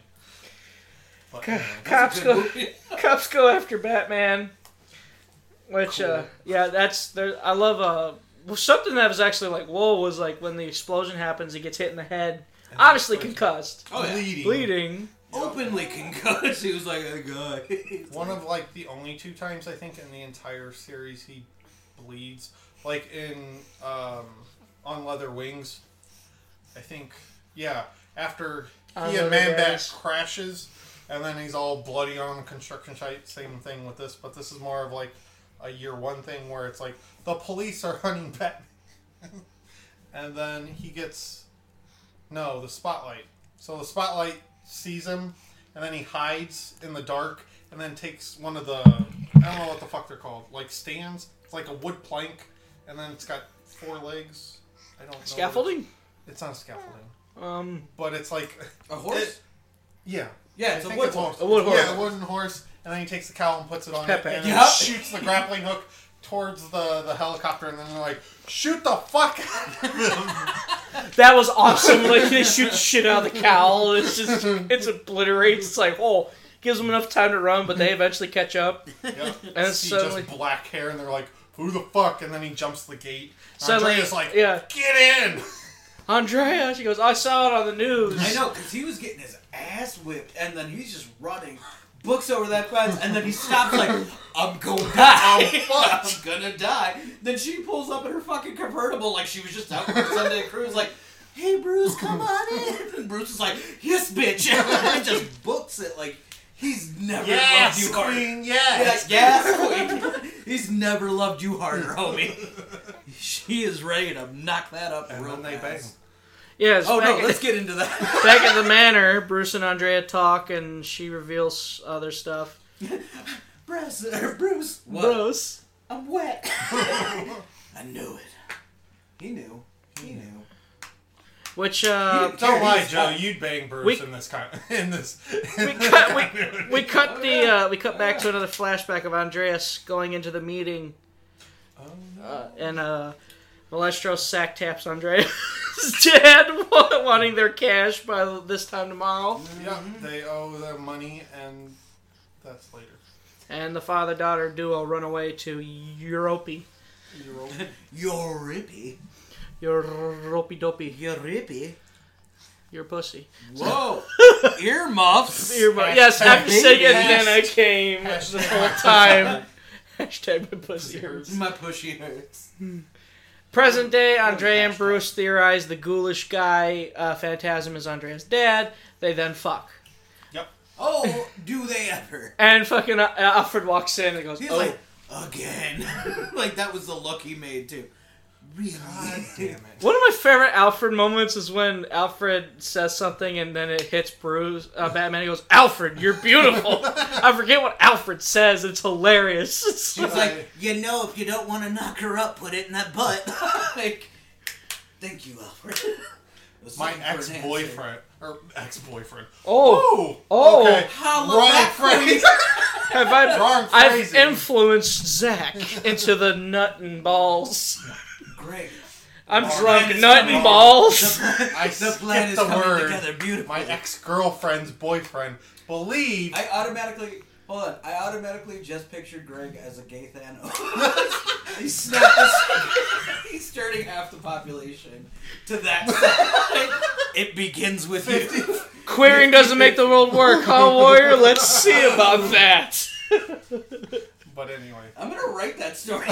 S2: But, anyway.
S3: Cops go. Cops go after Batman. Which, uh, yeah, that's there. I love uh, well, something that was actually like whoa was like when the explosion happens, he gets hit in the head, obviously concussed,
S6: Oh, yeah.
S2: bleeding.
S3: bleeding.
S6: Openly concussed. He was like, oh, God.
S2: One of like the only two times I think in the entire series he bleeds, like in um, on Leather Wings. I think yeah. After
S3: On
S2: he and
S3: Leather
S2: Man Bat
S3: Wings.
S2: crashes, and then he's all bloody on the construction site. Same thing with this, but this is more of like a year one thing where it's like the police are hunting Batman, and then he gets no the spotlight. So the spotlight sees him, and then he hides in the dark, and then takes one of the I don't know what the fuck they're called, like stands. It's like a wood plank, and then it's got four legs. I don't know. what it-
S3: Scaffolding.
S2: It's not scaffolding,
S3: Um,
S2: but it's like
S6: A horse?
S2: It- yeah.
S6: yeah, it's
S2: I
S6: a
S2: think
S6: wood
S2: it's
S6: horse.
S3: a wood horse.
S2: Yeah, a wooden horse, and then he takes the cowl and puts it on
S3: Pepe.
S2: it, and then
S6: Yup.
S2: shoots the grappling hook towards the, the helicopter, and then they're like, "Shoot the fuck!" out of him."
S3: that was awesome. Like they shoot shit out of the cowl. It's just it's obliterates. It's like oh, gives them enough time to run, but they eventually catch up.
S2: yep.
S3: And
S2: See
S3: suddenly-
S2: just black hair, and they're like, "Who the fuck?" And then he jumps the gate. And
S3: Suddenly,
S2: Andrea's like,
S3: yeah.
S2: "Get in!"
S3: Andrea, she goes, I saw it on the news.
S4: I know, because he was getting his ass whipped, and then he's just running, books over that fence, and then he stops like, I'm going to die. I'm, gonna die. Then she pulls up in her fucking convertible like she was just out for a Sunday cruise, like, hey, Bruce, come on in. And Bruce is like, yes, bitch. And he just books it like, he's never loved you harder. Yeah,
S7: yes.
S4: yes, queen. He's never loved you harder, homie. She is ready to knock that up
S2: And
S4: real
S2: then they bang
S4: fast.
S2: him.
S3: Yes.
S4: Oh
S3: back
S4: no,
S3: at-
S4: let's get into that.
S3: Back at the manor, Bruce and Andrea talk, and she reveals other stuff.
S4: Bruce, er, Bruce, what?
S3: Bruce.
S4: I'm wet. I knew it. He knew. He knew.
S3: Which uh,
S2: Don't
S4: Yeah,
S2: lie,
S4: he's-
S2: Joe. You'd bang Bruce
S3: We-
S2: in this con- in this.
S3: we cut we, we cut the uh, we cut
S4: Oh,
S3: back to another flashback of Andreas going into the meeting,
S4: Oh,
S3: uh, and uh, Malestro sack taps Andreas' dad wa- wanting their cash by this time tomorrow,
S2: yeah, they owe their money, and that's later.
S3: and the father daughter duo run away to Europe.
S2: You roll.
S4: You're rippy.
S3: Europe dopey.
S4: You're rippy.
S3: Your pussy.
S4: Whoa. Earmuffs.
S3: Ear- yes, after saying it, then I came
S2: Hashtag-
S3: this whole time. Hashtag my pussy hurts.
S4: My pushy hurts.
S3: Present day, Andre and Bruce theorize the ghoulish guy uh, Phantasm is Andrea's dad. They then fuck.
S4: Oh, do they ever?
S3: And fucking uh, Alfred walks in and goes,
S4: He's
S3: oh.
S4: like, again. like that was the look he made too. Really?
S2: Damn it.
S3: One of my favorite Alfred moments is when Alfred says something and then it hits Bruce. Uh, Batman he goes, Alfred, you're beautiful. I forget what Alfred says. It's hilarious. It's
S4: She's
S3: like-
S4: like, you know, if you don't want to knock her up, put it in that butt. like, thank you, Alfred. I was
S2: My
S4: looking for an
S2: ex
S4: answer.
S2: boyfriend or ex boyfriend.
S3: oh,
S2: Oh,
S3: Oh.
S2: okay.
S4: Holla
S2: Wrong
S4: back,
S2: phrase.
S3: have I?
S2: Wrong
S3: I've
S2: phrase.
S3: influenced Zach into the nut and balls.
S4: Great.
S3: I'm
S2: Alright,
S3: drunk
S2: it's
S3: nut
S2: coming.
S3: and balls.
S4: The,
S2: I
S4: the plan
S2: skipped
S4: is
S2: the
S4: coming
S2: word.
S4: together beautifully.
S2: My ex girlfriend's boyfriend believed.
S4: I automatically hold on. I automatically just pictured Greg as a gay Thanos. he's snapped this, He's turning half the population to that side. It begins with you.
S3: Queering doesn't make the world work, huh, Warrior? Let's see about that.
S2: But anyway,
S4: I'm gonna write that story.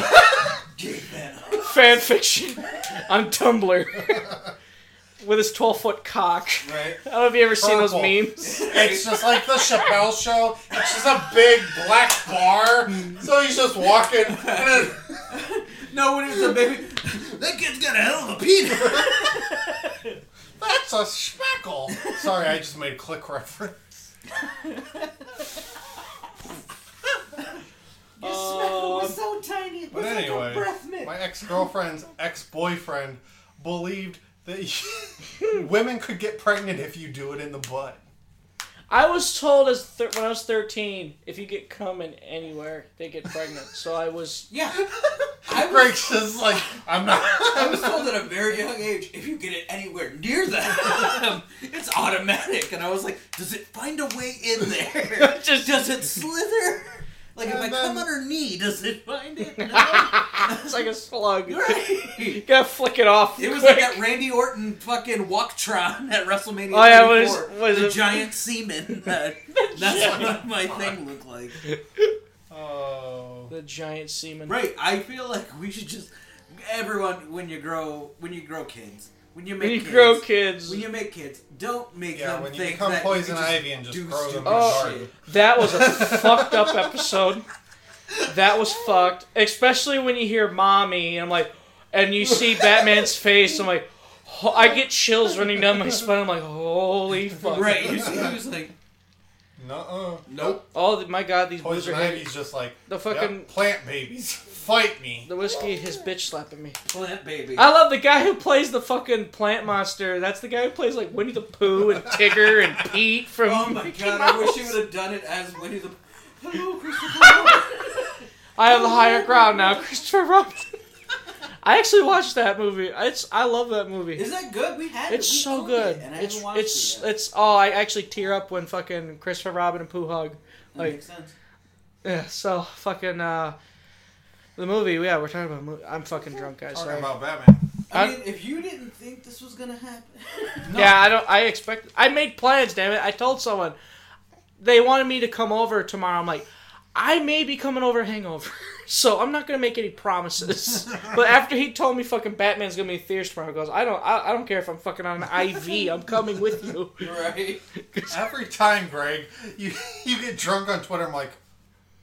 S4: gay Thanos.
S3: Fan fiction on Tumblr with his 12 foot cock.
S4: Right.
S3: I don't know if you ever seen those
S2: Purple.
S3: memes.
S2: it's just like the Chappelle show. It's just a big black bar. So he's just walking. And then,
S4: No, when he was a baby, that kid's got a hell of a penis.
S2: That's a speckle. Sorry, I just made a click reference.
S4: Your smell was so tiny. It
S2: But anyway, my ex girlfriend's ex boyfriend believed that women could get pregnant if you do it in the butt.
S3: I was told as thir- when I was 13 if you get cum in anywhere, they get pregnant. So I was.
S4: yeah. I was,
S2: Greg's just like, I'm not.
S4: I was told at a very young age, if you get it anywhere near them, it's automatic. And I was like, does it find a way in there?
S3: Just-
S4: does it slither? Like if
S2: And
S4: I come
S2: then-
S4: on her knee, does it find it? No.
S3: It's like a slug.
S4: right.
S3: Gotta flick it off.
S4: It was
S3: quick.
S4: like that Randy Orton fucking walktron at WrestleMania.
S3: Oh, yeah, it was-
S4: 34,
S3: was
S4: the
S3: it-
S4: giant semen. That, that's what my thing looked like.
S2: Oh.
S3: The giant semen.
S4: Right. I feel like we should just everyone when you grow when you grow kids when you make
S3: When you
S4: kids,
S3: grow kids.
S4: When you make kids, don't make
S2: Yeah,
S4: them
S2: when you
S4: think
S2: become
S4: that
S2: poison
S4: you can
S2: ivy and just
S4: do
S2: grow them
S4: stupid
S2: in the
S4: shit.
S2: garden.
S3: That was a fucked up episode. That was fucked. Especially when you hear mommy, and I'm like, and you see Batman's face, I'm like, ho- I get chills running down my spine. I'm like, holy fuck.
S4: Right. You see, he was like,
S2: Nuh-uh.
S4: nope.
S3: Oh th- my god, these blues
S2: Poison
S3: are heavy.
S2: Ivy's just like
S3: The fucking-
S2: "Yep, plant babies. Fight me.
S3: The whiskey, his bitch slapping me.
S4: Plant baby.
S3: I love the guy who plays the fucking plant monster. That's the guy who plays like Winnie the Pooh and Tigger and Pete from.
S4: oh my
S3: Mickey
S4: god,
S3: Mouse.
S4: I wish he would have done it as Winnie the Hello, Christopher.
S3: I have the higher ground now, Christopher Robin. I actually watched that movie. It's I love that movie.
S4: Is that good? We had it.
S3: It's
S4: We
S3: so
S4: owned
S3: good.
S4: It, and I haven't
S3: It's
S4: watched
S3: it's
S4: it. yet.
S3: it's oh, I actually tear up when fucking Christopher Robin and Pooh hug.
S4: That
S3: like-
S4: makes sense.
S3: Yeah, so fucking uh, the movie. Yeah, we're talking about. Movie. I'm fucking drunk, guys.
S2: Talking
S3: Sorry.
S2: about Batman.
S8: I
S3: I-
S8: mean, if you didn't think this was gonna happen,
S3: Yeah, I don't. I expect. I made plans. Damn it! I told someone they wanted me to come over tomorrow. I'm like, I may be coming over hangover, so I'm not gonna make any promises. but after he told me fucking Batman's gonna be in theaters tomorrow, he goes, I don't. I, I don't care if I'm fucking on an IV. I'm coming with you.
S4: right?
S2: Every time, Greg, you you get drunk on Twitter, I'm like,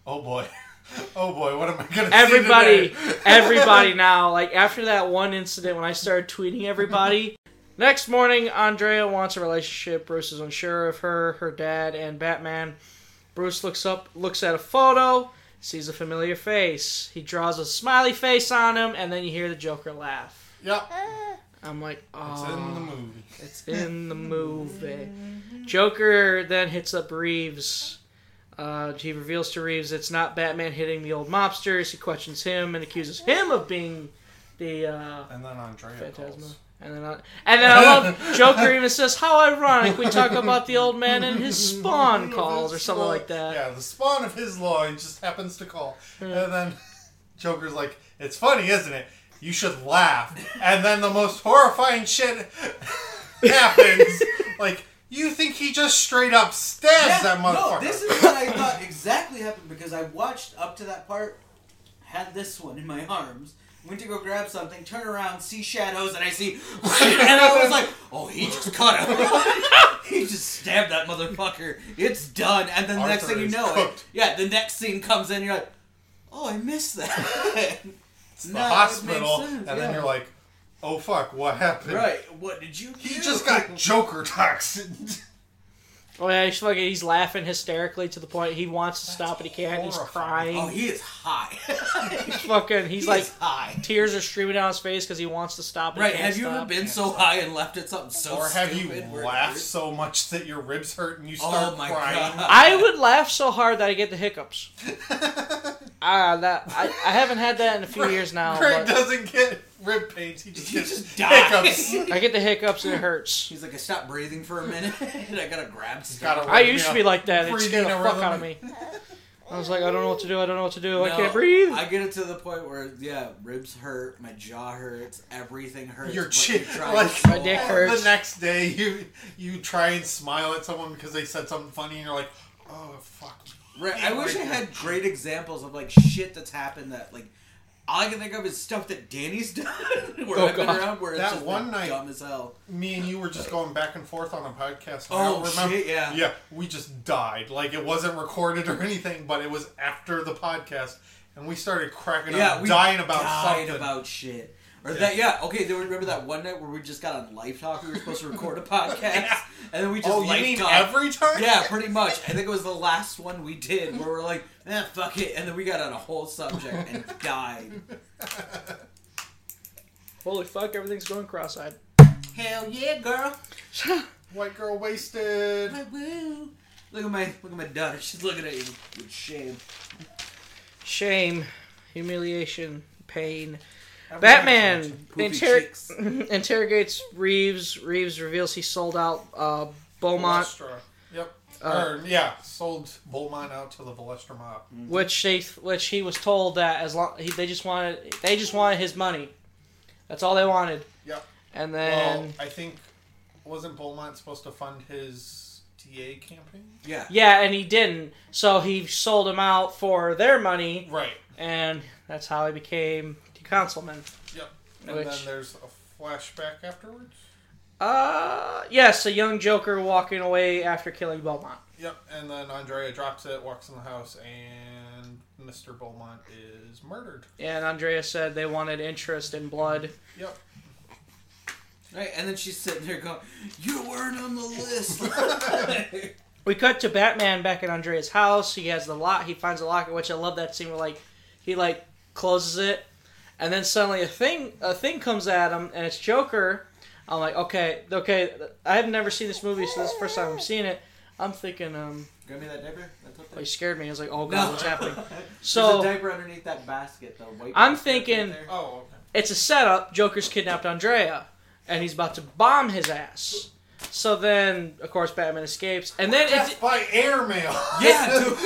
S2: oh boy, oh boy, what am I gonna? see
S3: Everybody,
S2: today?"
S3: everybody now. Like after that one incident when I started tweeting everybody. Next morning, Andrea wants a relationship. Bruce is unsure of her, her dad, and Batman. Bruce looks up, looks at a photo, sees a familiar face. He draws a smiley face on him, and then you hear the Joker laugh.
S2: Yep,
S3: I'm like,
S2: it's in the
S3: oh,
S2: movie.
S3: it's in the movie. Joker then hits up Reeves. Uh, he reveals to Reeves it's not Batman hitting the old mobsters. He questions him and accuses him of being the uh,
S2: And then Andrea
S3: Phantasma.
S2: calls.
S3: And then, I, and then I love Joker even says, "How ironic we talk about the old man and his spawn calls or something like that."
S2: Yeah, the spawn of his line just happens to call, and then Joker's like, "It's funny, isn't it? You should laugh." And then the most horrifying shit happens. like, you think he just straight up stabs that
S8: no,
S2: motherfucker?
S8: this is what I thought exactly happened because I watched up to that part, had this one in my arms, went to go grab something, turn around, see shadows, and I see, and I was like, oh, he just cut him.
S4: He just stabbed that motherfucker. It's done. And then the next
S2: Arthur
S4: thing you
S2: is
S4: know,
S2: cooked.
S4: yeah, the next scene comes in. You're like, oh, I missed that. it's
S2: the hospital, and then you're like, "Oh fuck, what happened?"
S4: right? What did you?
S2: He
S4: do?
S2: just got Joker toxin.
S3: Oh yeah, he's like he's laughing hysterically to the point he wants to stop but he can't. He's
S2: horrifying.
S3: crying.
S4: Oh, he is high.
S3: he's fucking. He's
S4: He's
S3: like
S4: like high.
S3: tears are streaming down his face because he wants to stop. and
S4: Right?
S3: can't
S4: Have you ever
S3: stop.
S4: been so high and left at something so
S2: or have you
S4: stupid where-
S2: laughed so much that your ribs hurt and you start
S4: Oh my
S2: crying?
S4: god!
S3: I would laugh so hard that I get the hiccups. Ah, that I, I haven't had that in a few years now.
S2: Craig
S3: But
S2: doesn't get rib pains. He just
S4: He
S2: gets
S4: just dies.
S2: hiccups.
S3: I get the hiccups and it hurts.
S4: He's like, I stopped breathing for a minute, and I gotta grab stuff.
S2: Gotta
S3: I
S2: wake me
S3: used to
S2: up.
S3: be like that. It
S2: Breathing
S3: scared the
S2: a
S3: fuck
S2: rhythm.
S3: out of me. I was like, I don't know what to do. I don't know what to do. Oh, I
S4: No,
S3: can't breathe.
S4: I get it to the point where yeah, ribs hurt, my jaw hurts, everything hurts.
S2: Your
S4: but
S2: chin,
S4: you're trying
S2: like
S4: so
S3: My dick
S4: hard.
S3: hurts.
S2: the next day, you you try and smile at someone because they said something funny, and you're like, "Oh fuck."
S4: Right. I wish I
S2: Right.
S4: had great examples of like shit that's happened that like all I can think of is stuff that Danny's done where
S3: Oh,
S4: I've been
S3: God.
S4: around where it's
S2: That
S4: just
S2: one
S4: been
S2: night-
S4: dumb as hell.
S2: Me and you were just going back and forth on a podcast. and I
S4: Oh
S2: don't remember.
S4: shit, yeah.
S2: Yeah, we just died. Like it wasn't recorded or anything, but it was after the podcast, and we started cracking
S4: Yeah,
S2: up,
S4: we
S2: dying about
S4: died
S2: something.
S4: about shit. Or that yeah, okay, then remember that one night where we just got on Life Talk, we were supposed to record a podcast and then we just
S2: oh, you
S4: life
S2: mean
S4: talked.
S2: every time?
S4: Yeah, pretty much. I think it was the last one we did where we're like, eh, fuck it, and then we got on a whole subject and died.
S3: Holy fuck, everything's going cross-eyed.
S4: Hell yeah, girl.
S2: White girl wasted.
S4: I will. Look at my look at my daughter. She's looking at you with shame.
S3: Shame, humiliation, pain.
S2: Every time.
S3: Batman
S4: Poopy cheeks.
S3: inter- interrogates Reeves. Reeves reveals he sold out uh, Beaumont,
S2: Balestra. Yep.
S3: Uh,
S2: or, yeah, sold Beaumont out to the Balestra mob.
S3: which they which he was told that as long he, they just wanted they just wanted his money. That's all they wanted.
S2: Yep.
S3: And
S2: Well,
S3: then
S2: I think wasn't Beaumont supposed to fund his DA campaign?
S4: Yeah.
S3: yeah, and he didn't. So he sold him out for their money,
S2: Right.
S3: and that's how he became the councilman.
S2: Yep. And
S3: Which-
S2: then there's a flashback afterwards.
S3: Uh, yes, a young Joker walking away after killing Beaumont.
S2: Yep. And then Andrea drops it, walks in the house, and Mr. Beaumont is murdered.
S3: And Andrea said they wanted interest in blood.
S2: Yep.
S4: Right. And then she's sitting there going, "You weren't on the list."
S3: We cut to Batman back at Andrea's house. He has the lock. He finds the locker, which I love that scene where like he like closes it, and then suddenly a thing a thing comes at him, and it's Joker. I'm like, okay, okay. I have never seen this movie, so this is the first time I'm seeing it. I'm thinking, um,
S4: Grab me that diaper. That's up
S3: oh,
S4: there.
S3: he scared me. I was like, oh god, what's happening?
S4: There's a
S3: So
S4: diaper underneath that basket, though. White
S3: I'm
S4: basket right
S3: thinking-
S4: there.
S2: Oh, okay.
S3: it's a setup. Joker's kidnapped Andrea, and he's about to bomb his ass. So then, of course, Batman escapes, and then it's,
S2: Death by airmail.
S4: Yeah, dude.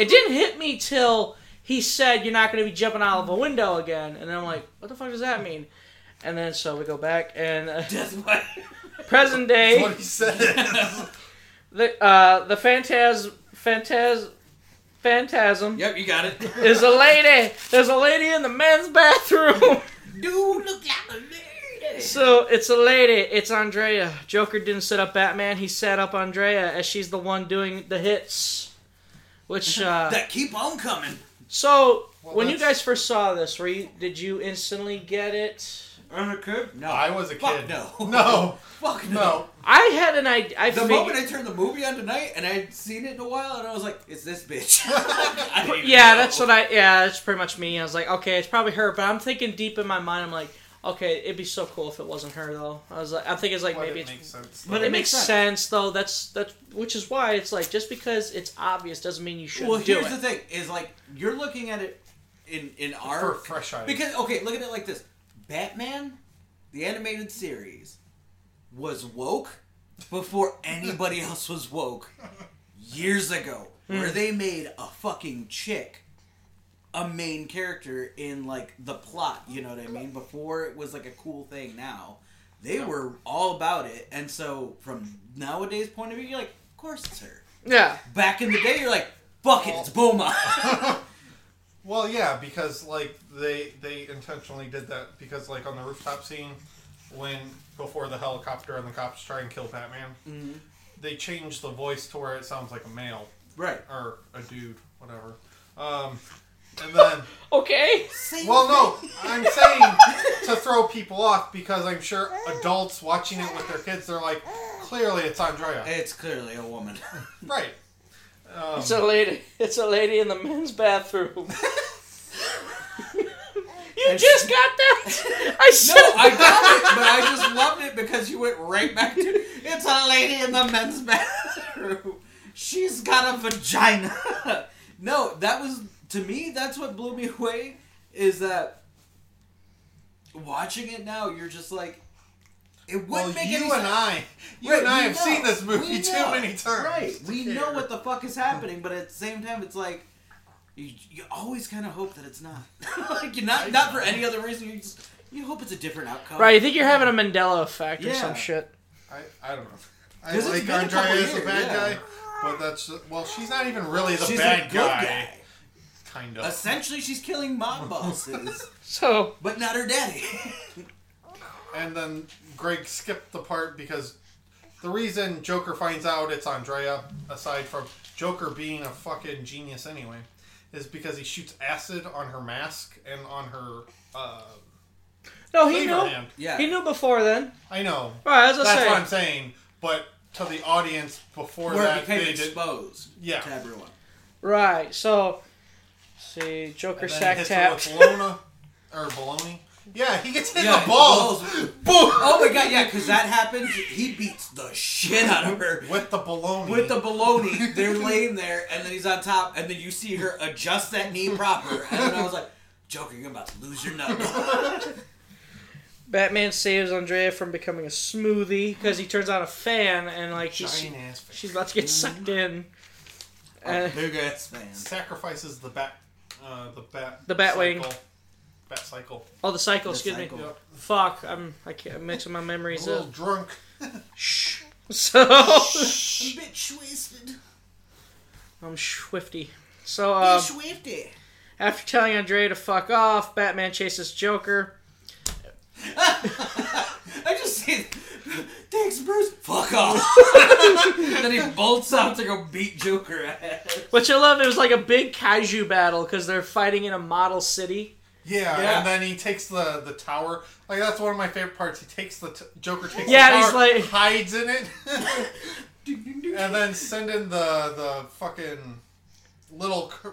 S3: It didn't hit me till he said you're not going to be jumping out of a window again, and then I'm like, what the fuck does that mean? And then so we go back and uh,
S4: That's why.
S3: present
S2: That's
S3: day,
S2: what he said.
S3: the uh, the phantasm phantasm phantasm
S4: yep, you got it.
S3: is a lady. There's a lady in the men's bathroom.
S4: Dude, look like a lady.
S3: So it's a lady. It's Andrea. Joker didn't set up Batman. He set up Andrea as she's the one doing the hits. Which uh,
S4: That keep on coming.
S3: so
S2: Well,
S3: when you
S2: that's-
S3: guys first saw this, were you, did you instantly get it?
S4: I'm a kid? No.
S2: I was a kid.
S4: Fuck no.
S2: No,
S4: Fuck no.
S2: no.
S3: I had an idea. I
S4: The
S3: fig-
S4: moment I turned the movie on tonight and I'd seen it in a while and I was like, it's this bitch. I didn't even
S3: yeah,
S4: know.
S3: that's what I. Yeah, that's pretty much me. I was like, okay, it's probably her. But I'm thinking deep in my mind, I'm like, okay, it'd be so cool if it wasn't her though. I was like, I think it's like
S2: But
S3: maybe
S2: it
S3: it's
S2: makes sense.
S3: But it, makes sense. though. That's that's which is why it's like just because it's obvious doesn't mean you shouldn't
S4: Well,
S3: do
S4: here's
S3: it.
S4: the thing: is like you're looking at it in in
S2: for
S4: our
S2: fresh eyes.
S4: because okay, look at it like this: Batman, the animated series, was woke before anybody else was woke years ago, where they made a fucking chick a main character in like the plot. You know what I mean? Before it was like a cool thing. Now they were all about it, and so from nowadays point of view, you're like, of course it's her
S3: yeah,
S4: back in the day, you're like, fuck it, it's Boma.
S2: Well, yeah, because like they they intentionally did that because like on the rooftop scene when before the helicopter and the cops try and kill Batman,
S3: Mm-hmm.
S2: they changed the voice to where it sounds like a male
S4: right.
S2: or a dude, whatever. Um, and then
S3: okay.
S2: well, no, I'm saying to throw people off because I'm sure adults watching it with their kids, they're like, clearly it's Andrea,
S4: It's clearly a woman.
S2: right? Um,
S3: It's a lady. It's a lady in the men's bathroom. you just got that? I
S4: No,
S3: said
S4: I got it, but I just loved it because you went right back to it's a lady in the men's bathroom. She's got a vagina. no, that was to me. That's what blew me away is that watching it now, you're just like. It wouldn't
S2: well,
S4: make
S2: you
S4: any
S2: and
S4: sense.
S2: I, you
S4: Right,
S2: and I
S4: we
S2: have
S4: know.
S2: seen this movie
S4: We
S2: too
S4: know.
S2: many times.
S4: Right. We
S2: Here.
S4: know what the fuck is happening, but at the same time, it's like you, you always kind of hope that it's not. like you're not not for any other reason. You just you hope it's a different outcome.
S3: right. You think you're having a Mandela effect or
S4: Yeah.
S3: some shit?
S2: I, I don't know. I
S4: 'Cause it's
S2: like
S4: been a
S2: Andrea
S4: couple
S2: as a
S4: years,
S2: bad
S4: yeah.
S2: guy, but that's well, she's not even really the
S4: She's a
S2: bad
S4: good
S2: guy,
S4: guy.
S2: Kind of.
S4: Essentially, she's killing mob bosses,
S3: So
S4: but not her daddy.
S2: and then Greg skipped the part because the reason Joker finds out it's Andrea, aside from Joker being a fucking genius anyway, is because he shoots acid on her mask and on her uh,
S3: no, he
S2: cleaver
S3: knew.
S2: hand.
S4: yeah.
S3: He knew before then.
S2: I know.
S3: All right, as I
S2: That's
S3: say,
S2: what I'm saying. But to the audience before
S4: Where it
S2: that,
S4: became
S2: they did.
S4: exposed
S2: Yeah.
S4: to everyone.
S3: right. So see, Joker
S2: And then
S3: sack
S2: hits her
S3: tap.
S2: with Bologna, or baloney. Yeah, he gets hit in
S4: Yeah,
S2: the balls.
S4: balls.
S2: Boom!
S4: Oh my god, yeah, because that happens. He beats the shit out of her.
S2: With the baloney.
S4: with the baloney. They're laying there, and then he's on top, and then you see her adjust that knee proper. And then I was like, Joker, you're about to lose your nut.
S3: Batman saves Andrea from becoming a smoothie because he turns on a fan and like she's
S2: giant ass face.
S3: she's about to get
S2: Mm-hmm.
S3: sucked in. Uh,
S4: Big ass man.
S2: sacrifices the bat, uh, the bat,
S3: The bat wing.
S2: cycle. bat cycle.
S3: oh, the cycle. excuse
S4: cycle.
S3: me.
S2: Yep.
S3: Fuck, I'm I can't, I'm mixing my
S2: A
S3: memories
S2: little
S3: up.
S2: drunk.
S3: Shh. So
S4: I'm bitch wasted.
S3: I'm swifty. So um,
S4: Swifty.
S3: after telling Andrea to fuck off, Batman chases Joker.
S4: I just see. Thanks, Bruce. Fuck off. then he bolts out to go beat Joker ass.
S3: Which I love. It was like a big kaiju battle because they're fighting in a model city.
S2: Yeah,
S4: Yeah.
S2: and then he takes the the tower. Like that's one of my favorite parts. He takes the t- Joker takes
S3: Yeah,
S2: the
S3: and he's
S2: tower,
S3: like-
S2: hides in it, and then send in the the fucking little c-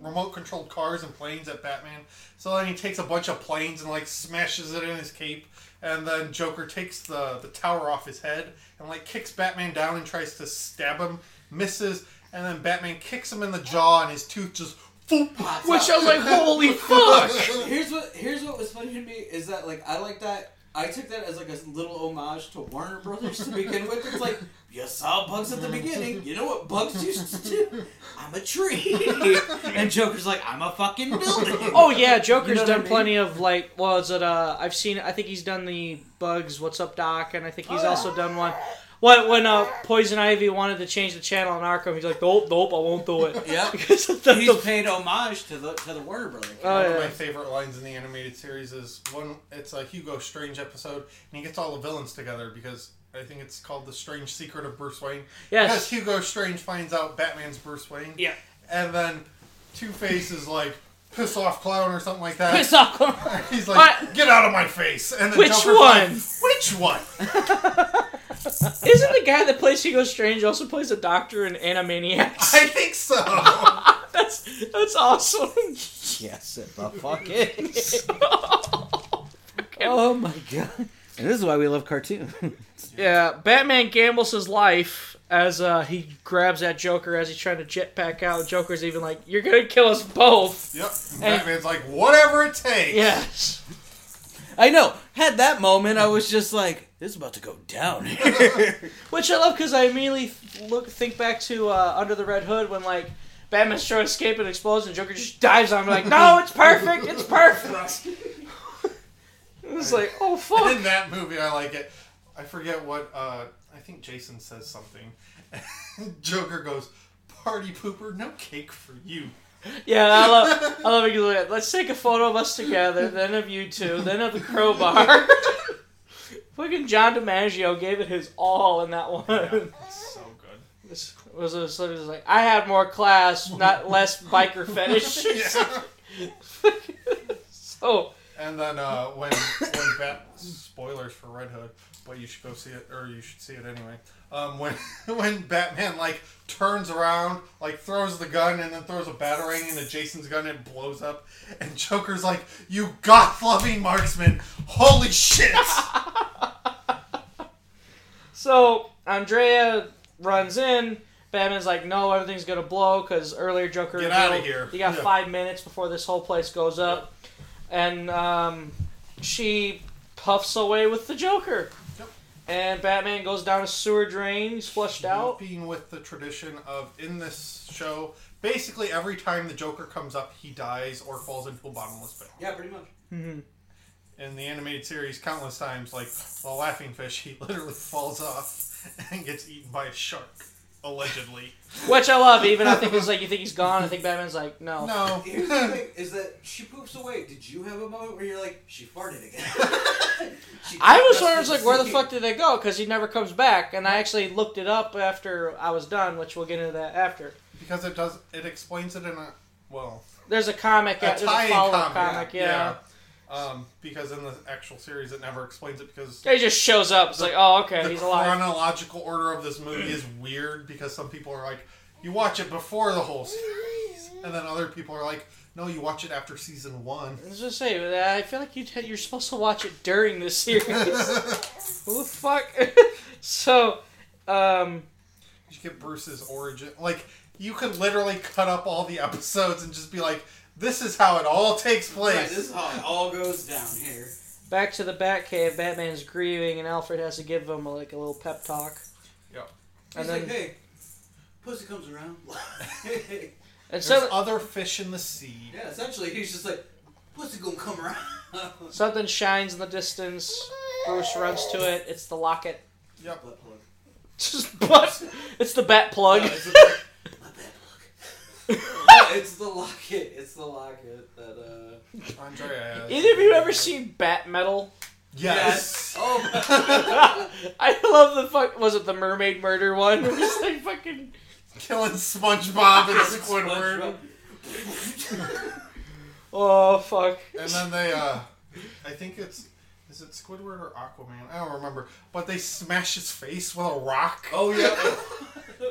S2: remote controlled cars and planes at Batman. So then he takes a bunch of planes and like smashes it in his cape. And then Joker takes the the tower off his head and like kicks Batman down and tries to stab him, misses, and then Batman kicks him in the jaw and his tooth just.
S4: Pops
S3: Which
S4: out.
S3: I was like, holy fuck!
S4: Here's what here's what was funny to me is that like I like that I took that as like a little homage to Warner Brothers to begin with. It's like
S6: You saw bugs at the beginning. You know what bugs used to do? I'm a tree. and Joker's like, I'm a fucking building.
S3: Oh yeah, Joker's
S6: You know what
S3: done
S6: I mean?
S3: plenty of like. Well, is it? Uh, I've seen. I think he's done the Bugs. What's up, Doc? And I think
S6: Oh,
S3: he's also done one. What when uh, Poison Ivy wanted to change the channel on Arkham, he's like, nope, nope, I won't do it.
S6: Yep.
S3: Because of the-
S6: He's
S3: the-
S6: paid homage to the to the Warner Brothers.
S5: Uh,
S3: Oh,
S2: One of
S3: yeah.
S2: my favorite lines in the animated series is one. It's a Hugo Strange episode, and he gets all the villains together because I think it's called "The Strange Secret of Bruce Wayne." As
S3: yes.
S2: Hugo Strange finds out Batman's Bruce Wayne,
S3: Yeah.
S2: and then Two Face is like piss off clown or something like that.
S3: Piss off. Clown.
S2: He's like,
S3: What?
S2: get out of my face! And then
S3: Which
S2: Joker's like,
S3: one?
S2: Which one?
S3: Isn't the guy that plays Hugo Strange also plays a doctor in Animaniacs?
S2: I think so. I
S3: That's that's awesome.
S5: Yes, it the fuck is. oh my god. And this is why we love cartoons.
S3: Yeah, Batman gambles his life as uh, he grabs that Joker as he's trying to jetpack out. Joker's even like, "You're gonna kill us both."
S2: Yep. Batman's like, whatever it takes.
S3: Yes.
S5: I know. Had that moment, I was just like, "This is about to go down."
S3: Which I love because I immediately look think back to uh, Under the Red Hood when like Batman's trying to escape and explodes and Joker just dives on him like, no, it's perfect, it's perfect. it's like, oh
S2: in
S3: fuck.
S2: that movie, I like it. I forget what. Uh, I think Jason says something. Joker goes, "Party pooper, no cake for you."
S3: Yeah, I love, I love it. 'cause, like, Let's take a photo of us together, then of you two, then of the crowbar. Fucking John DiMaggio gave it his all in that one.
S2: It's so good.
S3: This was a sort of like I had more class, not less biker fetish.
S2: Yeah.
S3: so
S2: And then uh, when when Bat spoilers for Red Hood, but you should go see it, or you should see it anyway. Um, when when Batman like turns around, like throws the gun and then throws a batarang into Jason's gun and it blows up, and Joker's like, "You god loving marksman, holy shit!"
S3: So Andrea runs in. Batman's like, no, everything's gonna blow because earlier Joker.
S2: Get
S3: revealed
S2: outta here.
S3: You got
S2: Yeah.
S3: five minutes before this whole place goes up, and um, she puffs away with the Joker.
S2: Yep.
S3: And Batman goes down a sewer drain. He's flushed out.
S2: Keeping with the tradition of in this show, basically every time the Joker comes up, he dies or falls into a bottomless pit.
S6: Yeah, pretty much.
S2: In the animated series, countless times, like the Laughing Fish, he literally falls off and gets eaten by a shark, allegedly.
S3: Which I love. Even I think it's like you think he's gone. I think Batman's like, no.
S2: No,
S6: Here's the thing: is that she poops away. Did you have a moment where you're like, she farted again? She
S3: I was
S6: just
S3: wondering, I was like, where the
S6: didn't
S3: fuck did they go? Because he never comes back. And I actually looked it up after I was done, which we'll get into that after.
S2: because it does it explains it in a well
S3: There's a comic.
S2: a
S3: there's a
S2: tie-in
S3: follow-up
S2: comic,
S3: comic. Yeah.
S2: Um, because in the actual series, it never explains it because
S3: He just shows up. It's like, oh, okay,
S2: the
S3: he's alive.
S2: chronological order of this movie is weird because some people are like, you watch it before the whole series, and then other people are like, no, you watch it after season one.
S3: Let's just say, but, uh, I feel like you t- you're supposed to watch it during the series. Who the fuck? so, um,
S2: You get Bruce's origin. Like, you could literally cut up all the episodes and just be like, this is how it all takes
S6: Right,
S2: place.
S6: this is how it all goes down here.
S3: back to the Batcave. Batman's grieving, and Alfred has to give him like a little pep talk.
S2: Yep.
S3: And
S6: He's
S3: then,
S6: like, hey, pussy comes around.
S3: and
S2: There's
S3: so,
S2: other fish in the sea.
S6: yeah, essentially, he's just like, pussy gonna come around.
S3: something shines in the distance. Bruce runs to it. It's the locket.
S2: Yep.
S6: Butt plug.
S3: Just but it's the bat plug.
S6: No, it's a butt- my bad plug. No, it's the locket. It's the locket that. uh...
S2: Andrea. has-
S3: Either of you ever seen Bat Metal?
S2: Yes.
S6: Oh. My.
S3: I love the fuck. Was it the Mermaid Murder one? Where it's like fucking
S2: Killing SpongeBob and Squidward.
S6: SpongeBob.
S3: oh fuck.
S2: And then they, uh, I think it's, is it Squidward or Aquaman? I don't remember. But they smash his face with a rock.
S6: Oh yeah.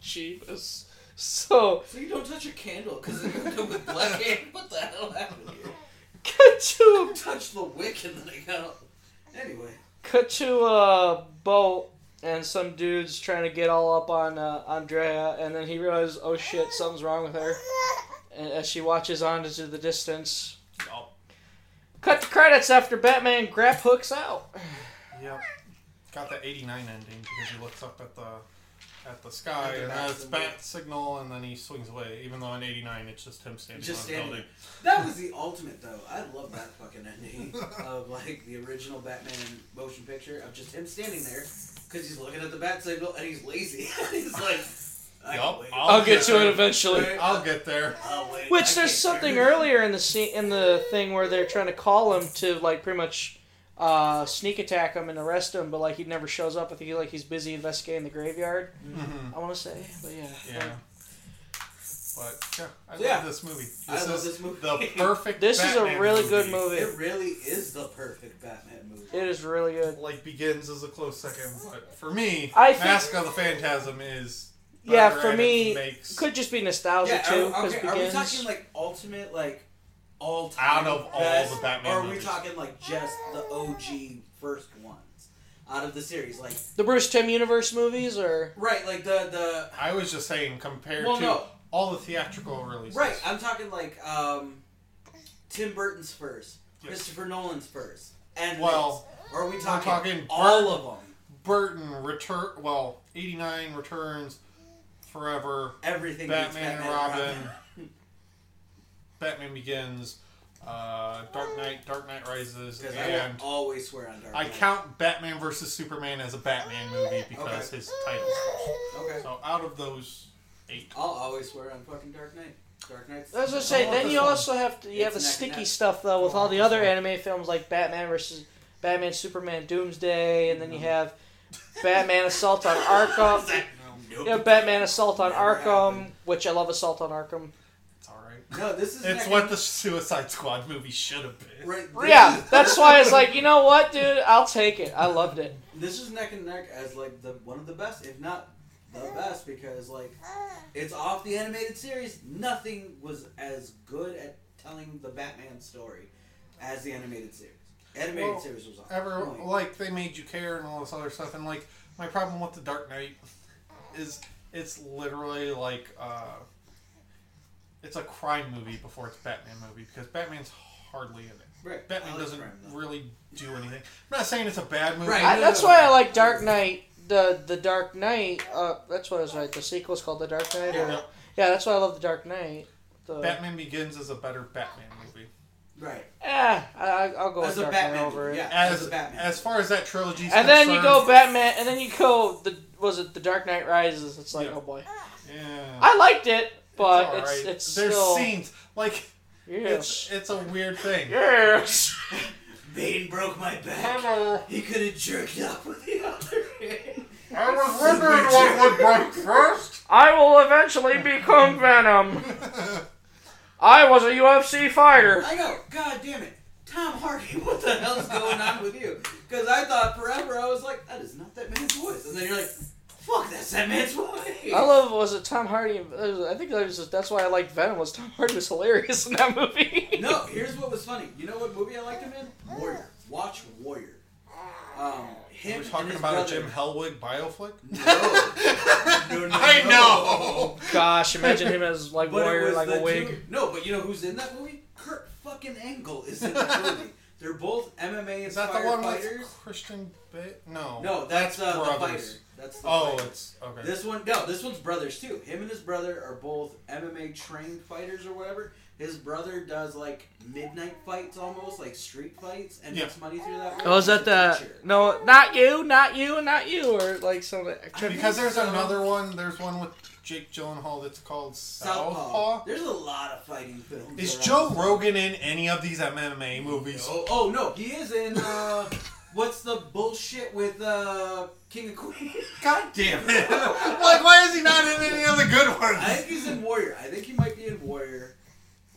S3: Jesus. So,
S6: so you don't touch a candle because it got with black hand. What the hell happened here?
S3: cut to
S6: Touched the wick and then it got. all- Anyway.
S3: cut to a boat and some dude's trying to get all up on uh, Andrea, and then he realizes, oh shit, something's wrong with her. And as she watches on into the distance,
S2: Oh.
S3: cut to credits after Batman grab hooks out.
S2: Yep. got that 89 ending because he looks up at the at the sky
S9: At the
S2: and
S9: bat
S2: that's
S9: signal.
S2: bat signal and then he swings away even though in 89 it's just him standing
S4: Just
S2: on
S4: standing
S2: the building
S4: That was the ultimate, though. I love that fucking ending of like the original Batman motion picture of just him standing there because he's looking at the bat signal and he's lazy. he's like, I can
S2: Yup,
S4: wait.
S3: I'll get to it
S2: there.
S3: eventually.
S2: I'll get there
S4: I'll wait. I
S3: Which there's
S4: can't
S3: something
S4: turn."
S3: earlier in the scene in the thing where they're trying to call him to like pretty much uh, sneak attack him and arrest him, but like he never shows up. I think he like he's busy investigating the graveyard.
S4: Mm-hmm.
S2: Mhm.
S3: I want to say, but yeah,
S2: yeah but yeah I
S4: Yeah.
S2: love this movie this
S4: I love
S2: is
S4: this movie.
S2: the perfect
S3: this is a
S2: Batman
S3: really good
S4: It
S3: movie.
S4: really is the perfect Batman movie.
S3: It is really good.
S2: like begins is a close second but for me
S3: I think-
S2: Mask of the Phantasm is
S3: Yeah,
S2: better
S3: for
S2: and it
S3: me,
S2: makes
S3: Could just be nostalgia
S4: yeah,
S3: too,
S4: are,
S3: because
S4: okay, are we
S3: begins.
S4: talking like ultimate, like all
S2: Out
S4: time
S2: of all
S4: best,
S2: the Batman
S4: or are
S2: movies.
S4: we talking like just the OG first ones out of the series? Like,
S3: the Bruce Tim universe movies, or
S4: right, like the the
S2: I was just saying compared
S4: Well,
S2: to
S4: no.
S2: all the theatrical releases
S4: Right, I'm talking like um, Tim Burton's first,
S2: Yes.
S4: Christopher Nolan's first, and
S2: Well,
S4: this. or are we
S2: I'm
S4: talking,
S2: talking
S4: all of them,
S2: Burton return. Well, eighty nine returns forever.
S4: everything. that's
S2: Batman and Robin. Batman Begins, uh, Dark Knight, Dark Knight Rises,
S4: Because I
S2: and
S4: will always swear on Dark
S2: I
S4: Knight.
S2: count Batman versus Superman as a Batman movie because
S4: Okay.
S2: his title. special.
S4: Okay,
S2: So out of those eight,
S4: I'll always swear on fucking Dark Knight. Dark Knight's.
S3: I was gonna say,
S2: Oh,
S3: then
S2: this
S3: you
S2: one.
S3: also have to you have
S4: It's
S3: the
S4: neck and
S3: sticky
S4: neck.
S3: stuff though with
S2: Oh,
S3: all the
S2: this
S3: other
S2: one.
S3: anime films like Batman versus Batman, Superman, Doomsday, and then
S4: Mm-hmm.
S3: you have Batman Assault on Arkham.
S4: Nope.
S3: You have Batman Assault on
S4: Never
S3: Arkham,
S4: happened.
S3: which I love Assault on Arkham.
S2: it's all right.
S4: No, this is
S2: It's
S4: neck
S2: what
S4: and-
S2: the Suicide Squad movie should have been.
S4: Right, this
S3: Yeah,
S4: is-
S3: that's why it's like you know what, dude, I'll take it. I loved it.
S4: This is neck and neck as like the one of the best, if not the best, because like it's off the animated series. Nothing was as good at telling the Batman story as the animated series. Animated
S2: Well,
S4: series was off.
S2: Ever like they made you care and all this other stuff, and like my problem with the Dark Knight is it's literally like uh, it's a crime movie before it's Batman movie because Batman's hardly in it.
S4: Right. I
S2: Batman
S4: like
S2: doesn't
S4: crime, though.
S2: really do anything. I'm not saying it's a bad movie.
S4: Right.
S3: I, that's why I like Dark Knight. The the Dark Knight. Uh, that's what I was right. The sequel's called The Dark Knight. or-
S2: Yeah.
S3: yeah, that's why I love The Dark Knight. The,
S2: Batman Begins is a better Batman movie.
S4: Right.
S3: eh, I, I'll go
S4: As
S3: with
S4: a
S3: Dark Knight
S4: Batman,
S3: over it.
S4: yeah. As
S2: As
S4: a Batman.
S2: as far as that trilogy,
S3: And then you go Batman, and then you go the was it the Dark Knight Rises? It's like
S2: Yeah.
S3: oh boy,
S2: Yeah,
S3: I liked it, but
S2: all
S3: it's
S2: right.
S3: it's,
S2: there's
S3: still
S2: scenes like
S3: yes,
S2: it's it's a weird thing.
S3: yes.
S4: Bane broke my back.
S2: Hello.
S4: He could have jerked off with the other hand.
S2: I was wondering what would break first.
S3: I will eventually become Venom. I was a UFC fighter.
S4: I know. God damn it. Tom Hardy, what the hell's going on with you? Because I thought forever, I was like, that is not that man's voice. And then you're like, fuck, that's that man's voice.
S3: I love was it Tom Hardy? I think that was just, that's why I liked Venom. Was Tom Hardy was hilarious in that movie?
S4: No, here's what was funny. You know what movie I liked him in? Warrior. Watch Warrior. Um, him
S2: We're
S4: and
S2: talking
S4: his
S2: about
S4: brother.
S2: a Jim Hellwig bioflick.
S4: No. no, no, no.
S3: Gosh, imagine him as like
S4: But it
S3: warrior,
S4: was
S3: like
S4: the
S3: a wig.
S4: Two, no, but you know who's in that movie? Kurt fucking Angle is in that movie. They're both MMA
S2: Is that the one
S4: fighters.
S2: with Christian Bale? No.
S4: No, that's, uh, the fighter.
S2: brothers.
S4: That's the
S2: Oh,
S4: fighter.
S2: it's okay.
S4: This one, no, this one's brothers too. Him and his brother are both MMA trained fighters or whatever. His brother does like midnight fights almost, like street fights, and
S2: Yeah.
S4: makes money through that. way.
S3: Oh, is that
S4: He's a
S3: the
S4: teacher.
S3: no? Not you, not you, and not you, or like something.
S2: because there's
S4: So-
S2: another one. There's one with Jake Gyllenhaal that's called
S4: Southpaw.
S2: Southpaw.
S4: There's a lot of fighting films.
S2: Is
S4: around.
S2: Joe Rogan in any of these MMA movies?
S4: Oh, oh no, he is in. Uh, what's the bullshit with uh, King and Queen?
S2: God damn it! like, why is he not in any of the good ones?
S4: I think he's in Warrior. I think he might be in Warrior.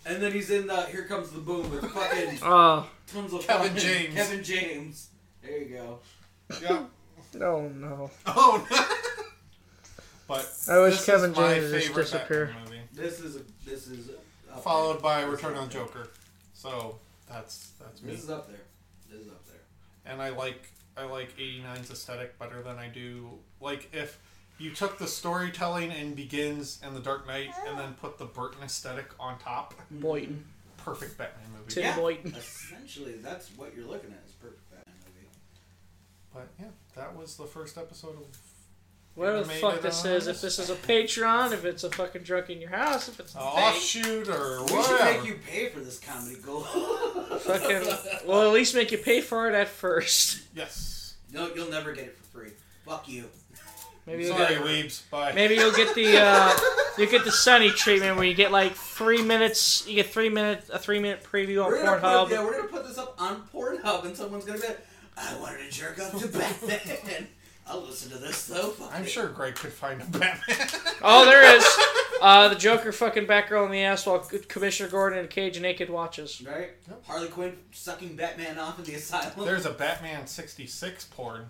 S4: And then he's in the Here Comes the Boom with fucking
S3: Oh
S4: tons of
S2: Kevin
S4: fucking
S2: James.
S4: Kevin James. There you go.
S2: Yeah.
S3: no, no!
S2: Oh. no. but
S3: I wish
S2: this
S3: Kevin
S2: is my
S3: James would just
S2: favorite
S3: disappear.
S2: Batman movie.
S4: This is a, this is up
S2: followed by Return on Joker. So that's that's
S4: There.
S2: me.
S4: This is up there. This is up there.
S2: And I like I like 89's aesthetic better than I do like if you took the storytelling and begins and the Dark Knight and then put the Burton aesthetic on top.
S3: Boyton,
S2: Perfect Batman movie.
S3: Tim
S4: Yeah.
S3: Boyton.
S4: Essentially, that's what you're looking at. Is perfect Batman movie.
S2: But yeah, that was the first episode of
S3: Whatever the
S2: Made
S3: fuck
S2: it
S3: this
S2: on
S3: is,
S2: us.
S3: if this is a Patreon, if it's a fucking drunk in your house, if it's a
S2: uh,
S3: thing,
S2: Offshoot or
S10: We should
S2: whatever.
S10: make you pay for this comedy gold.
S3: fucking, well, at least make you pay for it at first.
S2: yes.
S10: no, you'll never get it for free. Fuck you.
S3: Maybe you'll
S2: Sorry,
S3: get,
S2: weebs. Bye.
S3: maybe you'll get the uh, you get the sunny treatment where you get like three minutes, you get three minutes, a three minute
S2: Oh,
S3: preview on
S10: We're gonna put, yeah,
S3: Pornhub.
S10: we're gonna put this up on Pornhub, and someone's gonna be like, "I wanted to jerk off to Batman." I'll listen to this though. Fuck
S2: I'm
S10: it.
S2: sure Greg could find a Batman.
S3: Oh, there is uh, the Joker fucking Batgirl in the ass while Commissioner Gordon in a cage and naked watches.
S10: Right? Harley Quinn sucking Batman off in the asylum.
S2: There's a Batman 66 porn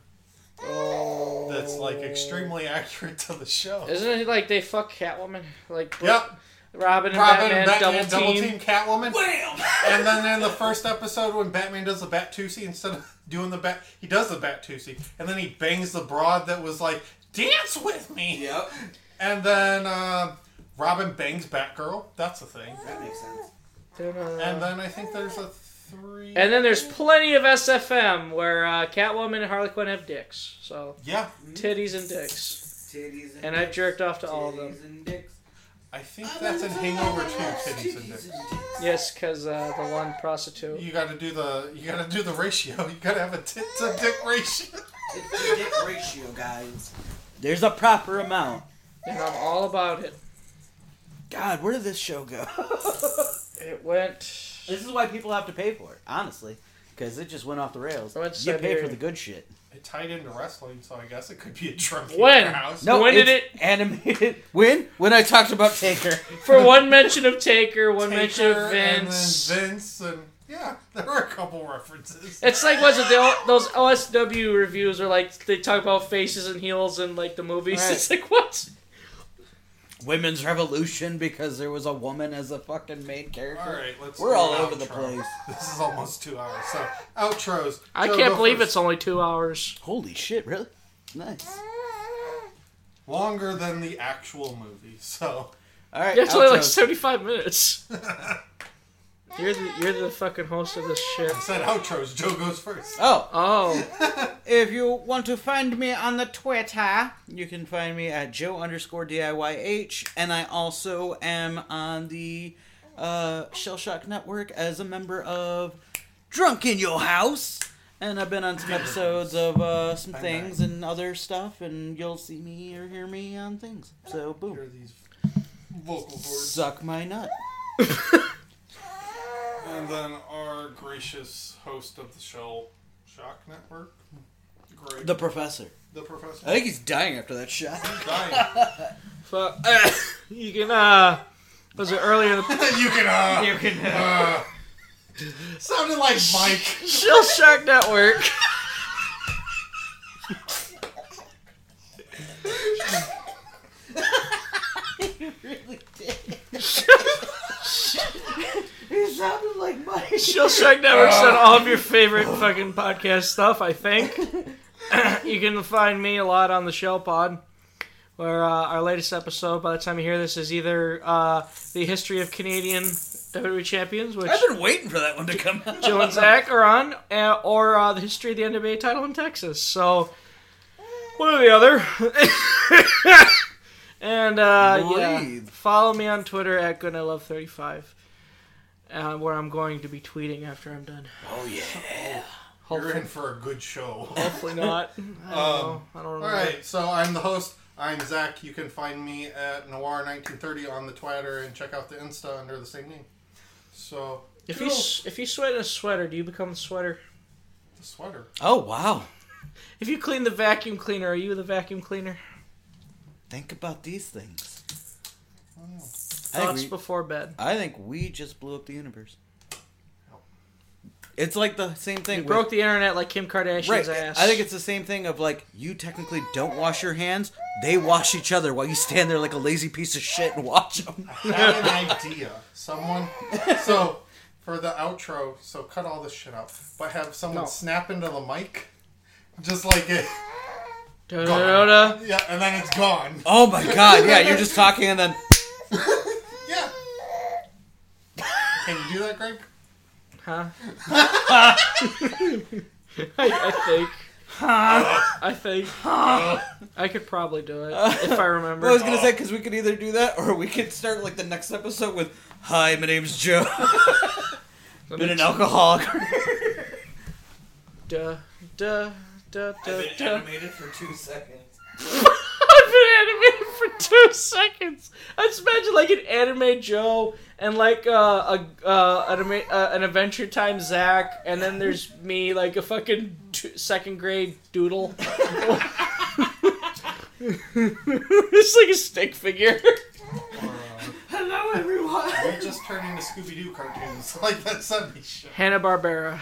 S2: that's like extremely accurate to the show.
S3: Isn't it like they fuck Catwoman, like
S2: Yep,
S3: Robin
S2: Robin
S3: and Batman,
S2: and Batman
S3: double, team.
S2: Catwoman.
S10: Wham!
S2: And then in the first episode, when Batman does the Bat-Toosie, instead of doing the Bat, he does the Bat-Toosie. And then he bangs the broad that was like, dance with me.
S10: Yep.
S2: And then uh, Robin bangs Batgirl. That's a thing.
S10: That makes sense.
S2: And then I think there's a three.
S3: And then there's plenty of SFM where uh, Catwoman and Harley Quinn have dicks. So
S2: yeah,
S3: titties and dicks,
S10: Titties and,
S3: and I've jerked off to all of them.
S10: titties and dicks.
S2: I think that's in Hangover 2, titties and dicks.
S3: Yes, because uh, the one prostitute.
S2: You gotta do the you gotta do the ratio. You gotta have a tit to dick ratio.
S10: It's the dick ratio, guys.
S4: There's a proper amount.
S3: And I'm all about it.
S4: God, where did this show go?
S3: It went.
S4: this is why people have to pay for it, honestly, because it just went off the rails.
S3: I went to
S4: You pay
S3: Siberia.
S4: for the good shit.
S2: It tied into wrestling, so I guess it could be a drunk
S3: When?
S2: house.
S3: No. When did
S4: it's animated? When? When I talked about Taker.
S3: For one mention of Taker, one mention
S2: Taker
S3: of Vince.
S2: and then Vince and yeah, there were a couple references.
S3: It's like was it the, those OSW reviews where like they talk about faces and heels and like the movies.
S4: Right.
S3: It's like what?
S4: Women's Revolution because there was a woman as a fucking main character.
S2: all right, let's.
S4: We're
S2: do
S4: all
S2: an
S4: over the
S2: outro.
S4: place.
S2: This is almost two hours. So outros.
S3: I
S2: Joe,
S3: can't
S2: go
S3: believe
S2: first.
S3: it's only two hours.
S4: Holy shit, really? Nice.
S2: longer than the actual movie. So
S4: All right.
S3: Yeah, it's only like
S4: outros.
S3: seventy-five minutes. You're the you're the fucking host of this shit.
S2: I said outros. Joe goes first.
S4: Oh,
S3: Oh,
S4: If you want to find me on the Twitter, you can find me at Joe underscore DIYH, and I also am on the uh, Shell Shock Network as a member of Drunk in Your House, and I've been on some episodes of uh, some
S2: Bye-bye.
S4: things and other stuff, and you'll see me or hear me on things. So
S2: Here are
S4: boom,
S2: these vocal cords.
S4: suck my nut.
S2: And then our gracious host of the show, Shock Network, Greg,
S4: The
S2: the,
S4: Professor.
S2: professor.
S4: I think he's dying after that shot.
S2: Dying.
S3: fuck. you can uh, was it earlier? in the
S2: you can. Uh, you can. Uh, sounded like Mike.
S3: Shell Shock Network.
S4: He sounded like Mike.
S3: Shell Shock Network's on all of your favorite fucking podcast stuff, I think. you can find me a lot on the Shell Pod, where uh, our latest episode, by the time you hear this, is either uh, the history of Canadian WWE champions, which
S4: I've been waiting for that one to come out.
S3: Jill and Zach are on, uh, or uh, the history of the NWA title in Texas. So, one or the other. and uh, yeah,
S4: Breathe.
S3: follow me on Twitter at GoodNightLove35, uh, where I'm going to be tweeting after I'm done.
S4: Oh yeah.
S2: You're
S3: Hopefully,
S2: in for a good show.
S3: hopefully not.
S4: Um,
S3: I don't know. I don't know.
S2: All right, so I'm the host. I'm Zach. You can find me at Noir1930 on the Twitter and check out the Insta under the same name. So
S3: If you s- if you sweat in a sweater, do you become the sweater?
S2: the sweater.
S4: Oh wow.
S3: If you clean the vacuum cleaner, are you the vacuum cleaner?
S4: Think about these things. Hmm. I
S3: Thoughts
S4: think, we,
S3: before bed.
S4: I think we just blew up the universe. It's like the same thing.
S3: You
S4: with-
S3: broke the internet like Kim Kardashian's
S4: right.
S3: ass.
S4: I think it's the same thing of like you technically don't wash your hands; they wash each other while you stand there like a lazy piece of shit and watch them.
S2: I have an idea. Someone. So for the outro, so cut all this shit out, but have someone
S3: No.
S2: snap into the mic, just like it.
S3: Da, da, da, da.
S2: Yeah, and then it's gone.
S4: Oh my god! Yeah, you're just talking and then
S2: Yeah. Can you do that, Greg?
S3: Huh? I, I think. I think I could probably do it if I remember.
S4: Well, I was gonna say because we could either do that or we could start like the next episode with, "Hi, my name's Joe.
S3: Let me
S4: Been an
S3: check.
S4: alcoholic."
S3: Duh, duh, duh, duh,
S11: I've been
S3: duh.
S11: animated for two seconds.
S3: I've been animated for two seconds. I just imagine like an anime Joe and like uh, a uh, an, ama- uh, an Adventure Time Zach, and then there's me like a fucking t- second grade doodle. it's like a stick figure.
S11: Hello, everyone.
S2: We just turned into Scooby Doo cartoons like that 70s show.
S3: Hanna Barbera.